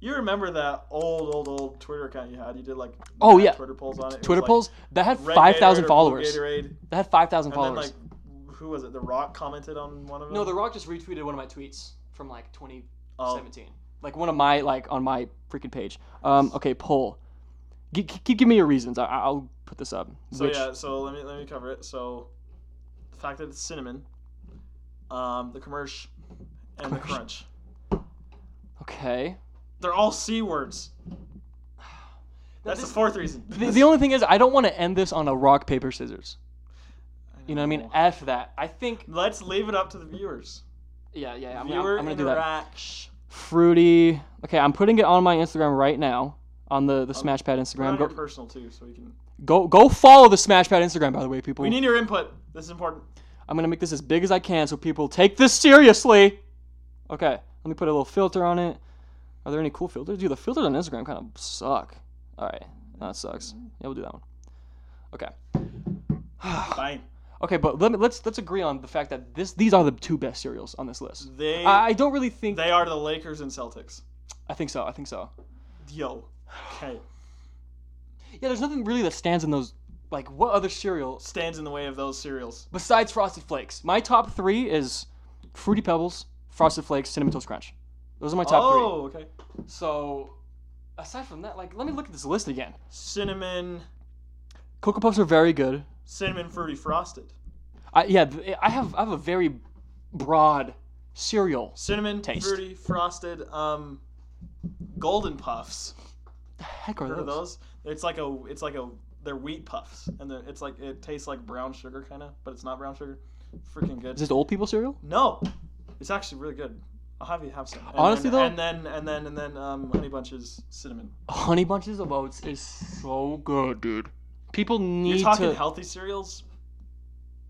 Speaker 2: You remember that old, old, old Twitter account you had? You did like
Speaker 3: Oh,
Speaker 2: mad
Speaker 3: yeah.
Speaker 2: Twitter polls on it. It was,
Speaker 3: Twitter
Speaker 2: like,
Speaker 3: polls that had
Speaker 2: Red
Speaker 3: five thousand
Speaker 2: Gatorade or Blue
Speaker 3: followers.
Speaker 2: Gatorade.
Speaker 3: That had five thousand
Speaker 2: And then
Speaker 3: followers.
Speaker 2: like, who was it? The Rock commented on one of them.
Speaker 3: no, The Rock just retweeted one of my tweets from like twenty
Speaker 2: Oh.
Speaker 3: seventeen. Like one of my like on my freaking page. Um, okay, poll. G- g- give me your reasons. I- I'll put this up.
Speaker 2: So
Speaker 3: Which-
Speaker 2: yeah, so let me let me cover it. So the fact that it's cinnamon, um, the commersh, and the
Speaker 3: Commersh.
Speaker 2: crunch.
Speaker 3: Okay.
Speaker 2: They're all C words. That's the fourth reason.
Speaker 3: The, the only thing is, I don't want to end this on a rock paper scissors. You know what I mean?
Speaker 2: know.
Speaker 3: F that. I think.
Speaker 2: Let's leave it up to the viewers.
Speaker 3: Yeah, yeah. I'm, I'm,
Speaker 2: Viewer
Speaker 3: I'm gonna do that.
Speaker 2: interaction.
Speaker 3: fruity. Okay, I'm putting it on my Instagram right now on the the
Speaker 2: Um,
Speaker 3: Smashpad
Speaker 2: Put it on
Speaker 3: Instagram.
Speaker 2: your
Speaker 3: Go,
Speaker 2: personal too, so you can.
Speaker 3: go go follow the Smashpad Instagram by the way, people.
Speaker 2: We need your input. This is important.
Speaker 3: I'm gonna make this as big as I can so people take this seriously. Okay, let me put a little filter on it. Are there any cool filters? Dude, the filters on Instagram kind of suck. All right, that sucks. Yeah, we'll do that one. Okay,
Speaker 2: Fine.
Speaker 3: okay, but let me, let's let's agree on the fact that this these are the two best cereals on this list.
Speaker 2: They
Speaker 3: I, I don't really think.
Speaker 2: they are the Lakers and Celtics.
Speaker 3: I think so. I think so.
Speaker 2: Yo. Okay.
Speaker 3: Yeah, there's nothing really that stands in those. Like, what other cereal
Speaker 2: Stands in the way of those cereals.
Speaker 3: besides Frosted Flakes. My top three is Fruity Pebbles, Frosted Flakes, Cinnamon Toast Crunch. Those are my top
Speaker 2: oh, okay.
Speaker 3: three. So, aside from that, like, let me look at this list again.
Speaker 2: Cinnamon,
Speaker 3: Cocoa Puffs are very good.
Speaker 2: cinnamon fruity frosted.
Speaker 3: I yeah, th- I have I have a very broad cereal.
Speaker 2: cinnamon
Speaker 3: Taste.
Speaker 2: fruity frosted um golden puffs
Speaker 3: The heck are
Speaker 2: heard
Speaker 3: those?
Speaker 2: of those it's like a it's like a they're wheat puffs and they're, it's like it tastes like brown sugar kind of but it's not brown sugar freaking good
Speaker 3: Is this old people cereal?
Speaker 2: no it's actually really good i'll have you have some and
Speaker 3: Honestly,
Speaker 2: then,
Speaker 3: though-
Speaker 2: and then and then and then um honey bunches cinnamon
Speaker 3: Honey Bunches of Oats is so good, dude. People need
Speaker 2: you're talking
Speaker 3: to.
Speaker 2: healthy cereals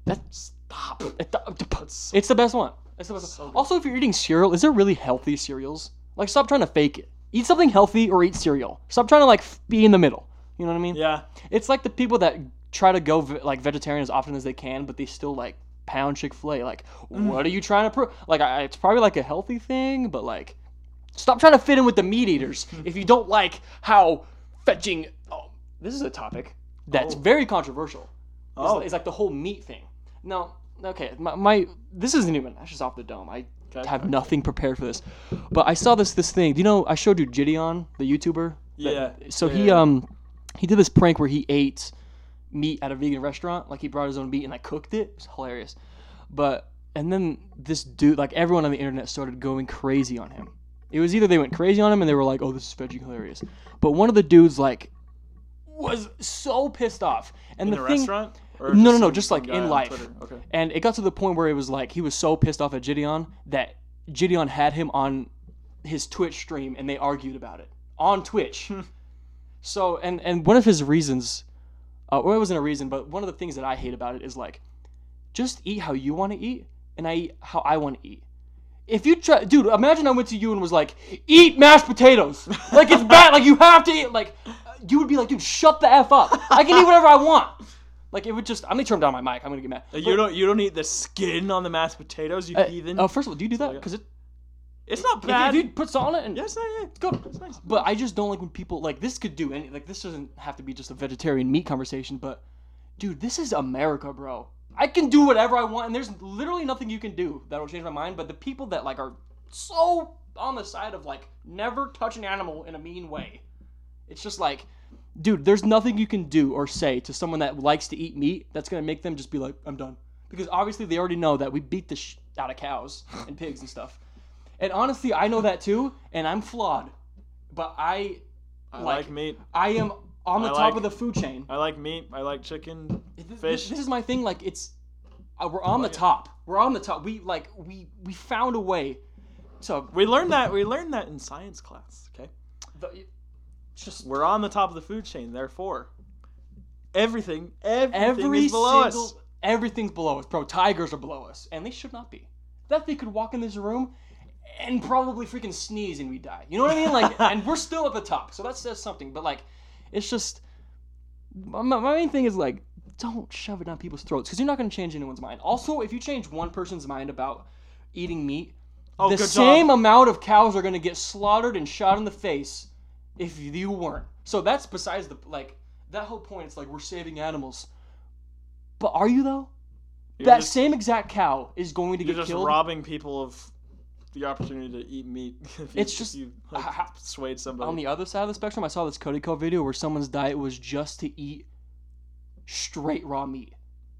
Speaker 3: That-
Speaker 2: stop
Speaker 3: It's,
Speaker 2: That's-
Speaker 3: the best one. It's the best
Speaker 2: So
Speaker 3: one.
Speaker 2: good.
Speaker 3: Also, if you're eating cereal, is there really healthy cereals? Like, stop trying to fake it. Eat something healthy or eat cereal. Stop trying to like f- be in the middle. You know what I mean?
Speaker 2: yeah
Speaker 3: It's like the people that try to go ve- like vegetarian as often as they can, but they still like pound Chick Fil A. Like,
Speaker 2: Mm.
Speaker 3: what are you trying to prove? Like, I, it's probably like a healthy thing, but like, stop trying to fit in with the meat eaters if you don't like how fetching. Oh, this is a topic that's
Speaker 2: Oh.
Speaker 3: very controversial. It's,
Speaker 2: oh
Speaker 3: it's like the whole meat thing. No, okay, my, my this isn't even that's just off the dome. I
Speaker 2: Okay.
Speaker 3: have nothing prepared for this, but I saw this this thing. Do you know I showed you Gideon, the YouTuber?
Speaker 2: yeah
Speaker 3: So
Speaker 2: yeah,
Speaker 3: he
Speaker 2: yeah.
Speaker 3: um he did this prank where he ate meat at a vegan restaurant. Like he brought his own meat and like cooked it. It was hilarious. But and then this dude, like everyone on the internet, started going crazy on him. It was either they went crazy on him and they were like, "Oh, this is veggie hilarious," but one of the dudes like was so pissed off. And
Speaker 2: in
Speaker 3: the,
Speaker 2: the,
Speaker 3: thing,
Speaker 2: restaurant Or
Speaker 3: No, no, no,
Speaker 2: some-
Speaker 3: just,
Speaker 2: some
Speaker 3: like,
Speaker 2: guy
Speaker 3: in
Speaker 2: on
Speaker 3: life.
Speaker 2: Twitter? okay
Speaker 3: and it got to the point where it was like he was so pissed off at Gideon that Gideon had him on his Twitch stream and they argued about it on Twitch. so and and one of his reasons, uh, well, it wasn't a reason, but one of the things that I hate about it is like, just eat how you want to eat and I eat how I want to eat. If you try, dude, imagine I went to you and was like, "Eat mashed potatoes," like it's bad, like you have to eat, like you would be like, "Dude, shut the f up! I can eat whatever I want." Like it would just, I'm gonna turn down my mic. I'm gonna get mad.
Speaker 2: You don't you don't eat the skin on the mashed potatoes, you
Speaker 3: Uh,
Speaker 2: heathen.
Speaker 3: uh, first of all, do you do that? Because it,
Speaker 2: it's not
Speaker 3: if-
Speaker 2: bad.
Speaker 3: if you put salt on it and
Speaker 2: yeah, it's not. Yeah, it's
Speaker 3: good.
Speaker 2: It's nice.
Speaker 3: But I just don't like when people like this could do any like this doesn't have to be just a vegetarian meat conversation, but dude, this is America, bro. I can do whatever I want and there's literally nothing you can do that'll change my mind, but the people that like are so on the side of like never touch an animal in a mean way. It's just like dude, there's nothing you can do or say to someone that likes to eat meat that's going to make them just be like, "I'm done." Because obviously they already know that we beat the sh- out of cows and pigs and stuff. And honestly, I know that too, and I'm flawed but I,
Speaker 2: I
Speaker 3: like,
Speaker 2: like meat.
Speaker 3: I am on the
Speaker 2: I
Speaker 3: top
Speaker 2: like-
Speaker 3: of the food chain.
Speaker 2: I like meat. I like chicken.
Speaker 3: This,
Speaker 2: fish.
Speaker 3: this is my thing. Like it's, uh, we're on the
Speaker 2: yeah.
Speaker 3: top. We're on the top. We like we we found a way. So
Speaker 2: We learned that. We learned that in science class. Okay,
Speaker 3: the, just
Speaker 2: we're on the top of the food chain. Therefore, everything, everything
Speaker 3: every
Speaker 2: is below
Speaker 3: single
Speaker 2: us.
Speaker 3: everything's below us, bro. Tigers are below us, and they should not be. That they could walk in this room. And probably freaking sneeze and we die. You know what I mean? Like, and we're still at the top, so that says something. But like, it's just my, my my main thing is like don't shove it down people's throats because you're not going to change anyone's mind also if you change one person's mind about eating meat
Speaker 2: Oh,
Speaker 3: the
Speaker 2: good
Speaker 3: same
Speaker 2: job.
Speaker 3: amount of cows are going to get slaughtered and shot in the face if you weren't so that's besides the like that whole point it's like we're saving animals but are you though
Speaker 2: You're
Speaker 3: that
Speaker 2: just,
Speaker 3: same exact cow is going to
Speaker 2: you're
Speaker 3: get
Speaker 2: just
Speaker 3: killed
Speaker 2: robbing people of the opportunity to eat meat. if you-
Speaker 3: It's
Speaker 2: if
Speaker 3: just-
Speaker 2: you like,
Speaker 3: I- I-
Speaker 2: swayed somebody.
Speaker 3: on the other side of the spectrum i saw this cody co video where someone's diet was just to eat straight raw meat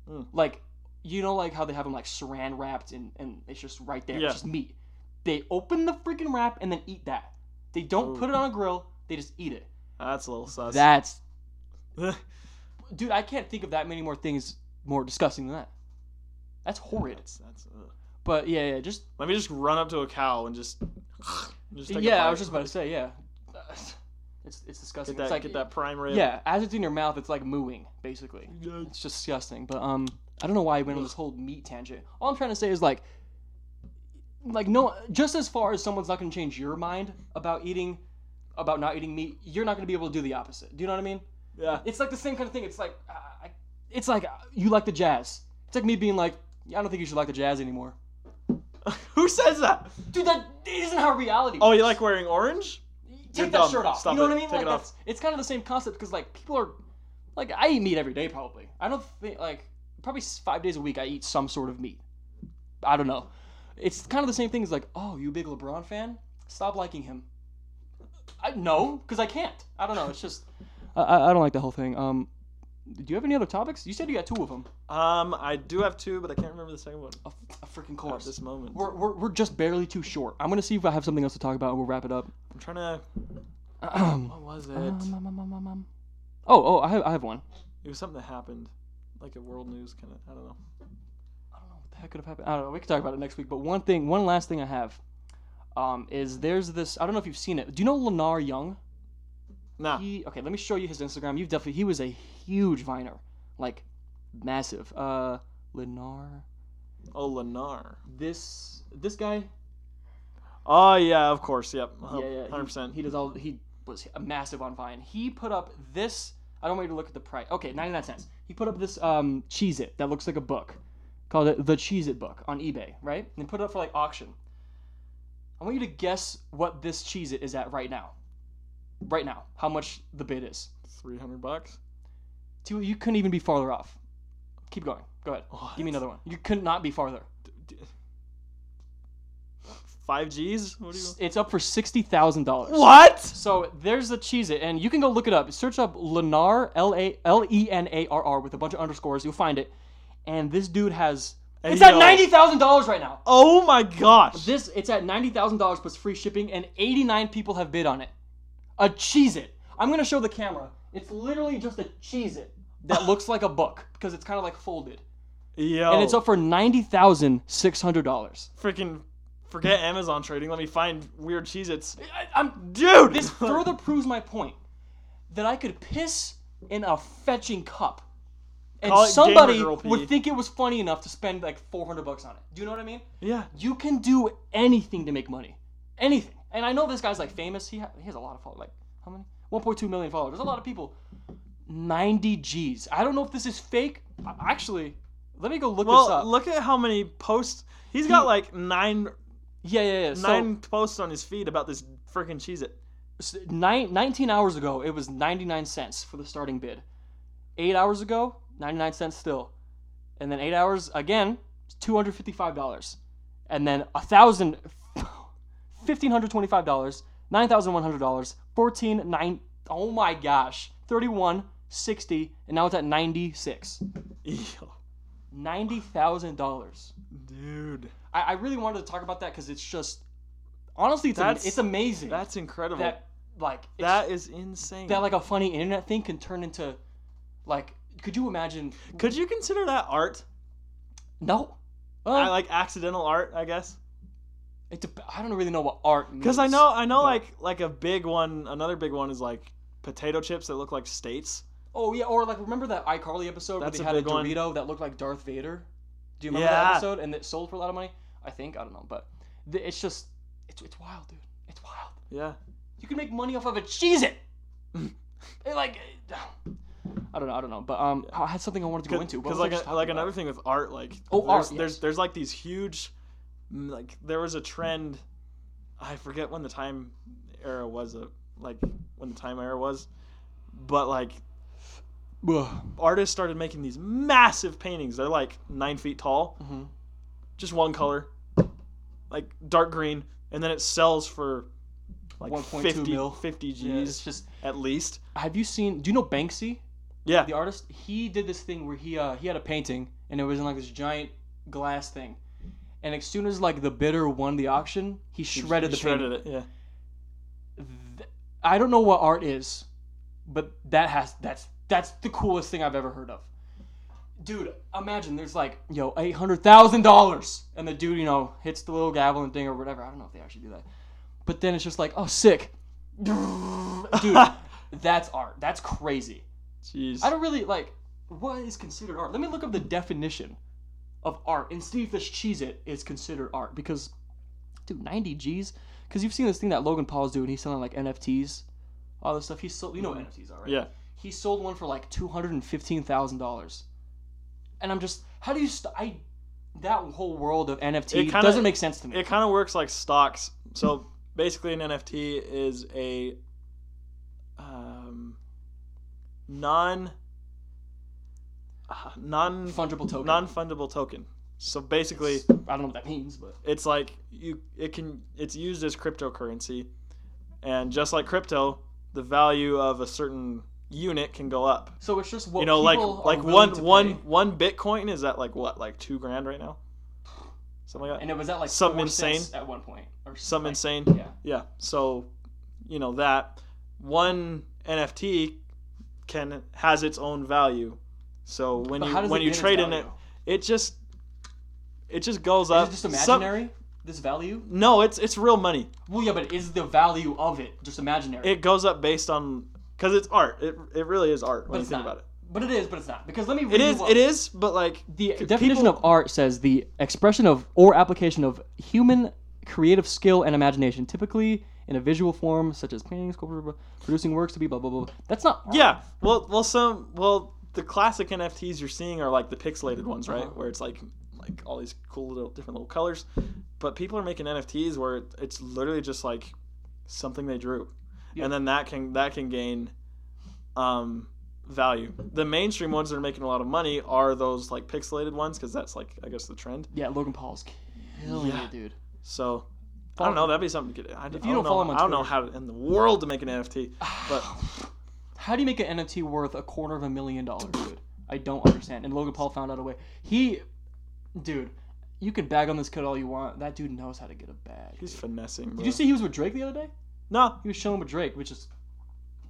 Speaker 2: Mm.
Speaker 3: like you know like how they have them like saran wrapped and, and it's just right there
Speaker 2: Yeah.
Speaker 3: it's just meat they open the freaking wrap and then eat that they don't
Speaker 2: Ooh.
Speaker 3: put it on a grill they just eat it
Speaker 2: That's a little sus.
Speaker 3: that's
Speaker 2: That
Speaker 3: dude i can't think of that many more things more disgusting than that that's horrid
Speaker 2: that's, that's, ugh.
Speaker 3: but yeah yeah just
Speaker 2: uh, Let me just run up to a cow and just. just take a
Speaker 3: yeah i
Speaker 2: bite.
Speaker 3: was just about to say yeah it's, it's disgusting
Speaker 2: get that,
Speaker 3: it's like
Speaker 2: get that prime rib.
Speaker 3: yeah as it's in your mouth it's like mooing basically It's just disgusting. But um, I don't know why I went on this whole meat tangent. All I'm trying to say is like, like no, just as far as someone's not gonna change your mind about eating, about not eating meat, you're not gonna be able to do the opposite. Do you know what I mean?
Speaker 2: Yeah.
Speaker 3: It's like the same kind of thing. It's like, uh, I, it's like uh, you like the jazz. It's like me being like, yeah, I don't think you should like the jazz anymore.
Speaker 2: Who says that?
Speaker 3: Dude, that isn't how reality.
Speaker 2: Oh, you
Speaker 3: works.
Speaker 2: like wearing orange?
Speaker 3: take
Speaker 2: You're
Speaker 3: that
Speaker 2: dumb.
Speaker 3: shirt off.
Speaker 2: Stop
Speaker 3: you know
Speaker 2: it.
Speaker 3: what I mean?
Speaker 2: Take
Speaker 3: like
Speaker 2: it off.
Speaker 3: that's it's kind of the same concept because like people are like I eat meat every day probably. I don't think like probably s- five days a week I eat some sort of meat. I don't know. It's kind of the same thing as like oh you a big LeBron fan? Stop liking him. I no because I can't. I don't know. It's just I- I, I don't like the whole thing. Um, do you have any other topics? You said you got two of them.
Speaker 2: Um, I do have two, but I can't remember the second one
Speaker 3: A, f- a freaking
Speaker 2: at
Speaker 3: course.
Speaker 2: this moment.
Speaker 3: We're, we're, we're just barely too short. I'm gonna see if I have something else to talk about and we'll wrap it up.
Speaker 2: I'm trying to. What was it?
Speaker 3: Um, um, um, um, um, um. Oh, oh, I have, I have one.
Speaker 2: It was something that happened, like a world news kind of. I don't know.
Speaker 3: I don't know what the heck could have happened. I don't know. We can talk about it next week. But one thing, one last thing I have, um, is there's this. I don't know if you've seen it. Do you know Lenar Young?
Speaker 2: Nah.
Speaker 3: He okay. Let me show you his Instagram. You've definitely. He was a huge viner, like massive. Uh, Lenar.
Speaker 2: Oh, Lenar.
Speaker 3: This this guy.
Speaker 2: Oh yeah, of course. Yep.
Speaker 3: yeah, yeah. he-
Speaker 2: Hundred percent.
Speaker 3: Oh, He does all. He was a massive on Vine. He put up this. I don't want you to look at the price. Okay, ninety nine cents. He put up this um Cheez It that looks like a book, called it the Cheez It book on eBay, right? And put it up for like auction. I want you to guess what this Cheez It is at right now. Right now, how much the bid is?
Speaker 2: Three hundred bucks.
Speaker 3: Two. You couldn't even be farther off. Keep going. Go ahead. Give me another one. You could not be farther.
Speaker 2: Five Gs. What do you?
Speaker 3: S- It's up for sixty thousand dollars.
Speaker 2: What?
Speaker 3: So there's the Cheez It, and you can go look it up. Search up Lenar, L A L E N A R R, with a bunch of underscores. You'll find it. And this dude has. It's at
Speaker 2: Ayo.
Speaker 3: $90,000 right now.
Speaker 2: Oh my gosh.
Speaker 3: This It's at $90,000 plus free shipping, and 89 people have bid on it. A Cheez It. I'm going to show the camera. It's literally just a Cheez It that looks like a book because it's kind of like folded.
Speaker 2: Yo.
Speaker 3: And it's up for $90,600.
Speaker 2: Freaking. Forget Amazon trading. Let me find weird Cheez Its.
Speaker 3: I- I'm
Speaker 2: Dude!
Speaker 3: This further proves my point that I could piss in a fetching cup and
Speaker 2: Call it gamer
Speaker 3: somebody
Speaker 2: girl pee.
Speaker 3: would think it was funny enough to spend like 400 bucks on it. Do you know what I mean?
Speaker 2: Yeah.
Speaker 3: You can do anything to make money, anything. And I know this guy's like famous. He ha- he has a lot of followers. Like how many? 1.2 million followers. There's a lot of people. 90 G's. I don't know if this is fake. I- Actually, let me go look this
Speaker 2: Well,
Speaker 3: up.
Speaker 2: look at how many posts he's got.
Speaker 3: He-
Speaker 2: like nine
Speaker 3: yeah, yeah, yeah. So,
Speaker 2: nine posts on his feed about this freaking cheese it.
Speaker 3: s- nine, 19 hours ago, it was 99 cents for the starting bid. Eight hours ago, 99 cents still. And then eight hours again, it's $255. And then a thousand, fifteen hundred twenty-five dollars, nine thousand one hundred dollars, fourteen nine. Oh my gosh, thirty-one sixty, and now it's at ninety-six.
Speaker 2: Ew,
Speaker 3: Ninety thousand dollars.
Speaker 2: dude,
Speaker 3: I, I really wanted to talk about that because it's just, honestly, it's, am-
Speaker 2: That's-
Speaker 3: it's amazing
Speaker 2: that's incredible.
Speaker 3: that like it's-
Speaker 2: that is insane.
Speaker 3: that like a funny internet thing can turn into like could you imagine
Speaker 2: Could you consider that art?
Speaker 3: no Uh, well,
Speaker 2: I like accidental art, I guess.
Speaker 3: Mm, it dep- I don't really know what art
Speaker 2: Because I
Speaker 3: means.
Speaker 2: know, I know,
Speaker 3: but-
Speaker 2: like like a big one. Another big one is like potato chips that look like states.
Speaker 3: oh yeah or like remember that iCarly episode
Speaker 2: That's a
Speaker 3: where they
Speaker 2: big
Speaker 3: had a
Speaker 2: one.
Speaker 3: Dorito that looked like Darth Vader do you remember
Speaker 2: Yeah.
Speaker 3: that episode and it sold for a lot of money I think I don't know but th- it's just it's, it's wild dude it's wild
Speaker 2: Yeah.
Speaker 3: you can make money off of a cheese it like I don't know I don't know but um I had something I wanted to go into What
Speaker 2: Because
Speaker 3: was I
Speaker 2: like
Speaker 3: just
Speaker 2: a,
Speaker 3: talking
Speaker 2: like
Speaker 3: about?
Speaker 2: another thing with art, like
Speaker 3: Oh,
Speaker 2: there's,
Speaker 3: art,
Speaker 2: There's
Speaker 3: yes.
Speaker 2: there's like these huge, mm, like there was a trend. I forget when the time era was, uh, like when the time era was, but like
Speaker 3: Ugh.
Speaker 2: artists started making these massive paintings. They're like nine feet tall,
Speaker 3: Mhm.
Speaker 2: just one color, like dark green, and then it sells for like
Speaker 3: 1.2
Speaker 2: 50,
Speaker 3: mil.
Speaker 2: 50 G's
Speaker 3: Yeah, it's just
Speaker 2: at least.
Speaker 3: have you seen do you know Banksy
Speaker 2: Yeah,
Speaker 3: the artist he did this thing where he uh he had a painting and it was in like this giant glass thing and as soon as like the bidder won the auction he shredded the
Speaker 2: shredded
Speaker 3: painting
Speaker 2: it. Yeah,
Speaker 3: Th- i don't know what art is but that has that's that's the coolest thing i've ever heard of dude imagine there's like yo $800000 and the dude you know hits the little gavel and thing or whatever i don't know if they actually do that but then it's just like oh sick dude that's art that's crazy
Speaker 2: jeez.
Speaker 3: I don't really like what is considered art. Let me look up the definition of art and see if this cheese it is considered art because dude, 90 G's cuz you've seen this thing that Logan Paul's doing, he's selling like NFTs, all this stuff. He sold you know what NFTs are, right?
Speaker 2: Yeah,
Speaker 3: He sold one for like $215,000. And I'm just how do you st- I that whole world of NFT
Speaker 2: It kinda-
Speaker 3: doesn't make sense to me.
Speaker 2: it kind of works like stocks. So basically, an NFT is a um, non uh, non
Speaker 3: Fungible token.
Speaker 2: non fungible token. So basically,
Speaker 3: I don't know what that means, but
Speaker 2: it's like you it can it's used as cryptocurrency, and just like crypto, the value of a certain unit can go up.
Speaker 3: so it's just what
Speaker 2: you know, like
Speaker 3: people are
Speaker 2: like
Speaker 3: willing
Speaker 2: one
Speaker 3: to pay.
Speaker 2: one one Bitcoin is at like what like two grand right now, something like that.
Speaker 3: and it was at like
Speaker 2: Something
Speaker 3: four
Speaker 2: insane.
Speaker 3: cents at one point or
Speaker 2: Some
Speaker 3: like,
Speaker 2: insane.
Speaker 3: Yeah.
Speaker 2: Yeah. So, you know that one NFT can has its own value. So when
Speaker 3: But how
Speaker 2: you
Speaker 3: does
Speaker 2: when
Speaker 3: it
Speaker 2: you
Speaker 3: get its
Speaker 2: trade in it,
Speaker 3: value?
Speaker 2: it just it just goes
Speaker 3: Is
Speaker 2: up.
Speaker 3: it just
Speaker 2: Some-
Speaker 3: imaginary? this value?
Speaker 2: no, it's it's real money.
Speaker 3: Well, yeah, but is the value of it just imaginary?
Speaker 2: It goes up based on because it's art. It it really is art when you
Speaker 3: it's
Speaker 2: think
Speaker 3: not.
Speaker 2: about it.
Speaker 3: but it is, but it's not. Because let me read
Speaker 2: It
Speaker 3: you
Speaker 2: is
Speaker 3: what-
Speaker 2: it is, but like
Speaker 3: The
Speaker 2: c-
Speaker 3: definition
Speaker 2: people-
Speaker 3: of art says the expression of or application of human creative skill and imagination, typically in a visual form such as painting, sculpture, blah, producing works to be blah blah blah. blah. That's not art.
Speaker 2: yeah. Well well some well the classic NFTs you're seeing are like the pixelated ones,
Speaker 3: Uh-huh.
Speaker 2: right? Where it's like like all these cool little different little colors. But people are making NFTs where it- it's literally just like something they drew.
Speaker 3: Yeah.
Speaker 2: And then that can that can gain um value. The mainstream ones that are making a lot of money are those like pixelated ones cuz that's like I guess the trend.
Speaker 3: Yeah, Logan Paul's killing
Speaker 2: Yeah.
Speaker 3: it, dude.
Speaker 2: So I don't know. That'd be something to get. I, if you
Speaker 3: you
Speaker 2: don't,
Speaker 3: don't follow him
Speaker 2: know,
Speaker 3: on
Speaker 2: I don't know
Speaker 3: Twitter-
Speaker 2: how to- in the world to make an NFT. But
Speaker 3: How do you make an NFT worth a quarter of a million dollars, dude? I don't understand. And Logan Paul found out a way. He, dude, you can bag on this kid all you want. That dude knows how to get a bag.
Speaker 2: he's finessing. Bro.
Speaker 3: Did you see he was with Drake the other day?
Speaker 2: No,
Speaker 3: He was chilling with Drake, which is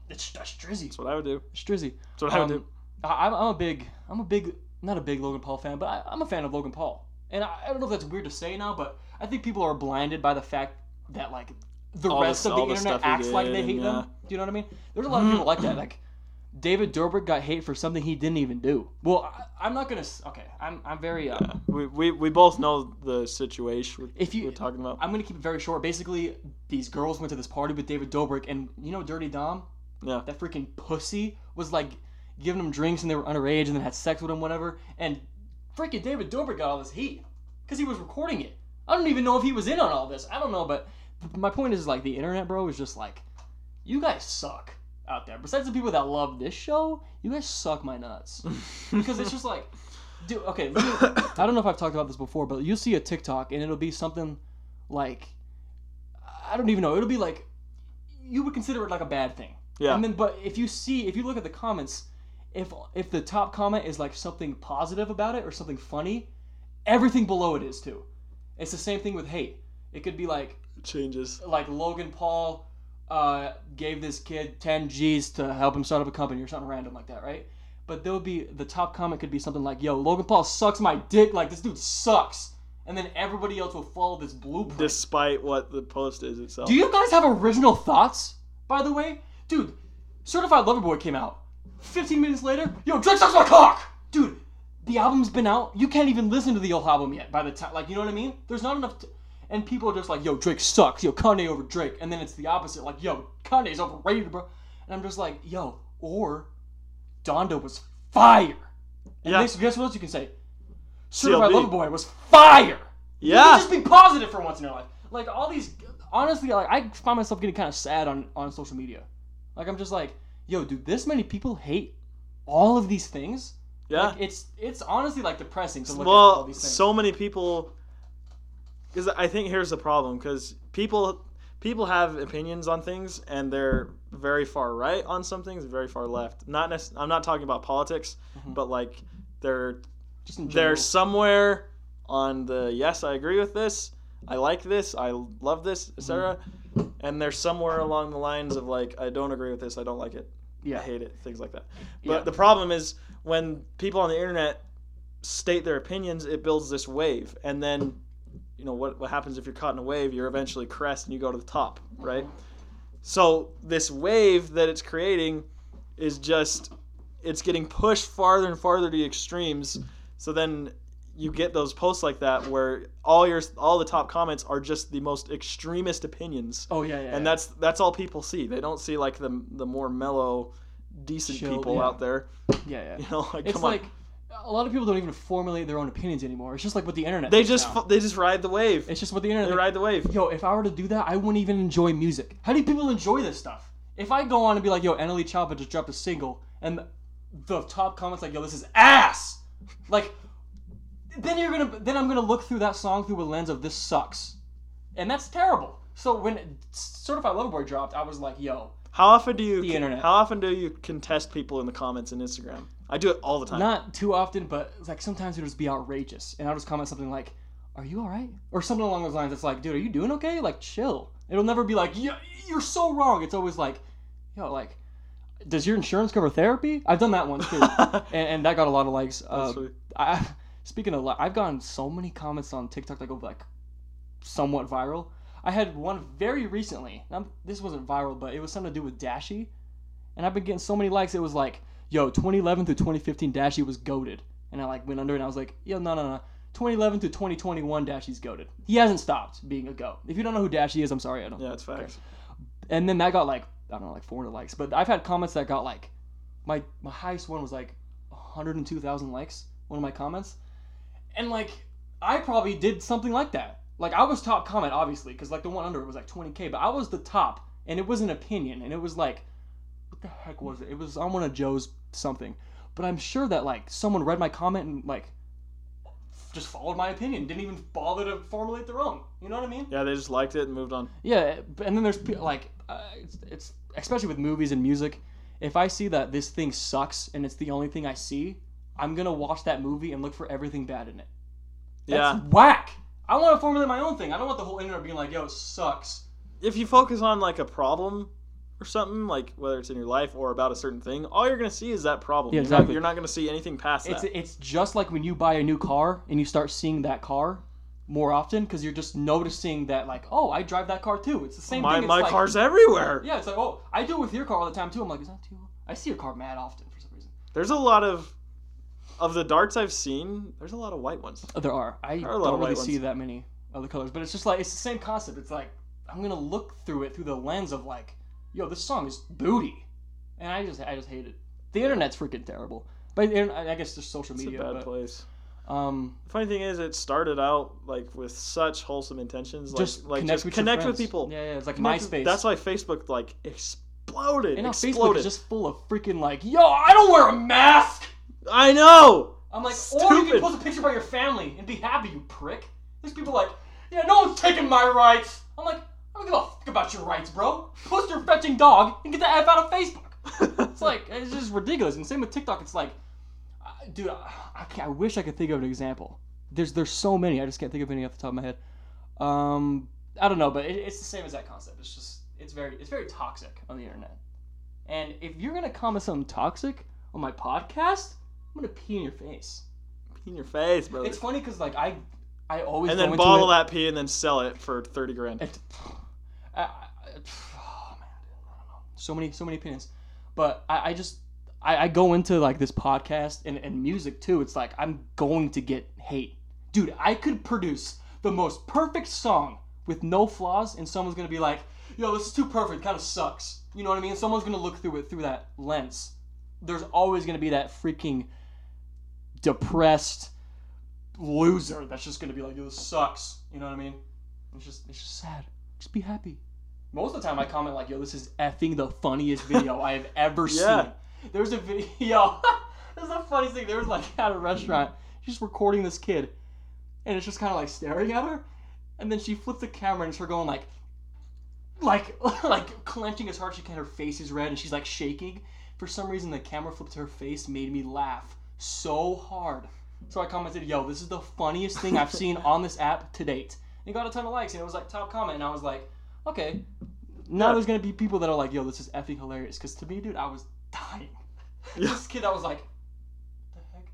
Speaker 3: it's that's Drizzy.
Speaker 2: that's what I would do.
Speaker 3: It's Drizzy.
Speaker 2: That's what I would do.
Speaker 3: Um, I, I'm I'm a big I'm a big not a big Logan Paul fan, but I, I'm a fan of Logan Paul. And I, I don't know if that's weird to say now, but I think people are blinded by the fact that like the
Speaker 2: All
Speaker 3: rest
Speaker 2: this-
Speaker 3: of the
Speaker 2: all the
Speaker 3: internet
Speaker 2: stuff he
Speaker 3: acts like
Speaker 2: did,
Speaker 3: they hate
Speaker 2: and,
Speaker 3: them.
Speaker 2: yeah.
Speaker 3: Do you know what I mean? There's a lot of people like that. Like David Dobrik got hate for something he didn't even do. Well, I, I'm not gonna. s- Okay, I'm I'm very. Uh,
Speaker 2: We, we, we both know the situation
Speaker 3: If you-
Speaker 2: we're talking about.
Speaker 3: I'm gonna keep it very short. Basically, these girls went to this party with David Dobrik, and you know Dirty Dom,
Speaker 2: yeah.
Speaker 3: that freaking pussy, was like giving them drinks and they were underage, and then had sex with him, whatever. And freaking David Dobrik got all this heat because he was recording it. I don't even know if he was in on all this. I don't know, but my point is like the internet, bro, is just like, you guys suck out there. Besides the people that love this show, you guys suck my nuts because it's just like, dude. Okay, let me- I don't know if I've talked about this before, but you'll see a TikTok and it'll be something like, I don't even know. It'll be like, you would consider it like a bad thing.
Speaker 2: Yeah.
Speaker 3: And then, but if you see, if you look at the comments, if if the top comment is like something positive about it or something funny, everything below it is too. It's the same thing with hate. It could be like
Speaker 2: Changes.
Speaker 3: like Logan Paul uh, gave this kid 10 G's to help him start up a company or something random like that, right? But there would be the top comment could be something like, "Yo, Logan Paul sucks my dick. Like this dude sucks," and then everybody else will follow this blueprint.
Speaker 2: Despite what the post is itself.
Speaker 3: Do you guys have original thoughts? By the way, dude, Certified Lover Boy came out. 15 minutes later, yo, Drake sucks my cock, dude. The album's been out. You can't even listen to the old album yet. By the time, like, you know what I mean? There's not enough. T- and people are just like, yo, Drake sucks. Yo, Kanye over Drake. And then it's the opposite. Like, yo, Kanye's overrated, bro. And I'm just like, yo, or Donda was fire. And
Speaker 2: Yeah.
Speaker 3: this- guess what else you can say? Certified
Speaker 2: CLB.
Speaker 3: Lover Boy was fire. You
Speaker 2: yeah.
Speaker 3: just be positive for once in your life. Like all these, honestly, like I find myself getting kind of sad on on social media. Like I'm just like, yo, dude, this many people hate all of these things.
Speaker 2: Yeah.
Speaker 3: Like, it's it's honestly like depressing to look at all
Speaker 2: well,
Speaker 3: these things.
Speaker 2: so many people. Because I think here's the problem. Because people people have opinions on things, and they're very far right on some things, very far left. Not nec- I'm not talking about politics,
Speaker 3: Mm-hmm.
Speaker 2: but like they're
Speaker 3: just in general.
Speaker 2: they're somewhere on the yes, I agree with this, I like this, I love this, etc.
Speaker 3: Mm-hmm.
Speaker 2: And they're somewhere along the lines of like I don't agree with this, I don't like it. I
Speaker 3: yeah,
Speaker 2: hate it, things like that. But
Speaker 3: Yeah.
Speaker 2: the problem is when people on the internet state their opinions, it builds this wave, and then you know what what happens if you're caught in a wave? You're eventually crest and you go to the top, right? So this wave that it's creating is just it's getting pushed farther and farther to the extremes. So then you get those posts like that where all your all the top comments are just the most extremist opinions
Speaker 3: oh yeah, yeah, yeah.
Speaker 2: and that's that's all people see. They don't see like the the more mellow, decent
Speaker 3: Chill,
Speaker 2: people
Speaker 3: yeah.
Speaker 2: out there.
Speaker 3: yeah, yeah.
Speaker 2: You know, like
Speaker 3: It's
Speaker 2: come
Speaker 3: like
Speaker 2: on,
Speaker 3: a lot of people don't even formulate their own opinions anymore. It's just like what the internet.
Speaker 2: they
Speaker 3: thinks
Speaker 2: just
Speaker 3: now.
Speaker 2: fu- they just ride the wave.
Speaker 3: it's just what the internet.
Speaker 2: They
Speaker 3: thinks.
Speaker 2: ride the wave.
Speaker 3: yo, if I were to do that, I wouldn't even enjoy music. How do people enjoy this stuff? If I go on and be like, yo, Annalie Chapa just dropped a single, and the top comments like, yo, this is ass. Like, then you're gonna, then I'm gonna look through that song through a lens of this sucks, and that's terrible. So when Certified Lover Boy dropped, I was like, yo,
Speaker 2: How often do you
Speaker 3: The internet.
Speaker 2: How often do you contest people in the comments in Instagram? I do it all the time.
Speaker 3: not too often, but like sometimes it'll just be outrageous, and I'll just comment something like, "Are you all right?" or something along those lines. It's like, "Dude, are you doing okay?" Like, chill. It'll never be like, "Yeah, you're so wrong." It's always like, "Yo, like, does your insurance cover therapy?" I've done that once too, and, and that got a lot of likes.
Speaker 2: That's
Speaker 3: Uh,
Speaker 2: what-
Speaker 3: I, speaking of, li- I've gotten so many comments on TikTok that go like, somewhat viral. I had one very recently. Now, this wasn't viral, but it was something to do with Dashi, and I've been getting so many likes. It was like, yo, 2011 through 2015, Dashi was goaded, and I like went under and I was like, yo, no, no, no. 2011 to 2021, Dashi's goaded. He hasn't stopped being a goat. If you don't know who Dashi is, I'm sorry, I don't.
Speaker 2: yeah, it's facts.
Speaker 3: And then that got like I don't know, like 400 likes. But I've had comments that got like my my highest one was like 102,000 likes. One of my comments, and like I probably did something like that. Like I was top comment obviously because like the one under it was like 20k, but I was the top, and it was an opinion, and it was like what the heck was it? It was on one of Joe's something. But I'm sure that like someone read my comment and like just followed my opinion, didn't even bother to formulate their own. You know what I mean?
Speaker 2: Yeah, they just liked it and moved on.
Speaker 3: Yeah, b- and then there's pe- like uh, it's, it's especially with movies and music. If I see that this thing sucks and it's the only thing I see, I'm gonna watch that movie and look for everything bad in it.
Speaker 2: Yeah.
Speaker 3: That's whack. I want to formulate my own thing. I don't want the whole internet being like, "Yo, it sucks."
Speaker 2: If you focus on like a problem or something, like whether it's in your life or about a certain thing, all you're gonna see is that problem.
Speaker 3: Yeah,
Speaker 2: You're not-
Speaker 3: exactly.
Speaker 2: You're not, gonna see anything past
Speaker 3: It's
Speaker 2: that.
Speaker 3: it's just like when you buy a new car and you start seeing that car more often because you're just noticing that like, "Oh, I drive that car too." It's the same
Speaker 2: my
Speaker 3: thing. It's
Speaker 2: my
Speaker 3: like-
Speaker 2: car's everywhere.
Speaker 3: Yeah, it's like, "Oh, I do it with your car all the time too." I'm like, "Is that too?" I see your card mad often for some reason.
Speaker 2: There's a lot of of the darts I've seen. There's a lot of white ones.
Speaker 3: Uh, There are. I
Speaker 2: There are a lot
Speaker 3: don't
Speaker 2: of
Speaker 3: really
Speaker 2: white
Speaker 3: see
Speaker 2: ones.
Speaker 3: that many other colors, but it's just like it's the same concept. It's like I'm gonna look through it through the lens of like, yo, this song is booty, and I just I just hate it. The internet's freaking terrible. But the internet- I I guess there's social
Speaker 2: It's a
Speaker 3: media.
Speaker 2: bad
Speaker 3: but,
Speaker 2: place.
Speaker 3: um,
Speaker 2: The funny thing is, it started out like with such wholesome intentions, like
Speaker 3: just
Speaker 2: like
Speaker 3: connect
Speaker 2: just
Speaker 3: with your
Speaker 2: connect with
Speaker 3: friends.
Speaker 2: people.
Speaker 3: Yeah, yeah, it's like
Speaker 2: Connect with-
Speaker 3: MySpace.
Speaker 2: That's why Facebook like exploded.
Speaker 3: and now Facebook
Speaker 2: exploded.
Speaker 3: is just full of freaking like, yo, I don't wear a mask.
Speaker 2: I know.
Speaker 3: I'm like, or you can
Speaker 2: Stupid.
Speaker 3: post a picture about your family and be happy, you prick. There's people like, yeah, no one's taking my rights. I'm like, I don't give a fuck about your rights, bro. Post your fetching dog and get the F out of Facebook. It's like, it's just ridiculous. And same with TikTok. It's like, I- dude, I, I, can't- I wish I could think of an example. There's there's so many. I just can't think of any off the top of my head. Um, I don't know, but it, it's the same as that concept. It's just it's very it's very toxic on the internet. And if you're gonna comment something toxic on my podcast, I'm gonna pee in your face.
Speaker 2: in your face, brother.
Speaker 3: It's funny because like I, I always
Speaker 2: and
Speaker 3: go
Speaker 2: then
Speaker 3: into
Speaker 2: bottle
Speaker 3: it-
Speaker 2: that pee and then sell it for thirty grand.
Speaker 3: It, I, I- oh man, I don't know. So many, so many opinions, but I, I just, I, I go into like this podcast and, and music too. It's like I'm going to get hate, dude. I could produce the most perfect song with no flaws, and someone's gonna be like, "Yo, this is too perfect. Kind of sucks." You know what I mean? Someone's gonna look through it through that lens. There's always gonna be that freaking depressed loser that's just gonna be like, "Yo, this sucks." You know what I mean? It's just it's just sad. Just be happy. Most of the time I comment like, yo, this is effing the funniest video I have ever
Speaker 2: Yeah.
Speaker 3: seen. There was a video this is the funniest thing. There was like at a restaurant, she's recording this kid, and it's just kinda like staring at her. And then she flips the camera and she's going like like like clenching as hard as she can, her face is red and she's like shaking. For some reason the camera flipped to her face made me laugh so hard. So I commented, yo, this is the funniest thing I've seen on this app to date. And it got a ton of likes, and it was like top comment, and I was like, okay. Now
Speaker 2: Yeah.
Speaker 3: there's gonna be people that are like, yo, this is effing hilarious. Cause to me, dude, I was dying.
Speaker 2: Yeah.
Speaker 3: This kid, I was like, the heck?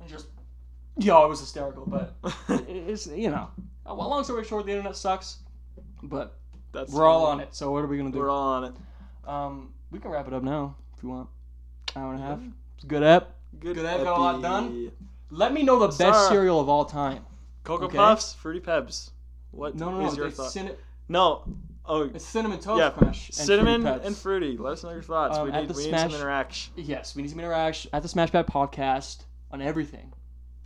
Speaker 3: And just, yo, it was hysterical, but it- it's, you know. Uh, Well, long story short, the internet sucks, but
Speaker 2: That's
Speaker 3: we're all on it. So what are we gonna do?
Speaker 2: We're all on it.
Speaker 3: Um, we can wrap it up now if you want. Hour and a
Speaker 2: Mm-hmm.
Speaker 3: half. It's a good app.
Speaker 2: Good.
Speaker 3: Good, I got a lot
Speaker 2: epi.
Speaker 3: done. Let me know the best
Speaker 2: Sorry.
Speaker 3: cereal of all time.
Speaker 2: Cocoa
Speaker 3: Okay.
Speaker 2: Puffs, Fruity Pebs. What
Speaker 3: No, no, no.
Speaker 2: is your
Speaker 3: it's,
Speaker 2: thought?
Speaker 3: cinna-
Speaker 2: no. Oh,
Speaker 3: it's cinnamon toast
Speaker 2: Yeah,
Speaker 3: crunch. And Fruity
Speaker 2: cinnamon
Speaker 3: Pebs.
Speaker 2: and fruity. Let us know your thoughts.
Speaker 3: Um,
Speaker 2: we
Speaker 3: at
Speaker 2: need,
Speaker 3: the
Speaker 2: we need
Speaker 3: Smash-
Speaker 2: some interaction.
Speaker 3: yes, we need some interaction at the Smashpad podcast on everything.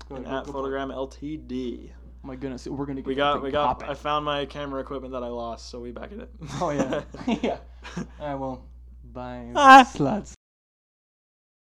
Speaker 3: Go
Speaker 2: And
Speaker 3: ahead, go-
Speaker 2: at
Speaker 3: go-
Speaker 2: Photogram Ltd.
Speaker 3: Oh my goodness, we're gonna get
Speaker 2: We got
Speaker 3: freaking
Speaker 2: we got.
Speaker 3: popping.
Speaker 2: I found my camera equipment that I lost, so we back at it.
Speaker 3: Oh yeah, yeah. All right, well, bye,
Speaker 2: Ah.
Speaker 3: sluts.